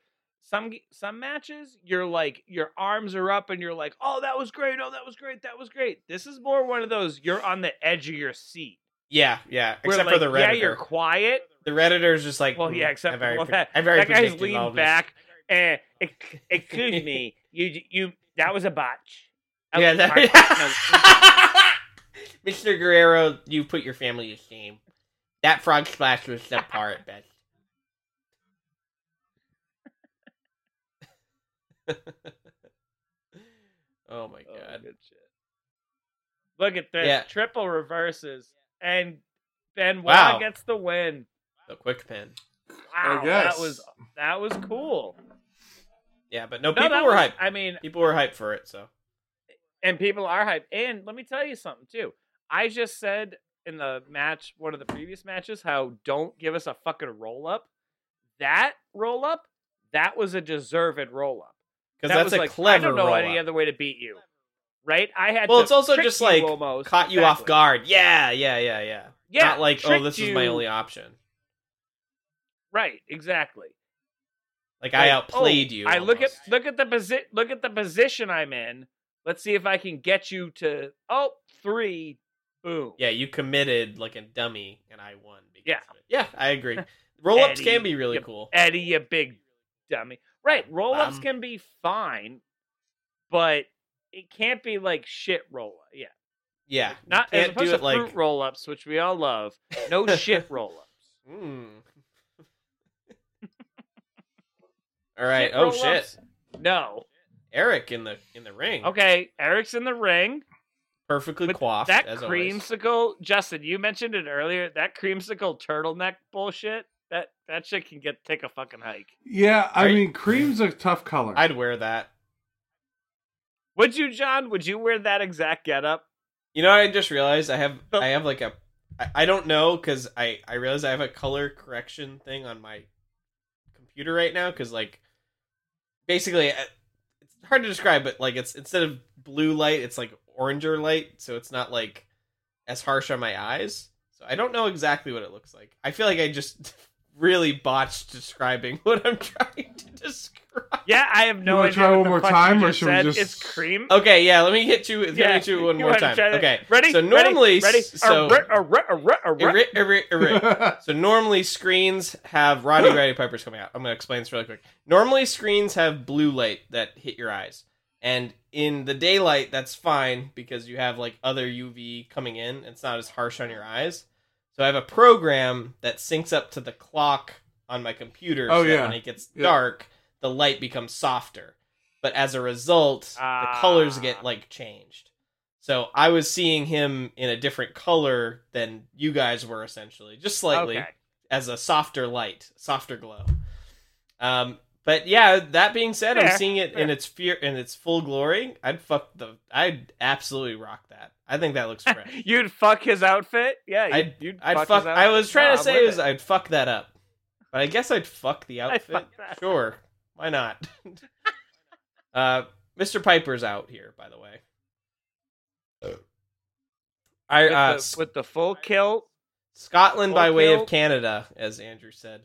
some some matches you're like your arms are up and you're like, oh, that was great, oh, that was great, that was great. This is more one of those you're on the edge of your seat.
Yeah, yeah.
where,
Except
like,
for the redditor.
yeah, you're quiet.
The redditor's just like,
Well, yeah,
mm,
except
I very,
for well,
pre-
that,
I very
that guy's
predicted all
leaned
this.
back. Eh, ex- excuse me, you you that was a botch. I
yeah,
was- my-
that- Mr. Guerrero, you put your family to shame. That frog splash was subpar at best. oh my
no.
god.
good shit. Look at this
Yeah.
triple reverses, and Benoit
Wow.
gets the win.
The quick pin. Oh,
Wow,
guess.
that was that was cool.
Yeah, but no,
No,
people
that
were
was-
hyped.
I mean,
People were hyped for it, so.
and people are hyped. And let me tell you something too. I just said in the match, one of the previous matches, how don't give us a fucking roll up. That roll up, that was a deserved roll up.
Because that's
was
a
like,
clever
I don't know
roll-up.
any other way to beat you, right? I had.
Well,
to
it's also
trick
just,
you
like,
almost.
Caught you off
Exactly.
guard. Yeah, yeah, yeah, yeah.
Yeah,
Not like, oh,
tricked
this is my
you-
only option.
Right, exactly.
Like, I
Like, oh,
outplayed you.
I look at
almost.
look at the position look at the position I'm in. Let's see if I can get you to oh three, boom.
Yeah, you committed like a dummy, and I won. Because
Yeah.
of it. yeah, I agree. Roll ups
Eddie,
can be really
you
cool.
Eddie, you big dummy. Right, roll ups
Um,
can be fine, but it can't be like shit roll. Yeah,
Yeah,
not
you
as
can't
opposed
do
to
it
fruit
like
roll ups, which we all love. No shit roll ups.
Mm. All right.
Shit
oh
roll-ups?
shit,
No.
Eric in the in the ring.
Okay, Eric's in the ring.
perfectly
But
coiffed.
that
as always.
creamsicle, Justin, you mentioned it earlier. That creamsicle turtleneck bullshit. That that shit can get take a fucking hike.
Yeah, I
Right.
mean, cream's a tough color.
I'd wear that.
Would you, John? Would you wear that exact getup?
You know, what I just realized I have I have like a I, I don't know because I I realize I have a color correction thing on my computer right now because like basically I- it's hard to describe, but like it's instead of blue light, it's like oranger light, so it's not like as harsh on my eyes. So I don't know exactly what it looks like. I feel like I just really botched describing what I'm trying to describe.
Yeah, I have no
wanna
idea.
try
what
one
the
more
fuck you
time, or
just
should we
said.
just-
It's cream.
Okay, yeah, let me hit you. Let me Oh, hit you one
You
more
wanna
time.
try that?
Okay,
Ready?
So normally,
ready? ready?
so-
Arre- arre- arre- arre-
Eri- eri- eri- So normally screens have Roddy Roddy Piper's coming out. I'm gonna explain this really quick. Normally screens have blue light that hit your eyes, and in the daylight that's fine because you have like other UV coming in. It's not as harsh on your eyes. So I have a program that syncs up to the clock on my computer.
Oh,
so that
yeah.
when it gets
Yeah.
dark, the light becomes softer. But as a result, the colors get
Ah.
like changed. So I was seeing him in a different color than you guys were essentially, just slightly
Okay.
as a softer light, softer glow. Um, but yeah, that being said, I'm
Fair,
seeing it in
fair.
its fear in its full glory. I'd fuck the I'd absolutely rock that. I think that looks fresh.
You'd fuck his outfit. Yeah, you'd,
I'd-
you'd
I'd
fuck.
fuck,
his
I
outfit.
was trying
No,
to
I'm
say
with
is
it.
I'd fuck that up. But I guess I'd fuck the
I'd
outfit.
fuck that.
Sure. Why not? uh Mr. Piper's out here, by the way. I
with,
uh,
the, with the full kilt.
Scotland by
full
way of
kilt.
Canada, as Andrew said.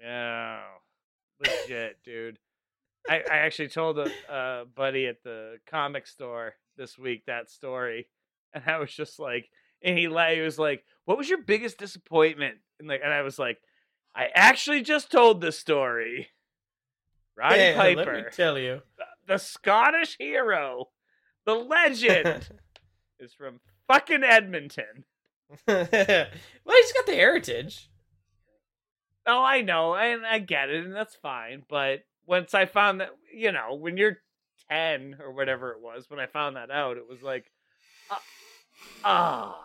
Yeah, Oh, legit, dude. I, I actually told a, a buddy at the comic store this week that story, and I was just like, and he la- he was like, "What was your biggest disappointment?" And like, and I was like, "I actually just told this story." Roddy
Yeah, Let me
Piper,
tell you.
the Scottish hero, the legend, is from fucking Edmonton.
well, he's got the heritage.
Oh, I know, and I get it, and that's fine. But once I found that, you know, when you're ten or whatever it was, when I found that out, it was like, ah, ah.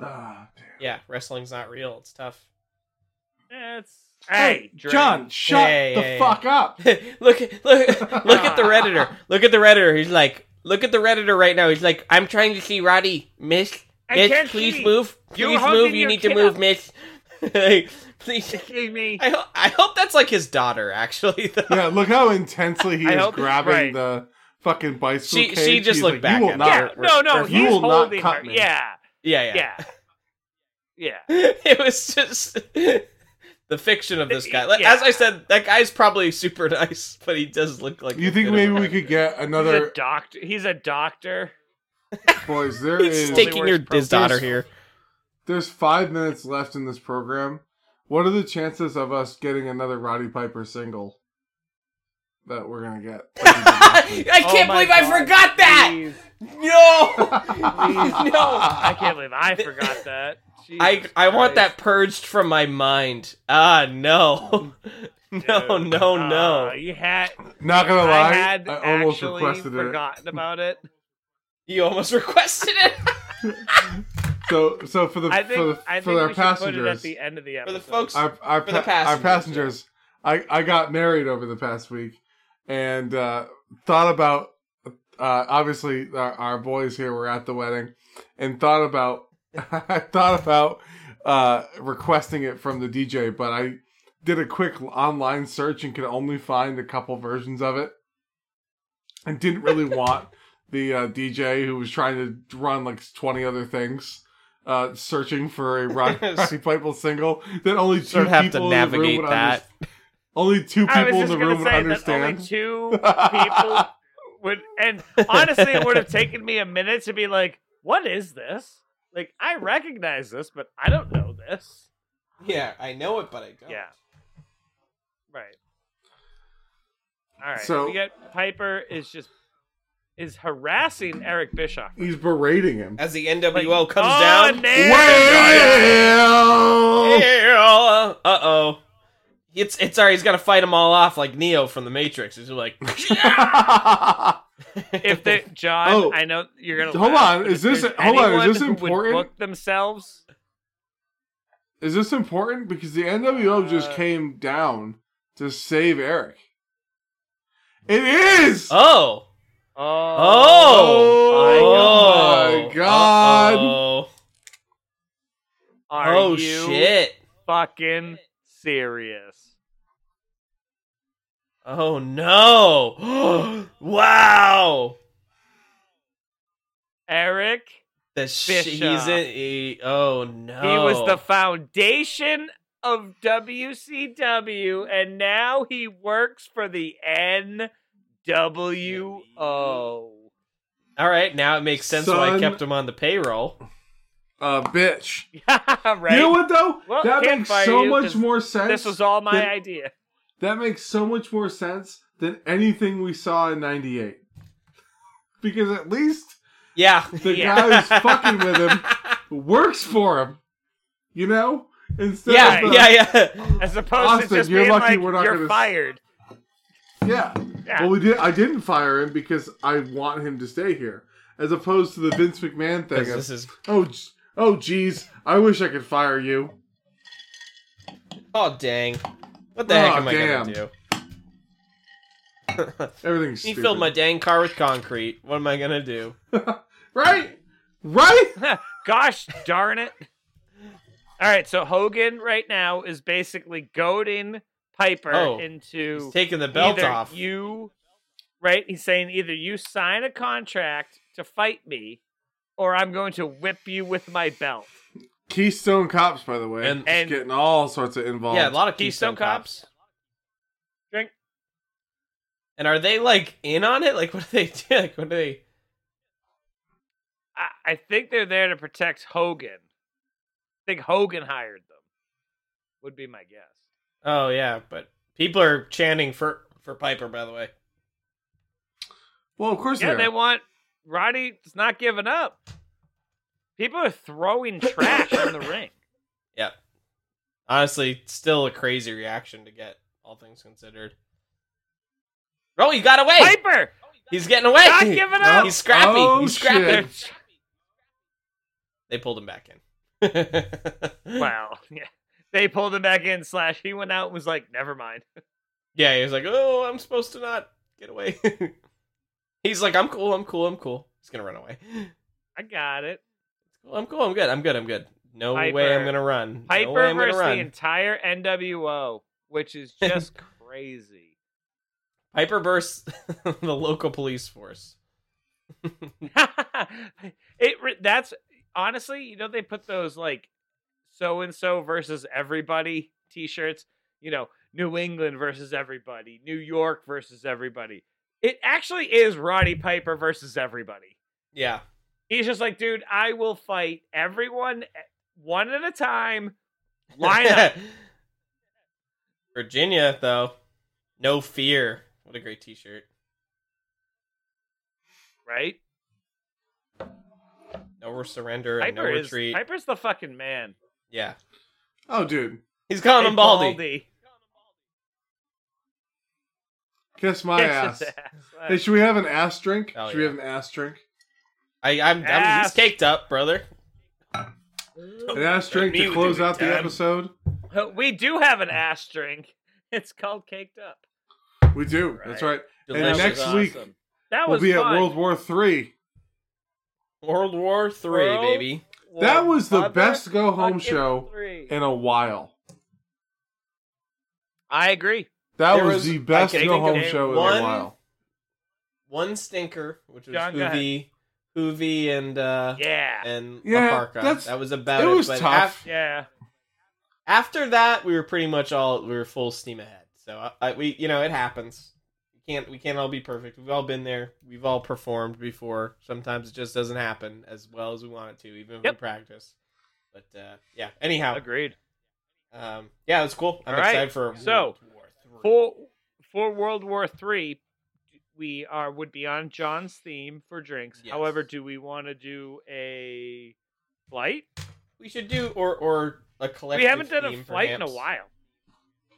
Ah,
Yeah, wrestling's not real. It's tough.
It's
Hey,
hey, drink.
John, shut
Hey,
the
hey,
fuck up.
look at look look at the redditor. Look at the redditor. He's like, look at the redditor right now. He's like, I'm trying to see Roddy, Miss.
I
miss,
can't
please
see.
move.
You're
Please
holding
move. You
your
need to
kid
move,
up."
Miss. Hey, please.
Excuse me.
I hope I hope that's like his daughter. Actually, though.
yeah, look how intensely he
I
is
hope he's
grabbing
right.
the fucking bicycle.
She- she
cage.
just
He's
looked
like,
back
You will
at
not.
yeah,
we're-
no, no,
we're-
you
he's
will not
holding
cut
her.
me.
Yeah,
yeah, yeah.
yeah, yeah.
it was just the fiction of this guy. Like, As I said, that guy's probably super nice, but he does look like.
You
a
think
bit of
maybe
a-
we could get
He's
another
a doctor. He's a doctor.
boys? There is
He's taking your
Only
his daughter
works
here.
there's five minutes left in this program. What are the chances of us getting another Roddy Piper single that we're gonna get?
I
Oh
can't
my
believe
God,
I forgot that.
Please,
No.
please.
No.
I can't believe I forgot that.
I
Jesus
I want
Christ.
that purged from my mind. Ah, no. No,
Dude.
no,
Uh,
no.
you had.
Not gonna
I
lie,
had
I almost
actually
requested it.
forgotten about it.
You almost requested it
So, so for the
I
for,
think
the,
I
for
think
our
we should put it at
passengers,
the end of the
for
episode.
the folks.
our our,
for the
pa- our passengers,
passengers,
I I got married over the past week and uh, thought about uh, obviously our, our boys here were at the wedding and thought about I thought about uh, requesting it from the DJ, but I did a quick online search and could only find a couple versions of it. and didn't really want the uh, DJ who was trying to run like 20 other things. Uh, searching for a Roddy, Roddy Piper single that only two
Don't have to
people in the room
navigate
would
that.
understand. Only two
I was
people in
just
the
gonna
room would
say
understand.
that only two people would. And honestly, it would have taken me a minute to be like, "What is this? Like, I recognize this, but I don't know this."
Yeah, I know it, but I don't.
Yeah. Right. All right.
So-
we got Piper is just is harassing Eric Bischoff.
He's berating him.
As the NWO
Like,
comes
"Oh,
down.
Nate!"
Well,
Uh oh. It's it's alright. He's got to fight them all off like Neo from the Matrix. He's like,
If they, John,
Oh.
I know you're gonna.
Hold
laugh,
on,
but
is
if
this-
there's
hold on, is
anyone
this
who would
important?
Book themselves.
Is this important? Because the NWO just
Uh,
came down to save Eric. It is.
oh,
Oh,
oh,
my God.
Uh-oh.
Are
Oh
you
shit.
fucking serious?
Oh no! wow!
Eric,
The shit he's
Bishop.
in. He, oh no!
he was the foundation of WCW, and now he works for the NWO.
all right. Now it makes sense why I
Son.
kept him on the payroll.
Uh, bitch.
right?
You know what though?
Well,
that
can't
makes
fire
so
you,
much
'cause
more sense.
this was all my
than-
idea.
That makes so much more sense than anything we saw in '98. Because at least
Yeah.
the
Yeah.
guy who's fucking with him works for him. You know, instead
yeah,
of uh, the,
yeah, yeah.
As opposed to
Austin,
just
you're
being
lucky
like,
we're not
you're
gonna s-
fired.
Yeah.
Yeah.
Well, we did. I didn't fire him because I want him to stay here, as opposed to the Vince McMahon thing.
'Cause
Of,
This is
oh, j- oh, geez, I wish I could fire you.
oh dang! What the
Oh,
heck am I
damn.
gonna do?
Everything's
He
stupid.
filled my dang car with concrete. What am I gonna do?
right, right.
Gosh darn it. All right, so Hogan right now is basically goading Piper
Oh, He's
into
taking the belt
either
off.
You right? He's saying either you sign a contract to fight me, or I'm going to whip you with my belt.
Keystone Cops, by the way,
And-
just
and-
getting all sorts of involved.
yeah, a lot of
Keystone
Keystone,
Cops.
cops.
Drink.
And are they like in on it? Like, what do they do? Like, what do they?
I, I think they're there to protect Hogan. I think Hogan hired them. Would be my guess.
Oh yeah, but people are chanting for for Piper. By the way,
well, of course
Yeah,
they
they
are.
want Roddy's not giving up. People are throwing trash in the ring.
honestly, still a crazy reaction to get. All things considered. Oh, he got away.
Piper,
He's getting away.
not giving up.
He's scrappy.
Oh,
He's scrappy.
They're-
shit.
They pulled him back in.
Wow. Yeah. they pulled him back in. Slash, he went out and was like, "Never mind."
Yeah, he was like, "Oh, I'm supposed to not get away." He's like, "I'm cool. I'm cool. I'm cool." He's gonna run away.
I got it.
Well, I'm cool. I'm good. I'm good. I'm good. No way
Piper.
I'm gonna run.
Piper
no way I'm gonna
versus the
run.
entire NWO, which is just crazy.
Piper bursts the local police force.
it re- that's honestly, you know, they put those like so and so versus everybody T-shirts. You know, New England versus everybody, New York versus everybody. It actually is Roddy Piper versus everybody.
Yeah.
He's just like, dude, I will fight everyone one at a time. Line up.
Virginia, though, no fear. What a great T-shirt.
right?
No surrender and no
Piper is
retreat.
Piper's the fucking man.
Yeah,
Oh, dude,
he's calling
Hey,
him Baldy.
kiss my
Kicks
ass.
his
Hey,
ass.
should we have an ass drink?
Oh,
should we
yeah.
have an ass drink?
I, I'm, I'm he's
Ass.
caked up, brother.
An ass drink
me
to
with
close
you,
out the
Dad.
episode.
Uh, We do have an ass drink. It's called Caked Up.
We do. That's right.
That
And
was
next week
awesome. that
we'll
was
be
fun.
at World War Three.
World War Three,
World-
baby.
War
That was the
Mother
best go home
fucking
show
three.
in a while.
I agree.
That
There
was,
was-
the
I
best
can
go
think of
home show in
one-
a while.
One stinker, which was
John, go
Hoovy, Hoovy, and uh,
Yeah.
and
Yeah,
Laparca.
that's-
that was about
it
it.
was
but
tough.
af-
yeah.
after that, we were pretty much all we were full steam ahead. So I, I, we, you know, it happens. We can't we can't all be perfect. We've all been there. We've all performed before. Sometimes it just doesn't happen as well as we want it to, even if
Yep.
we practice. But uh, yeah. Anyhow,
Agreed.
um, yeah, that's cool. I'm
All right.
excited for
So,
World War III.
For for World War Three, we are would be on John's theme for drinks.
Yes.
However, do we want to do a flight?
we should do or or a collective.
We haven't done a
theme,
flight in a
perhaps.
while.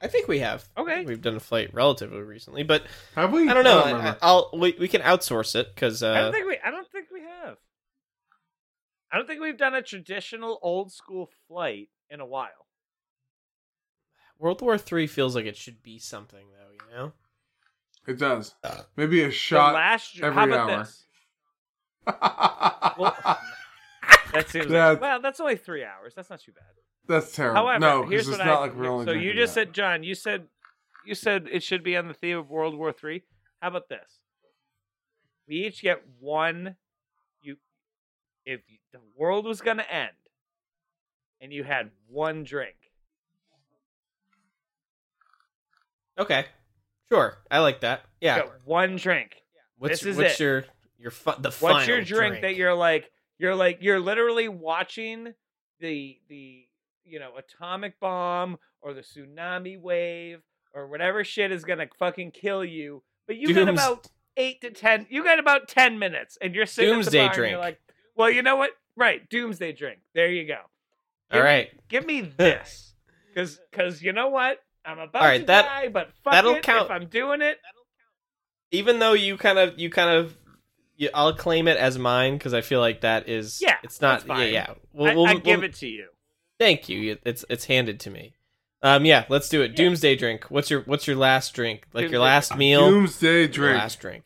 I think we have. I
Okay.
think we've done a flight relatively recently, but
Have we?
I don't know. I
remember.
I, will we, we can outsource it because
I don't
uh,
think we. I don't think we have. I don't think we've done a traditional old school flight in a while.
World War Three feels like it should be something though. You know.
it does.
Uh,
Maybe a
The
shot.
last. how
every
about this?
hour.
That seems.
That's-
Like, well, that's only three hours. That's not too bad.
That's terrible.
However,
no,
here's
because
what I.
it's not like we're only.
so you
drinking
just
that.
said, John. You said, you said it should be on the theme of World War Three. How about this? We each get one. You, if you- the world was going to end, and you had one drink,
Okay. Sure. I like that. Yeah.
you got one drink.
What's
This is
what's
it.
your your fu- the final
What's your drink, that you're like you're like you're literally watching the the you know atomic bomb or the tsunami wave or whatever shit is gonna fucking kill you. But you got
Dooms-
about eight to ten. You got about ten minutes, and you're sitting at the
Doomsday
bar and you're
drink.
like, well, you know what? Right, doomsday drink. There you go.
All right.
Give me this, because because you know what? I'm about
All right,
to
that-
die, but fuck
that'll
it.
count.
If I'm doing it,
Even though you kind of you kind of you, I'll claim it as mine because I feel like that is
Yeah,
It's not
that's fine.
yeah yeah.
I, I give it to you.
Thank you. It's it's handed to me. Um yeah. Let's do it.
Yeah.
Doomsday drink. What's your what's your last drink? Like
Doomsday
your last meal.
Doomsday
Your
drink.
Last drink.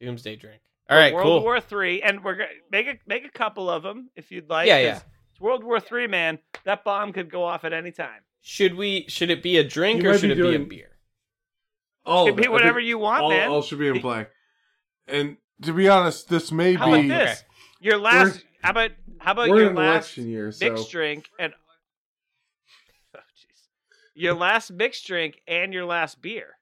Doomsday drink. All right.
World
cool.
War Three, and we're gonna make a make a couple of them if you'd like.
Yeah, yeah.
'cause It's World War Three, man. That bomb could go off at any time.
should we? Should it be a drink
You
or
might
should
be
it be a
doing-
beer?
All
Oh,
It
of
could be
it. I
whatever
think
you want,
all,
man.
all should be in play. And to be honest, this may
How about
be.
this? Your last. how about how about
We're
your
in
last
election year, so
mixed drink and oh jeez, your last mixed drink and your last beer.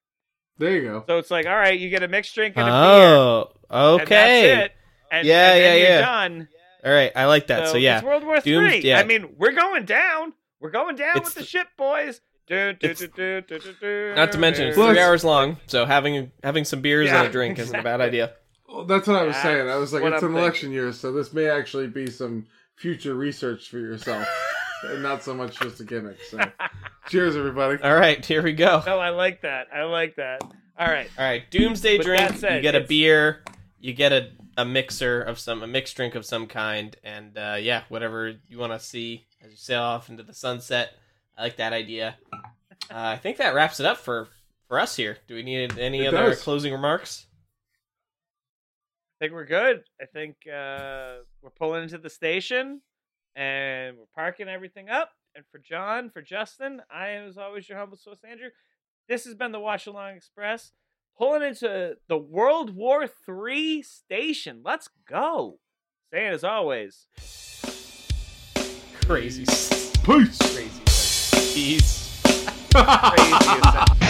there you go.
So it's like, all right, you get a mixed drink and a beer.
Oh,
and that's
okay.
it. And,
Yeah,
and then
yeah,
you're
yeah.
done.
All right, I like that. So, yeah,
it's World War
Dooms-
Three.
yeah.
I mean, we're going down. We're going down
It's
with the,
the-
ship, boys. Do, do,
it's-
do, do, do, do, do,
not to mention it's
do.
Plus-
three hours long. So having having some beers
Yeah,
and a drink isn't a bad idea.
Well, that's what I was saying. I was like,
That's what
it's
I'm
an election year, so this may actually be some future research for yourself, and not so much just a gimmick. So, cheers, everybody.
All right, here we go. All
No, I like that. I like that. All right.
right, doomsday
With
drink.
that said,
you get a
it's-
beer. You get a a mixer of some a mixed drink of some kind, and uh, yeah, whatever you want to see as you sail off into the sunset. I like that idea. Uh, I think that wraps it up for for us here. Do we need any
It
other
does.
closing remarks?
I think we're good. I think uh, we're pulling into the station and we're parking everything up. And for John, for Justin, I am as always your humble source, Andrew. This has been the Watch Along Express. Pulling into the World War III station. Let's go. Saying as always.
Crazy,
Peace.
crazy, crazy.
Crazy. as-